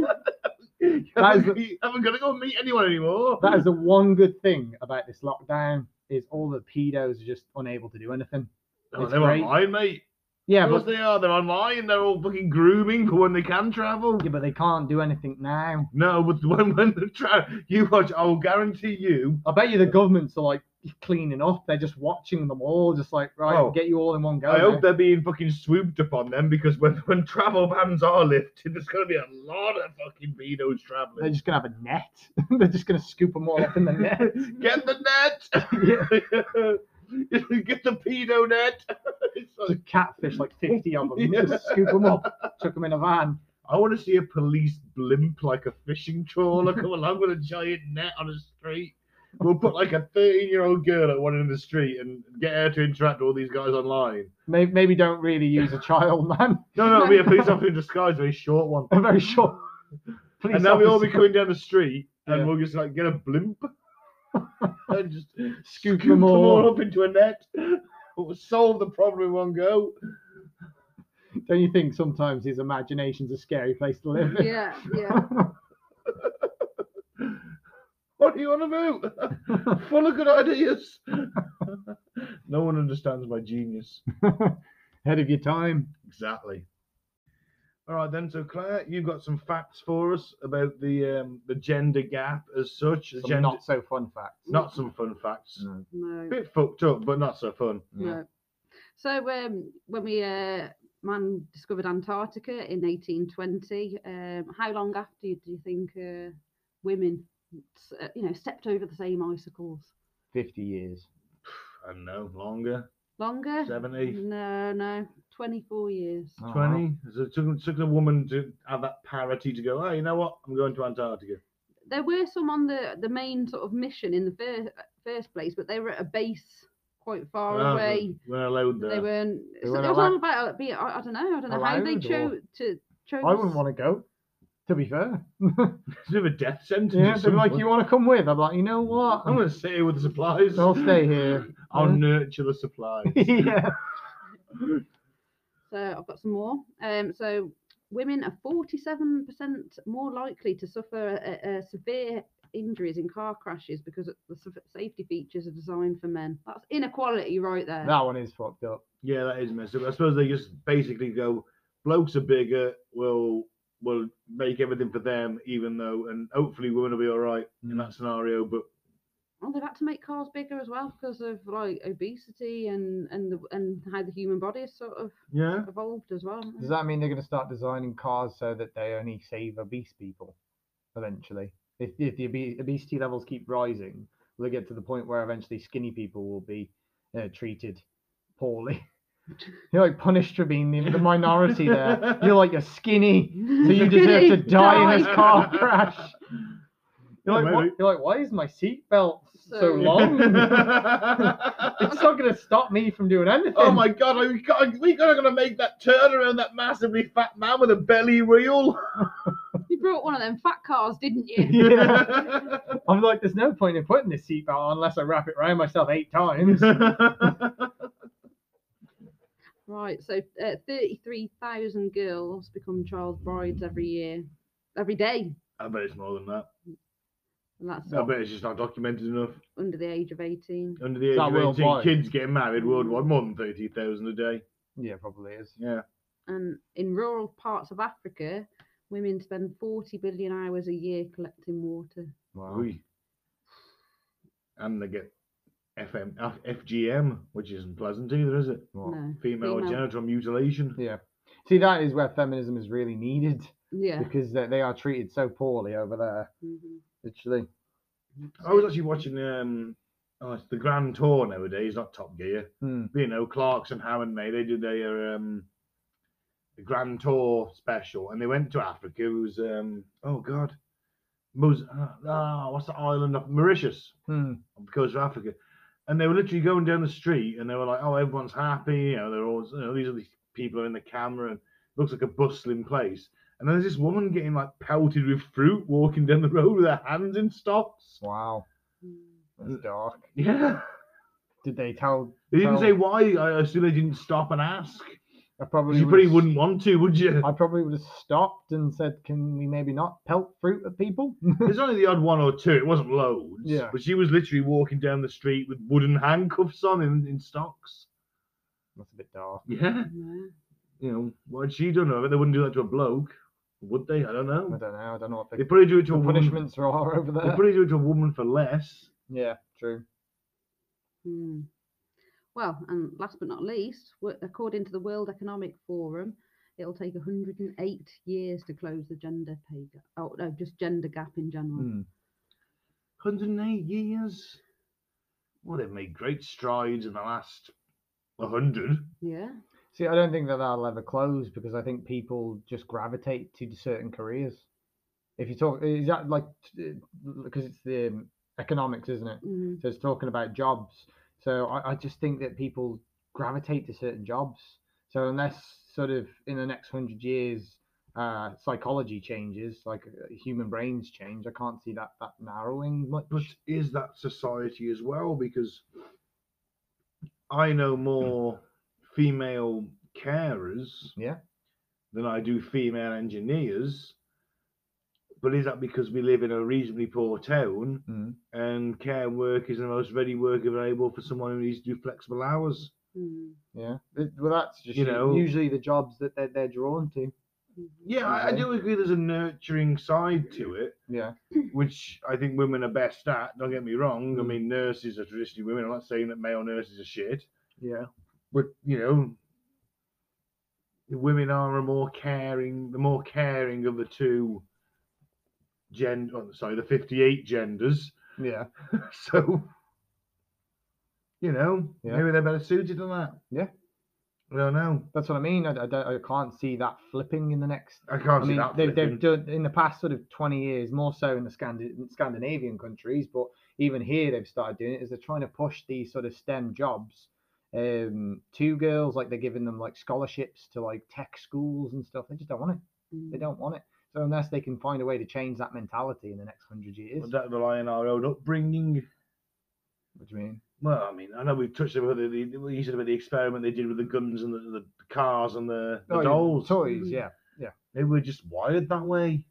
Speaker 1: you
Speaker 2: That is
Speaker 1: haven't, you haven't got to go meet anyone anymore.
Speaker 2: That is the one good thing about this lockdown is all the pedos are just unable to do anything.
Speaker 1: Oh,
Speaker 2: it's
Speaker 1: they're
Speaker 2: great.
Speaker 1: online, mate.
Speaker 2: Yeah,
Speaker 1: of course
Speaker 2: but,
Speaker 1: they are. They're online. They're all fucking grooming for when they can travel.
Speaker 2: yeah, but they can't do anything now.
Speaker 1: No, but when when they tra- you watch, I will guarantee you.
Speaker 2: I bet you the governments are like cleaning up. They're just watching them all, just like right,
Speaker 1: Oh.
Speaker 2: get you all in one go.
Speaker 1: I
Speaker 2: now.
Speaker 1: hope they're being fucking swooped upon them because when, when travel bans are lifted, there's going to be a lot of fucking pedos
Speaker 2: They're
Speaker 1: traveling.
Speaker 2: just gonna have a net. They're just gonna scoop them all up in the net.
Speaker 1: Get the net. Get the pedo net. It's like-
Speaker 2: Just catfish like fifty of them.
Speaker 1: Yeah.
Speaker 2: Just scoop them up, chuck them in a van.
Speaker 1: I want to see a police blimp like a fishing trawler come along with a giant net on a street. We'll put like a 13 year old girl at one end of the street and get her to interact with all these guys online.
Speaker 2: Maybe, maybe don't really use a child, man.
Speaker 1: No, no, it'll be a police officer in disguise, a very short one.
Speaker 2: I'm very sure. Please.
Speaker 1: and now we all be coming down the street and
Speaker 2: Yeah.
Speaker 1: we'll just like get a blimp and just
Speaker 2: Scoop
Speaker 1: scoop them
Speaker 2: them all.
Speaker 1: all up into a net. We'll solve the problem in one go.
Speaker 2: Don't you think sometimes his imagination's a scary place to live? in?
Speaker 4: Yeah, yeah.
Speaker 1: What do you want to do? Full of good ideas. no one understands my genius.
Speaker 2: Ahead of your time.
Speaker 1: Exactly. All right then. So Claire, you've got some facts for us about the um, the gender gap as such. The
Speaker 2: Some
Speaker 1: gender,
Speaker 2: not Mm. so fun facts.
Speaker 1: not some fun facts.
Speaker 4: No.
Speaker 1: A bit fucked up, but not so fun.
Speaker 2: Yeah.
Speaker 4: No. So um, when we uh, man discovered Antarctica in 1820, um, how long after do you think uh, women, s- uh, you know, stepped over the same icicles?
Speaker 2: Fifty years.
Speaker 1: I don't know. Longer,
Speaker 4: Longer?
Speaker 1: seventy.
Speaker 4: No, no, 24 years.
Speaker 2: Oh, wow.
Speaker 1: 20 so it took, took a woman to have that parity to go oh you know what i'm going to antarctica
Speaker 4: There were some on the the main sort of mission in the first first place, but they were at a base quite far
Speaker 1: Ah,
Speaker 4: away.
Speaker 1: when i load there
Speaker 4: They weren't.
Speaker 2: Oh, They
Speaker 4: so
Speaker 2: weren't
Speaker 4: there was
Speaker 2: allow-
Speaker 4: all about uh, be. I, I don't know. I don't know how they
Speaker 2: Allowed or-
Speaker 4: chose to chose.
Speaker 2: I wouldn't want to go. To be fair.
Speaker 1: it's a bit of a death sentence
Speaker 2: yeah,
Speaker 1: at
Speaker 2: they'd be
Speaker 1: some
Speaker 2: like,
Speaker 1: point.
Speaker 2: you want to come with? I'm like, you know what?
Speaker 1: i'm going to sit here with the supplies
Speaker 2: I'll stay here.
Speaker 1: i'll nurture the supplies
Speaker 2: yeah.
Speaker 4: So I've got some more. Um, so women are 47% more likely to suffer uh, uh, severe injuries in car crashes because the saf- safety features are designed for men. That's inequality right there.
Speaker 2: That one is fucked up.
Speaker 1: Yeah, that is messed up. I suppose they just basically go, blokes are bigger, we'll we'll make everything for them, even though and hopefully women will be all right
Speaker 2: Mm.
Speaker 1: in that scenario. But
Speaker 4: Well, they've had to make cars bigger as well because of like obesity and and the, and how the human body has sort of
Speaker 1: yeah,
Speaker 4: evolved as well. hasn't
Speaker 2: Does
Speaker 4: it?
Speaker 2: that mean they're going to start designing cars so that they only save obese people eventually? If, if the obe- obesity levels keep rising, We'll get to the point where eventually skinny people will be uh, treated poorly. You're like punished for being the, the minority there. You're like you're skinny, so you deserve to
Speaker 4: Skinny,
Speaker 2: die in this
Speaker 4: die.
Speaker 2: car crash. You're
Speaker 1: Yeah,
Speaker 2: like, what?
Speaker 1: maybe.
Speaker 2: you're like, why is my seatbelt so,
Speaker 4: So-
Speaker 2: long? it's not going to stop me from doing anything.
Speaker 1: Oh my god, we got we gotta gonna make that turn around that massively fat man with a belly wheel.
Speaker 4: You brought one of them fat cars, didn't you?
Speaker 2: Yeah. I'm like, there's no point in putting this seatbelt on unless I wrap it around myself eight times.
Speaker 4: right. So uh, thirty-three thousand girls become child brides every year, every day,
Speaker 1: I bet it's more than that.
Speaker 4: and that's
Speaker 1: I bet it's just not documented enough.
Speaker 4: under the age of eighteen.
Speaker 1: Under the age
Speaker 2: that
Speaker 1: of
Speaker 2: worldwide?
Speaker 1: 18, kids getting married worldwide, more than 30,000 a day.
Speaker 2: yeah, probably is.
Speaker 1: Yeah.
Speaker 4: And in rural parts of Africa, women spend forty billion hours a year collecting water.
Speaker 2: Wow.
Speaker 1: We And they get FM, F- FGM, which isn't pleasant either, is it?
Speaker 2: Wow.
Speaker 4: No.
Speaker 1: Female,
Speaker 4: Female.
Speaker 1: genital mutilation.
Speaker 2: Yeah. See, that is where feminism is really needed
Speaker 4: Yeah.
Speaker 2: because they, they are treated so poorly over there,
Speaker 4: mhm.
Speaker 2: literally.
Speaker 1: I was actually watching um, oh, it's the Grand Tour nowadays, not Top Gear.
Speaker 2: Hmm.
Speaker 1: You know, Clarks and Hammond May, they did their um, the Grand Tour special, and they went to Africa. It was um, oh god, Mus- ah, what's the island of Mauritius?
Speaker 2: Hmm.
Speaker 1: Because of Africa, and they were literally going down the street, and they were like, oh, everyone's happy. You know, they're all you know, these are the people are in the camera, and it looks like a bustling place. And then there's this woman getting like pelted with fruit walking down the road with her hands in stocks.
Speaker 2: Wow.
Speaker 4: Mm.
Speaker 2: That's dark.
Speaker 1: Yeah.
Speaker 2: Did they tell?
Speaker 1: They didn't
Speaker 2: Well-
Speaker 1: say why. I assume they didn't stop and ask.
Speaker 2: I probably
Speaker 1: You
Speaker 2: would've
Speaker 1: probably
Speaker 2: s-
Speaker 1: wouldn't want to, would you?
Speaker 2: I probably would have stopped and said, "Can we maybe not pelt fruit at people?"
Speaker 1: There's only the odd one or two. It wasn't loads.
Speaker 2: Yeah.
Speaker 1: But she was literally walking down the street with wooden handcuffs on in, in stocks.
Speaker 2: That's a bit dark.
Speaker 1: Yeah.
Speaker 4: Yeah.
Speaker 1: You know, what had she done? I bet they wouldn't do that to a bloke, would they? I don't
Speaker 2: I
Speaker 1: know.
Speaker 2: don't know. I don't know what
Speaker 1: They
Speaker 2: the,
Speaker 1: probably do it to
Speaker 2: the
Speaker 1: a
Speaker 2: punishments are over
Speaker 1: woman. They
Speaker 2: there.
Speaker 1: probably do it to a woman for less.
Speaker 2: Yeah, true.
Speaker 4: Hmm. Well, and last but not least, wo- according to the World Economic Forum, it'll take 108 years to close the gender pay gap. Oh, no, just gender gap in general.
Speaker 2: Hmm.
Speaker 1: 108 years. Well, they've made great strides in the last 100.
Speaker 4: Yeah.
Speaker 2: See, I don't think that that'll ever close because I think people just gravitate to certain careers. If you talk, is that like because it's the um, economics, isn't it?
Speaker 4: Mm.
Speaker 2: So it's talking about jobs. So I, I just think that people gravitate to certain jobs. So unless sort of in the next hundred years, uh, psychology changes, like uh, human brains change, I can't see that that narrowing much.
Speaker 1: but is that society as well? Because I know more female carers
Speaker 2: Yeah.
Speaker 1: than I do female engineers. But is that because we live in a reasonably poor town
Speaker 2: Mm.
Speaker 1: and care work is the most ready work available for someone who needs to do flexible hours?
Speaker 4: Mm.
Speaker 2: Yeah, Th- well, that's just
Speaker 1: You
Speaker 2: u-
Speaker 1: know-
Speaker 2: usually the jobs that they're, they're drawn to.
Speaker 1: Yeah,
Speaker 2: Mm-hmm.
Speaker 1: I, I do agree there's a nurturing side to it.
Speaker 2: Yeah,
Speaker 1: which I think women are best at. Don't get me wrong. I
Speaker 2: Mm.
Speaker 1: mean, nurses are traditionally women. I'm not saying that male nurses are shit,
Speaker 2: yeah,
Speaker 1: but you know, the women are a more caring, the more caring of the two gen. Oh, sorry, the 58 genders.
Speaker 2: yeah.
Speaker 1: so, you know,
Speaker 2: Yeah.
Speaker 1: maybe they're better suited than that.
Speaker 2: Yeah.
Speaker 1: I don't know.
Speaker 2: That's what I mean. I, I, don't, I can't see that flipping in the next.
Speaker 1: I
Speaker 2: I
Speaker 1: can't see
Speaker 2: mean,
Speaker 1: that.
Speaker 2: they've, they've
Speaker 1: flipping.
Speaker 2: done in the past sort of 20 years, more so in the Scandi- Scandinavian countries, but even here they've started doing it. Is they're trying to push these sort of STEM jobs um, to girls, like they're giving them like scholarships to like tech schools and stuff. They just don't want it. They
Speaker 4: Mm.
Speaker 2: don't want it. So unless they can find a way to change that mentality in the next hundred years,
Speaker 1: Would that rely on our own upbringing?
Speaker 2: what do you mean?
Speaker 1: Well, I mean, I know we've touched about the, the we said about the experiment they did with the guns and the, the cars and the, the
Speaker 2: Oh, yeah,
Speaker 1: dolls.
Speaker 2: toys,
Speaker 4: Mhm.
Speaker 2: yeah.
Speaker 1: Maybe we're just wired that way.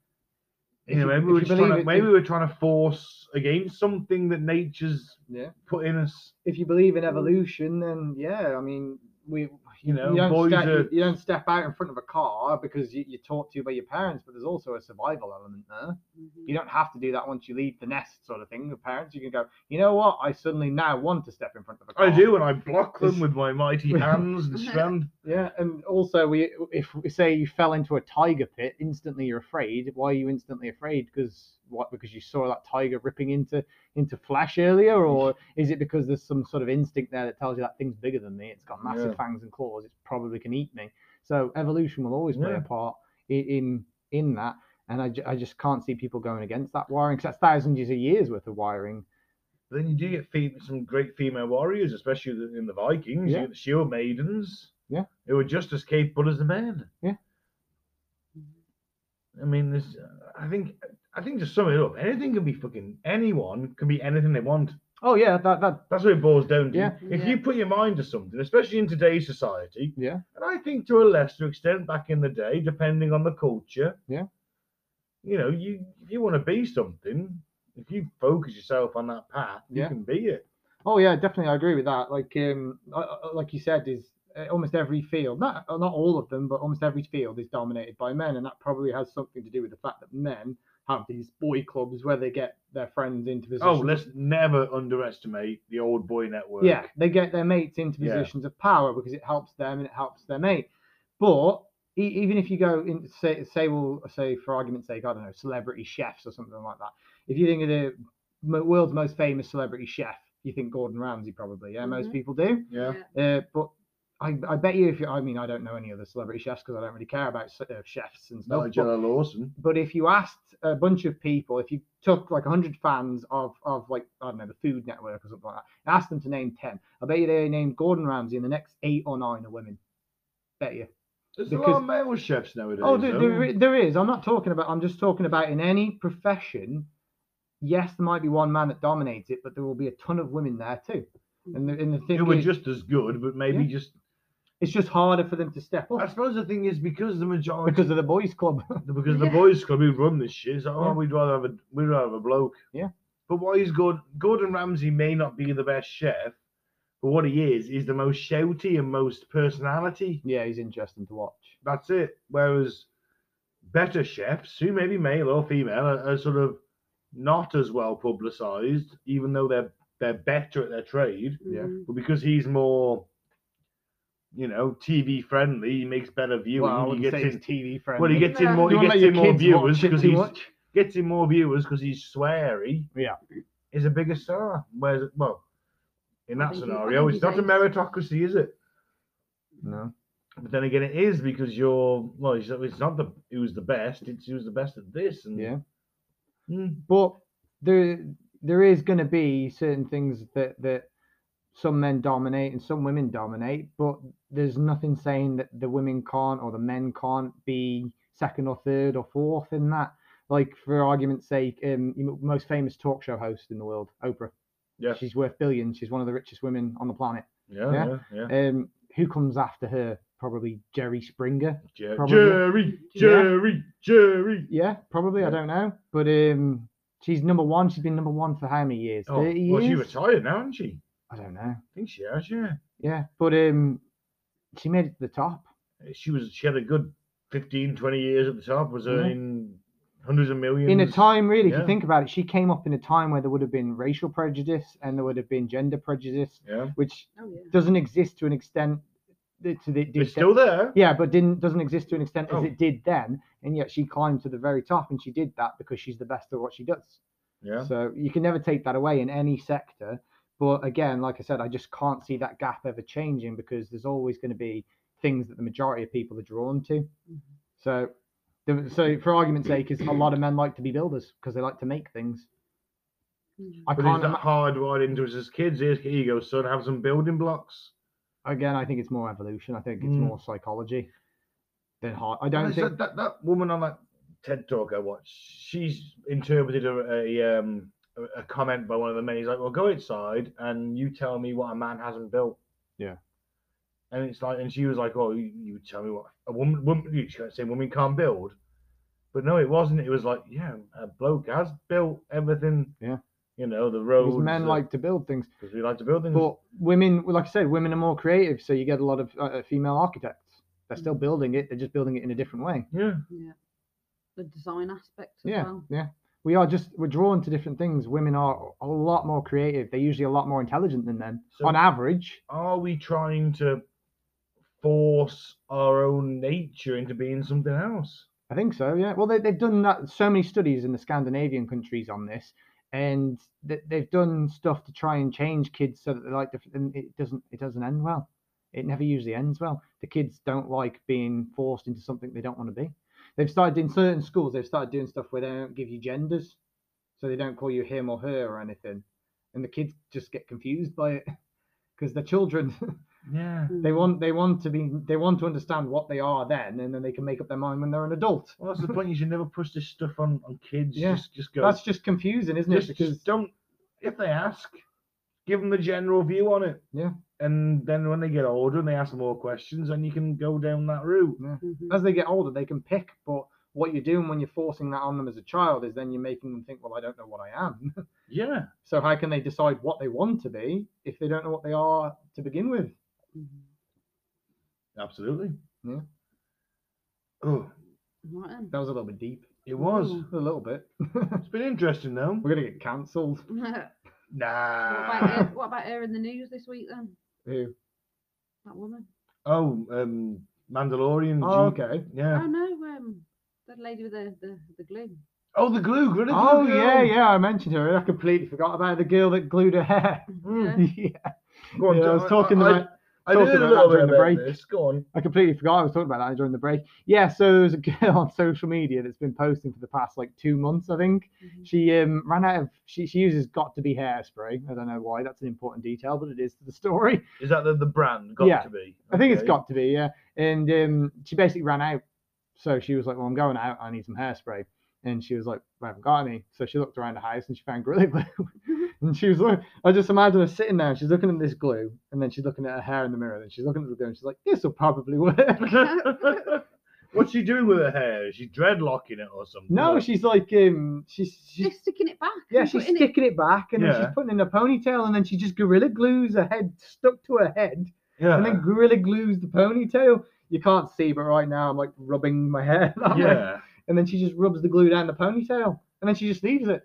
Speaker 2: If
Speaker 1: You know, maybe
Speaker 2: you- if
Speaker 1: we're
Speaker 2: you
Speaker 1: just trying
Speaker 2: believe
Speaker 1: to,
Speaker 2: it-
Speaker 1: maybe
Speaker 2: if-
Speaker 1: we're trying to force against something that nature's
Speaker 2: Yeah.
Speaker 1: put in us.
Speaker 2: If you believe in evolution, then yeah, I mean, we
Speaker 1: You know,
Speaker 2: you, don't
Speaker 1: boys
Speaker 2: step,
Speaker 1: are
Speaker 2: you don't step out in front of a car because you, you're taught to by your parents, but there's also a survival element there.
Speaker 4: Mhm.
Speaker 2: You don't have to do that once you leave the nest, sort of thing. The parents, you can go, you know what? I suddenly now want to step in front of a car.
Speaker 1: I do, and I block them
Speaker 2: This-
Speaker 1: with my mighty hands and strength.
Speaker 2: Yeah, and also we, if we say you fell into a tiger pit, instantly you're afraid. Why are you instantly afraid? Because what because you saw that tiger ripping into into Flash earlier, or is it because there's some sort of instinct there that tells you that thing's bigger than me? It's got massive
Speaker 1: Yeah.
Speaker 2: fangs and claws. It probably can eat me. So evolution will always play
Speaker 1: Yeah.
Speaker 2: a part i- in in that, and I, ju- I just can't see people going against that wiring because that's thousands of years worth of wiring.
Speaker 1: But then you do get fe- some great female warriors, especially the- in the Vikings.
Speaker 2: Yeah.
Speaker 1: You get the Shield Maidens.
Speaker 2: Yeah.
Speaker 1: Who are just as capable as the men.
Speaker 2: Yeah.
Speaker 4: Mm-hmm.
Speaker 1: I mean, this. I think. I think to sum it up, anything can be fucking anyone can be anything they want.
Speaker 2: Oh yeah, that that
Speaker 1: That's what it boils down to.
Speaker 2: Yeah.
Speaker 1: If
Speaker 4: Yeah.
Speaker 1: you put your mind to something, especially in today's society,
Speaker 2: yeah
Speaker 1: and I think to a lesser extent back in the day, depending on the culture.
Speaker 2: Yeah.
Speaker 1: You know, you if you want to be something, if you focus yourself on that path, you
Speaker 2: Yeah.
Speaker 1: can be it.
Speaker 2: oh yeah definitely I agree
Speaker 8: with
Speaker 2: with
Speaker 8: that. Like um, I- I- like you said, is uh, almost every field, not uh, not all of them, but almost every field is dominated by men, and that probably has something to do with the fact that men have these boy clubs where they get their friends into positions.
Speaker 1: Oh, let's never underestimate the old boy network.
Speaker 8: yeah, they get their mates into
Speaker 1: Yeah.
Speaker 8: positions of power because it helps them and it helps their mate. But e- even if you go in, say, say, well, say for argument's sake, I don't know, celebrity chefs or something like that. If you think of the mo- world's most famous celebrity chef, you think Gordon Ramsay probably. Yeah, most
Speaker 4: Mhm.
Speaker 8: people do.
Speaker 1: Yeah.
Speaker 8: Uh, but I, I bet you if you, I mean, I don't know any other celebrity chefs because I don't really care about ce- uh, chefs and
Speaker 1: Not
Speaker 8: stuff.
Speaker 1: like
Speaker 8: but,
Speaker 1: Jenna Lawson.
Speaker 8: but if you asked a bunch of people, if you took like 100 fans of, of like, I don't know, the Food Network or something like that, and asked them to name 10, I bet you they named Gordon Ramsay and the next eight or nine are women. Bet you.
Speaker 1: There's a lot
Speaker 8: because-
Speaker 1: of male chefs nowadays.
Speaker 8: Oh, there,
Speaker 1: though.
Speaker 8: there, i- there is. I'm not talking about, I'm just talking about in any profession. Yes, there might be one man that dominates it, but there will be a ton of women there too. And the, and the thing
Speaker 1: who were
Speaker 8: is,
Speaker 1: just as good, but maybe just.
Speaker 8: it's just harder for them to step
Speaker 1: I
Speaker 8: up
Speaker 1: suppose the thing is because the majority,
Speaker 8: because of the boys' club.
Speaker 1: because the
Speaker 4: Yeah.
Speaker 1: boys club who run this shit, it's like, oh,
Speaker 8: Yeah.
Speaker 1: we'd rather have a we'd rather have a bloke.
Speaker 2: Yeah.
Speaker 1: But what he's good, Gordon Ramsay may not be the best chef, but what he is is the most shouty and most personality.
Speaker 2: yeah he's interesting to watch.
Speaker 1: That's it. Whereas better chefs, who may be male or female, are, are sort of not as well publicized, even though they're they're better at their trade.
Speaker 2: Yeah.
Speaker 4: Mhm.
Speaker 1: But because he's more, you know, TV friendly, he makes better viewing.
Speaker 2: Well, I
Speaker 1: he
Speaker 2: wouldn't
Speaker 1: gets
Speaker 2: say
Speaker 1: in,
Speaker 2: he's TV friendly.
Speaker 1: well, he gets in
Speaker 4: No.
Speaker 1: more.
Speaker 2: You
Speaker 1: He
Speaker 2: wanna
Speaker 1: gets
Speaker 2: let
Speaker 1: in
Speaker 2: your
Speaker 1: more
Speaker 2: kids
Speaker 1: viewers
Speaker 2: watch it
Speaker 1: because
Speaker 2: too
Speaker 1: he's
Speaker 2: much?
Speaker 1: gets in more viewers because he's sweary.
Speaker 2: Yeah.
Speaker 1: is a bigger star. Whereas, well, in
Speaker 4: I
Speaker 1: that
Speaker 4: think he- I
Speaker 1: scenario,
Speaker 4: think
Speaker 1: it's
Speaker 4: he
Speaker 1: not a
Speaker 4: thinks-
Speaker 1: meritocracy, is it?
Speaker 2: No.
Speaker 1: But then again, it is because you're well. It's, it's not the who's the best. It's who's the best at this. And
Speaker 2: Yeah.
Speaker 1: Mm.
Speaker 2: but there there is going to be certain things that that some men dominate and some women dominate but there's nothing saying that the women can't or the men can't be second or third or fourth in that like for argument's sake um you know, most famous talk show host in the world oprah
Speaker 1: Yeah.
Speaker 2: she's worth billions she's one of the richest women on the planet
Speaker 1: yeah,
Speaker 2: Yeah.
Speaker 1: yeah, yeah.
Speaker 2: um who comes after her probably jerry springer
Speaker 1: Jer-
Speaker 2: probably.
Speaker 1: Jerry,
Speaker 4: Yeah.
Speaker 1: Jerry, Jerry.
Speaker 2: yeah probably
Speaker 1: Yeah.
Speaker 2: i don't know but um she's number one she's been number one for how many years
Speaker 1: Oh,
Speaker 2: 30
Speaker 1: well, she
Speaker 2: years
Speaker 1: retired now, isn't she?
Speaker 2: i don't know
Speaker 1: I think she has. Yeah,
Speaker 2: Yeah, but um, she made it to the top.
Speaker 1: she was. She had a good 15, 20 years at the top. Was
Speaker 2: Yeah.
Speaker 1: earning hundreds of millions
Speaker 2: in a time, really, if
Speaker 1: yeah.
Speaker 2: you think about it, she came up in a time where there would have been racial prejudice and there would have been gender prejudice,
Speaker 1: Yeah,
Speaker 2: which
Speaker 4: Oh, yeah.
Speaker 2: doesn't exist to an extent. that- To the, the
Speaker 1: it's
Speaker 2: extent-
Speaker 1: still there.
Speaker 2: Yeah, but didn't doesn't exist to an extent
Speaker 1: Oh.
Speaker 2: as it did then, and yet she climbed to the very top, and she did that because she's the best at what she does.
Speaker 1: Yeah.
Speaker 2: So you can never take that away in any sector. But again, like I said, I just can't see that gap ever changing because there's always going to be things that the majority of people are drawn to.
Speaker 4: Mhm.
Speaker 2: So, the- so for argument's sake, is a lot of men like to be builders because they like to make things.
Speaker 4: Mhm.
Speaker 2: I
Speaker 1: But is
Speaker 2: can't.
Speaker 1: that
Speaker 2: ima-
Speaker 1: hardwired into us as kids? Here, here you go, son. Have some building blocks.
Speaker 2: Again, I think it's more evolution. I think it's
Speaker 1: Mm.
Speaker 2: more psychology than hard. I don't
Speaker 1: Well,
Speaker 2: think.
Speaker 1: it's that, that that woman on that TED talk I watched, she's interpreted a, a um a- a comment by one of the men. He's like, "Well, go outside and you tell me what a man hasn't built."
Speaker 2: Yeah.
Speaker 1: And it's like, and she was like, "Oh, you, you tell me what a woman woman you can't say women can't build," but no, it wasn't. It was like, yeah, a bloke has built everything.
Speaker 2: Yeah.
Speaker 1: You know the
Speaker 2: because
Speaker 1: roads. Hmm.
Speaker 2: men
Speaker 1: the-
Speaker 2: like to build things.
Speaker 1: because we like to build things.
Speaker 2: But women, well, like I said, women are more creative, so you get a lot of uh, uh, female architects.
Speaker 1: Hmm.
Speaker 2: They're still building it; they're just building it in a different way.
Speaker 1: yeah.
Speaker 4: Mm-hmm. Yeah. The design aspect as
Speaker 2: Yeah,
Speaker 4: well.
Speaker 2: yeah. We are just we're drawn to different things. Women are a lot more creative. They're usually a lot more intelligent than men,
Speaker 1: So-
Speaker 2: on average.
Speaker 1: are we trying to force our own nature into being something else?
Speaker 2: I think so. Yeah. Well, they, they've done that. So many studies in the Scandinavian countries on this, and they, they've done stuff to try and change kids so that they like. The, and it doesn't. It doesn't end well. It never usually ends well. The kids don't like being forced into something they don't want to be. They've started in certain schools. They've started doing stuff where they don't give you genders, so they don't call you him or her or anything, and the kids just get confused by it because they're children.
Speaker 9: Yeah.
Speaker 2: They want they want to be they want to understand what they are then, and then they can make up their mind when they're an adult.
Speaker 1: Well, that's the point. You should never push this stuff on on kids.
Speaker 2: Yeah.
Speaker 1: Just just go.
Speaker 2: That's just confusing, isn't
Speaker 1: just,
Speaker 2: it? Because
Speaker 1: just don't. If they ask, give them the general view on it.
Speaker 2: Yeah.
Speaker 1: And then when they get older and they ask more questions, then you can go down that route.
Speaker 4: Mhm.
Speaker 2: as they get older, they can pick. But what you're doing when you're forcing that on them as a child is then you're making them think, well, I don't know what I am.
Speaker 1: Yeah.
Speaker 2: so how can they decide what they want to be if they don't know what they are to begin with?
Speaker 4: Mhm.
Speaker 1: Absolutely.
Speaker 2: Yeah.
Speaker 1: Oh,
Speaker 4: Mm-hmm. Right then.
Speaker 2: That was a little bit deep.
Speaker 1: it was.
Speaker 4: Ooh.
Speaker 2: A little bit.
Speaker 1: It's been interesting though.
Speaker 2: We're gonna get cancelled.
Speaker 4: what, about
Speaker 1: Nah.
Speaker 4: her, what about her in the news this week then?
Speaker 2: Who?
Speaker 4: That woman.
Speaker 1: oh, um, Mandalorian.
Speaker 2: Oh,
Speaker 1: G-
Speaker 2: okay.
Speaker 1: Yeah.
Speaker 4: Oh no, um, that lady with the the, the glue.
Speaker 1: Oh, the glue. glue, glue
Speaker 2: Oh
Speaker 1: glue.
Speaker 2: yeah, yeah. I mentioned her. I completely forgot about the girl that glued her hair.
Speaker 1: Hmm.
Speaker 4: Yeah.
Speaker 2: yeah.
Speaker 1: Go on,
Speaker 2: Yeah, I
Speaker 1: Dan,
Speaker 2: was talking
Speaker 1: I,
Speaker 2: about-
Speaker 1: I, I
Speaker 2: talking
Speaker 1: heard a
Speaker 2: about
Speaker 1: little
Speaker 2: that
Speaker 1: bit
Speaker 2: during the
Speaker 1: about
Speaker 2: break.
Speaker 1: this. Go on.
Speaker 2: I completely forgot I was talking about that during the break. Yeah, so there was a girl on social media that's been posting for the past like two months, I think.
Speaker 4: Mhm.
Speaker 2: She um, ran out of she, she uses got to be hairspray. I don't know why. That's an important detail, but it is to the story.
Speaker 1: Is that the, the brand? Got
Speaker 2: Yeah.
Speaker 1: to be.
Speaker 2: I think it's
Speaker 1: Okay.
Speaker 2: got to be, yeah. And um, she basically ran out. So she was like, Well, I'm going out, I need some hairspray. And she was like, I haven't got any. So she looked around the house and she found Gorilla Glue. and she was like, I just imagine her sitting there, and she's looking at this glue, and then she's looking at her hair in the mirror, and she's looking at the glue, and she's like, This will probably work.
Speaker 1: What's she doing with her hair? Is she dreadlocking it or something?
Speaker 2: No,
Speaker 1: Like,
Speaker 2: she's like um, she's she's
Speaker 4: Just sticking it back.
Speaker 2: yeah,
Speaker 4: and
Speaker 2: she's
Speaker 4: putting it-
Speaker 2: sticking it back and then
Speaker 1: Yeah.
Speaker 2: she's putting in a ponytail and then she just gorilla glues her head stuck to her head
Speaker 1: yeah.
Speaker 2: and then gorilla glues the ponytail. You can't see, but right now I'm like rubbing my hair. that way.
Speaker 1: yeah.
Speaker 2: And then she just rubs the glue down the ponytail and then she just leaves it.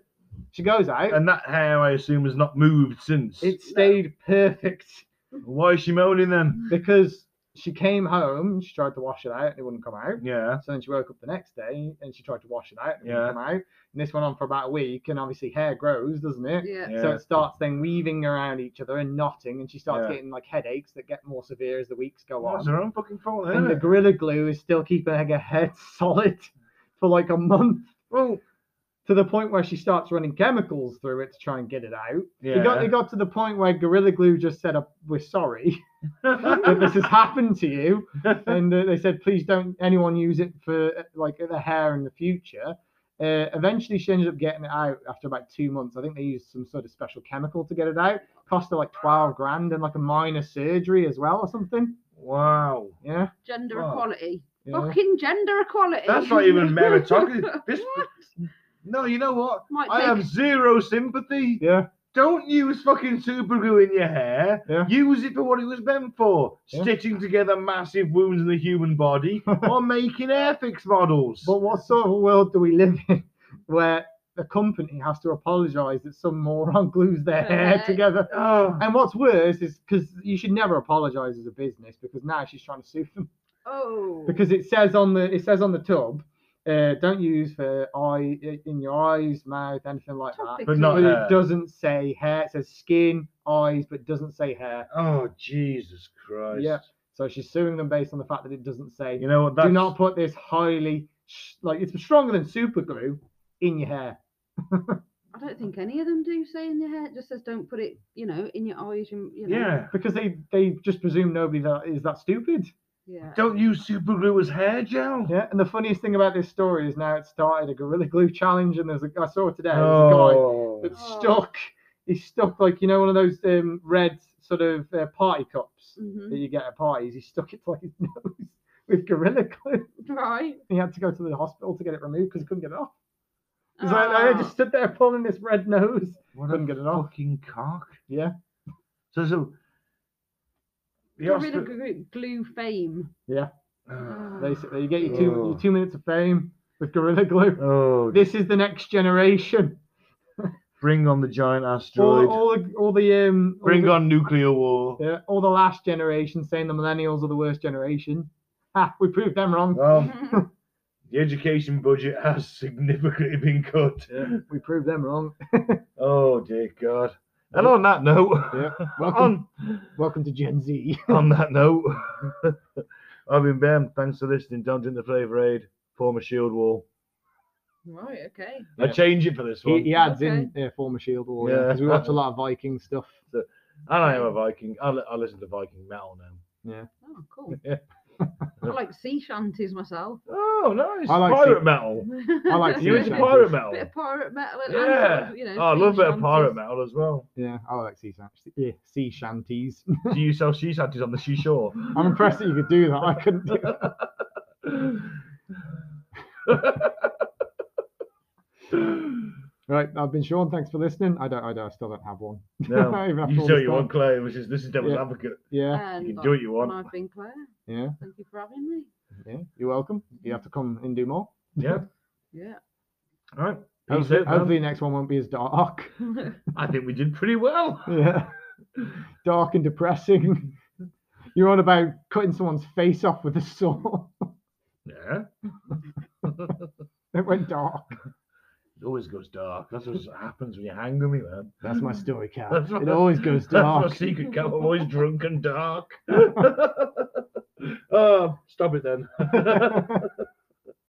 Speaker 2: She goes out.
Speaker 1: And that hair, I assume, has not moved since.
Speaker 2: it stayed perfect
Speaker 1: Why is she moaning then?
Speaker 2: because she came home. She tried to wash it out and it wouldn't come out.
Speaker 1: Yeah.
Speaker 2: So then she woke up the next day and she tried to wash it out and it
Speaker 1: Yeah.
Speaker 2: wouldn't come out. And this went on for about a week. And obviously, hair grows, doesn't it?
Speaker 4: Yeah.
Speaker 1: yeah.
Speaker 2: So it starts then weaving around each other and knotting, and she starts
Speaker 1: Yeah.
Speaker 2: getting like headaches that get more severe as the weeks go
Speaker 1: Well, it's
Speaker 2: on.
Speaker 1: her own fucking fault,
Speaker 2: And
Speaker 1: isn't
Speaker 2: the
Speaker 1: it?
Speaker 2: gorilla glue is still keeping her head solid for like a month
Speaker 1: Well,
Speaker 2: to the point where she starts running chemicals through it to try and get it out.
Speaker 1: yeah.
Speaker 2: It, got, it got to the point where gorilla glue just said, "Uh, "We're sorry that this has happened to you," and uh, they said, "Please don't anyone use it for uh, like the hair in the future." Uh, eventually, she ended up getting it out after about two months. I think they used some sort of special chemical to get it out. Cost her like twelve grand and like a minor surgery as well or something.
Speaker 1: wow.
Speaker 2: Yeah,
Speaker 4: Gender
Speaker 1: Wow.
Speaker 4: equality.
Speaker 2: yeah.
Speaker 4: Fucking gender equality.
Speaker 1: That's not even meritocracy. This-
Speaker 4: What?
Speaker 1: No, you know what?
Speaker 4: Might
Speaker 1: I
Speaker 4: take-
Speaker 1: have zero sympathy.
Speaker 2: Yeah.
Speaker 1: Don't use fucking super glue in your hair.
Speaker 2: Yeah.
Speaker 1: Use it for what it was meant for
Speaker 2: Yeah.
Speaker 1: stitching together massive wounds in the human body or making airfix models.
Speaker 2: But what sort of world do we live in where a company has to apologise that some moron glues their hair
Speaker 4: Correct.
Speaker 2: together?
Speaker 1: oh,
Speaker 2: And what's worse is because you should never apologise as a business because now she's trying to sue them
Speaker 4: Oh.
Speaker 2: because it says on the it says on the tub, uh, don't use for eye uh, in your eyes, mouth, anything like that.
Speaker 1: But not
Speaker 2: But
Speaker 1: hair.
Speaker 2: it doesn't say hair. It says skin, eyes, but doesn't say hair.
Speaker 1: oh, Jesus Christ.
Speaker 2: Yeah. So she's suing them based on the fact that it doesn't say.
Speaker 1: You know what? That's,
Speaker 2: Do not put this highly sh- like it's stronger than super glue in your hair.
Speaker 4: I don't think any of them do say in your hair. It just says don't put it, you know, in your eyes. And, you know.
Speaker 1: Yeah.
Speaker 2: because they they just presume nobody that is that stupid.
Speaker 4: Yeah.
Speaker 1: Don't use super glue as hair gel.
Speaker 2: Yeah, and the funniest thing about this story is now it started a gorilla glue challenge, and there's a I saw it today. There's
Speaker 1: Oh.
Speaker 2: a guy that's
Speaker 4: Oh.
Speaker 2: stuck. He's stuck like you know one of those um, red sort of uh, party cups
Speaker 4: Mhm.
Speaker 2: that you get at parties. He's stuck it to like his nose with gorilla glue.
Speaker 4: Right.
Speaker 2: He had to go to the hospital to get it removed because he couldn't get it off. He's like, I
Speaker 4: Ah.
Speaker 2: just stood there pulling this red nose.
Speaker 1: What
Speaker 2: Couldn't
Speaker 1: a
Speaker 2: get it off.
Speaker 1: fucking cock.
Speaker 2: Yeah.
Speaker 1: So, so. The
Speaker 4: Gorilla
Speaker 1: hospi-
Speaker 4: Glue- glue fame.
Speaker 1: Ah.
Speaker 2: Basically, you get your two
Speaker 1: Oh.
Speaker 2: your two minutes of fame with gorilla glue.
Speaker 1: Oh,
Speaker 2: This is the next generation.
Speaker 1: bring on the giant asteroid.
Speaker 2: All, all the all the um all
Speaker 1: bring
Speaker 2: the-
Speaker 1: on nuclear war.
Speaker 2: Yeah, all the last Um, generation saying the millennials are the worst generation. Ha, we proved them wrong.
Speaker 1: Well, The education budget has significantly been cut.
Speaker 10: Yeah. We proved them wrong.
Speaker 1: Oh dear God. And on that note,
Speaker 2: Yeah. Welcome,
Speaker 1: on,
Speaker 2: welcome to Gen Z.
Speaker 1: on that note, I've been Ben. Thanks for listening. Don't drink the flavour aid. Form a shield wall.
Speaker 4: Right, okay.
Speaker 1: I change it for this
Speaker 2: He,
Speaker 1: one.
Speaker 2: he adds in uh, former Shield War
Speaker 1: Yeah.
Speaker 2: because we watch a lot of Viking stuff.
Speaker 1: And I am a Viking. I, li- I listen to Viking metal now.
Speaker 4: Oh, cool.
Speaker 1: Yeah.
Speaker 4: I like sea shanties myself.
Speaker 1: Oh, nice.
Speaker 2: I like
Speaker 1: pirate
Speaker 2: to-
Speaker 1: metal.
Speaker 2: I like sea
Speaker 1: You into
Speaker 2: shanties.
Speaker 1: pirate metal?
Speaker 4: Bit of pirate metal. and sort
Speaker 1: Yeah.
Speaker 4: of, you know,
Speaker 1: oh, I
Speaker 4: sea
Speaker 1: love a bit of pirate
Speaker 4: shanties.
Speaker 1: metal as well.
Speaker 2: Yeah, I like sea shanties. Yeah, sea shanties.
Speaker 1: Do you sell sea shanties on the seashore?
Speaker 2: I'm impressed that you could do that. I couldn't do that. Right, I've been Sean. Thanks for listening. I don't. I don't. I still don't have one.
Speaker 1: no,
Speaker 2: Even after
Speaker 1: you do
Speaker 2: all
Speaker 1: what
Speaker 2: this
Speaker 1: you
Speaker 2: time.
Speaker 1: want, Clay. Which is this is devil's
Speaker 2: Yeah.
Speaker 1: advocate.
Speaker 2: Yeah,
Speaker 4: And
Speaker 1: You can do what you
Speaker 4: I- and
Speaker 1: want.
Speaker 4: I've been Claire.
Speaker 2: yeah,
Speaker 4: Thank you for having me.
Speaker 2: yeah. You're welcome. You have to come and do more.
Speaker 1: Yeah.
Speaker 4: Yeah.
Speaker 1: All right. That's
Speaker 2: Hopefully,
Speaker 1: it, man.
Speaker 2: hopefully the next one won't be as dark.
Speaker 1: I think we did pretty well.
Speaker 2: Yeah, dark and depressing. You're on about cutting someone's face off with a saw.
Speaker 1: Yeah.
Speaker 2: it went dark.
Speaker 1: It always goes dark. That's what happens when you hang with me, man.
Speaker 2: That's my story, Cal.
Speaker 1: That's
Speaker 2: It
Speaker 1: my-
Speaker 2: always goes dark.
Speaker 1: That's my secret code. I'm always drunk and dark. oh, stop it then.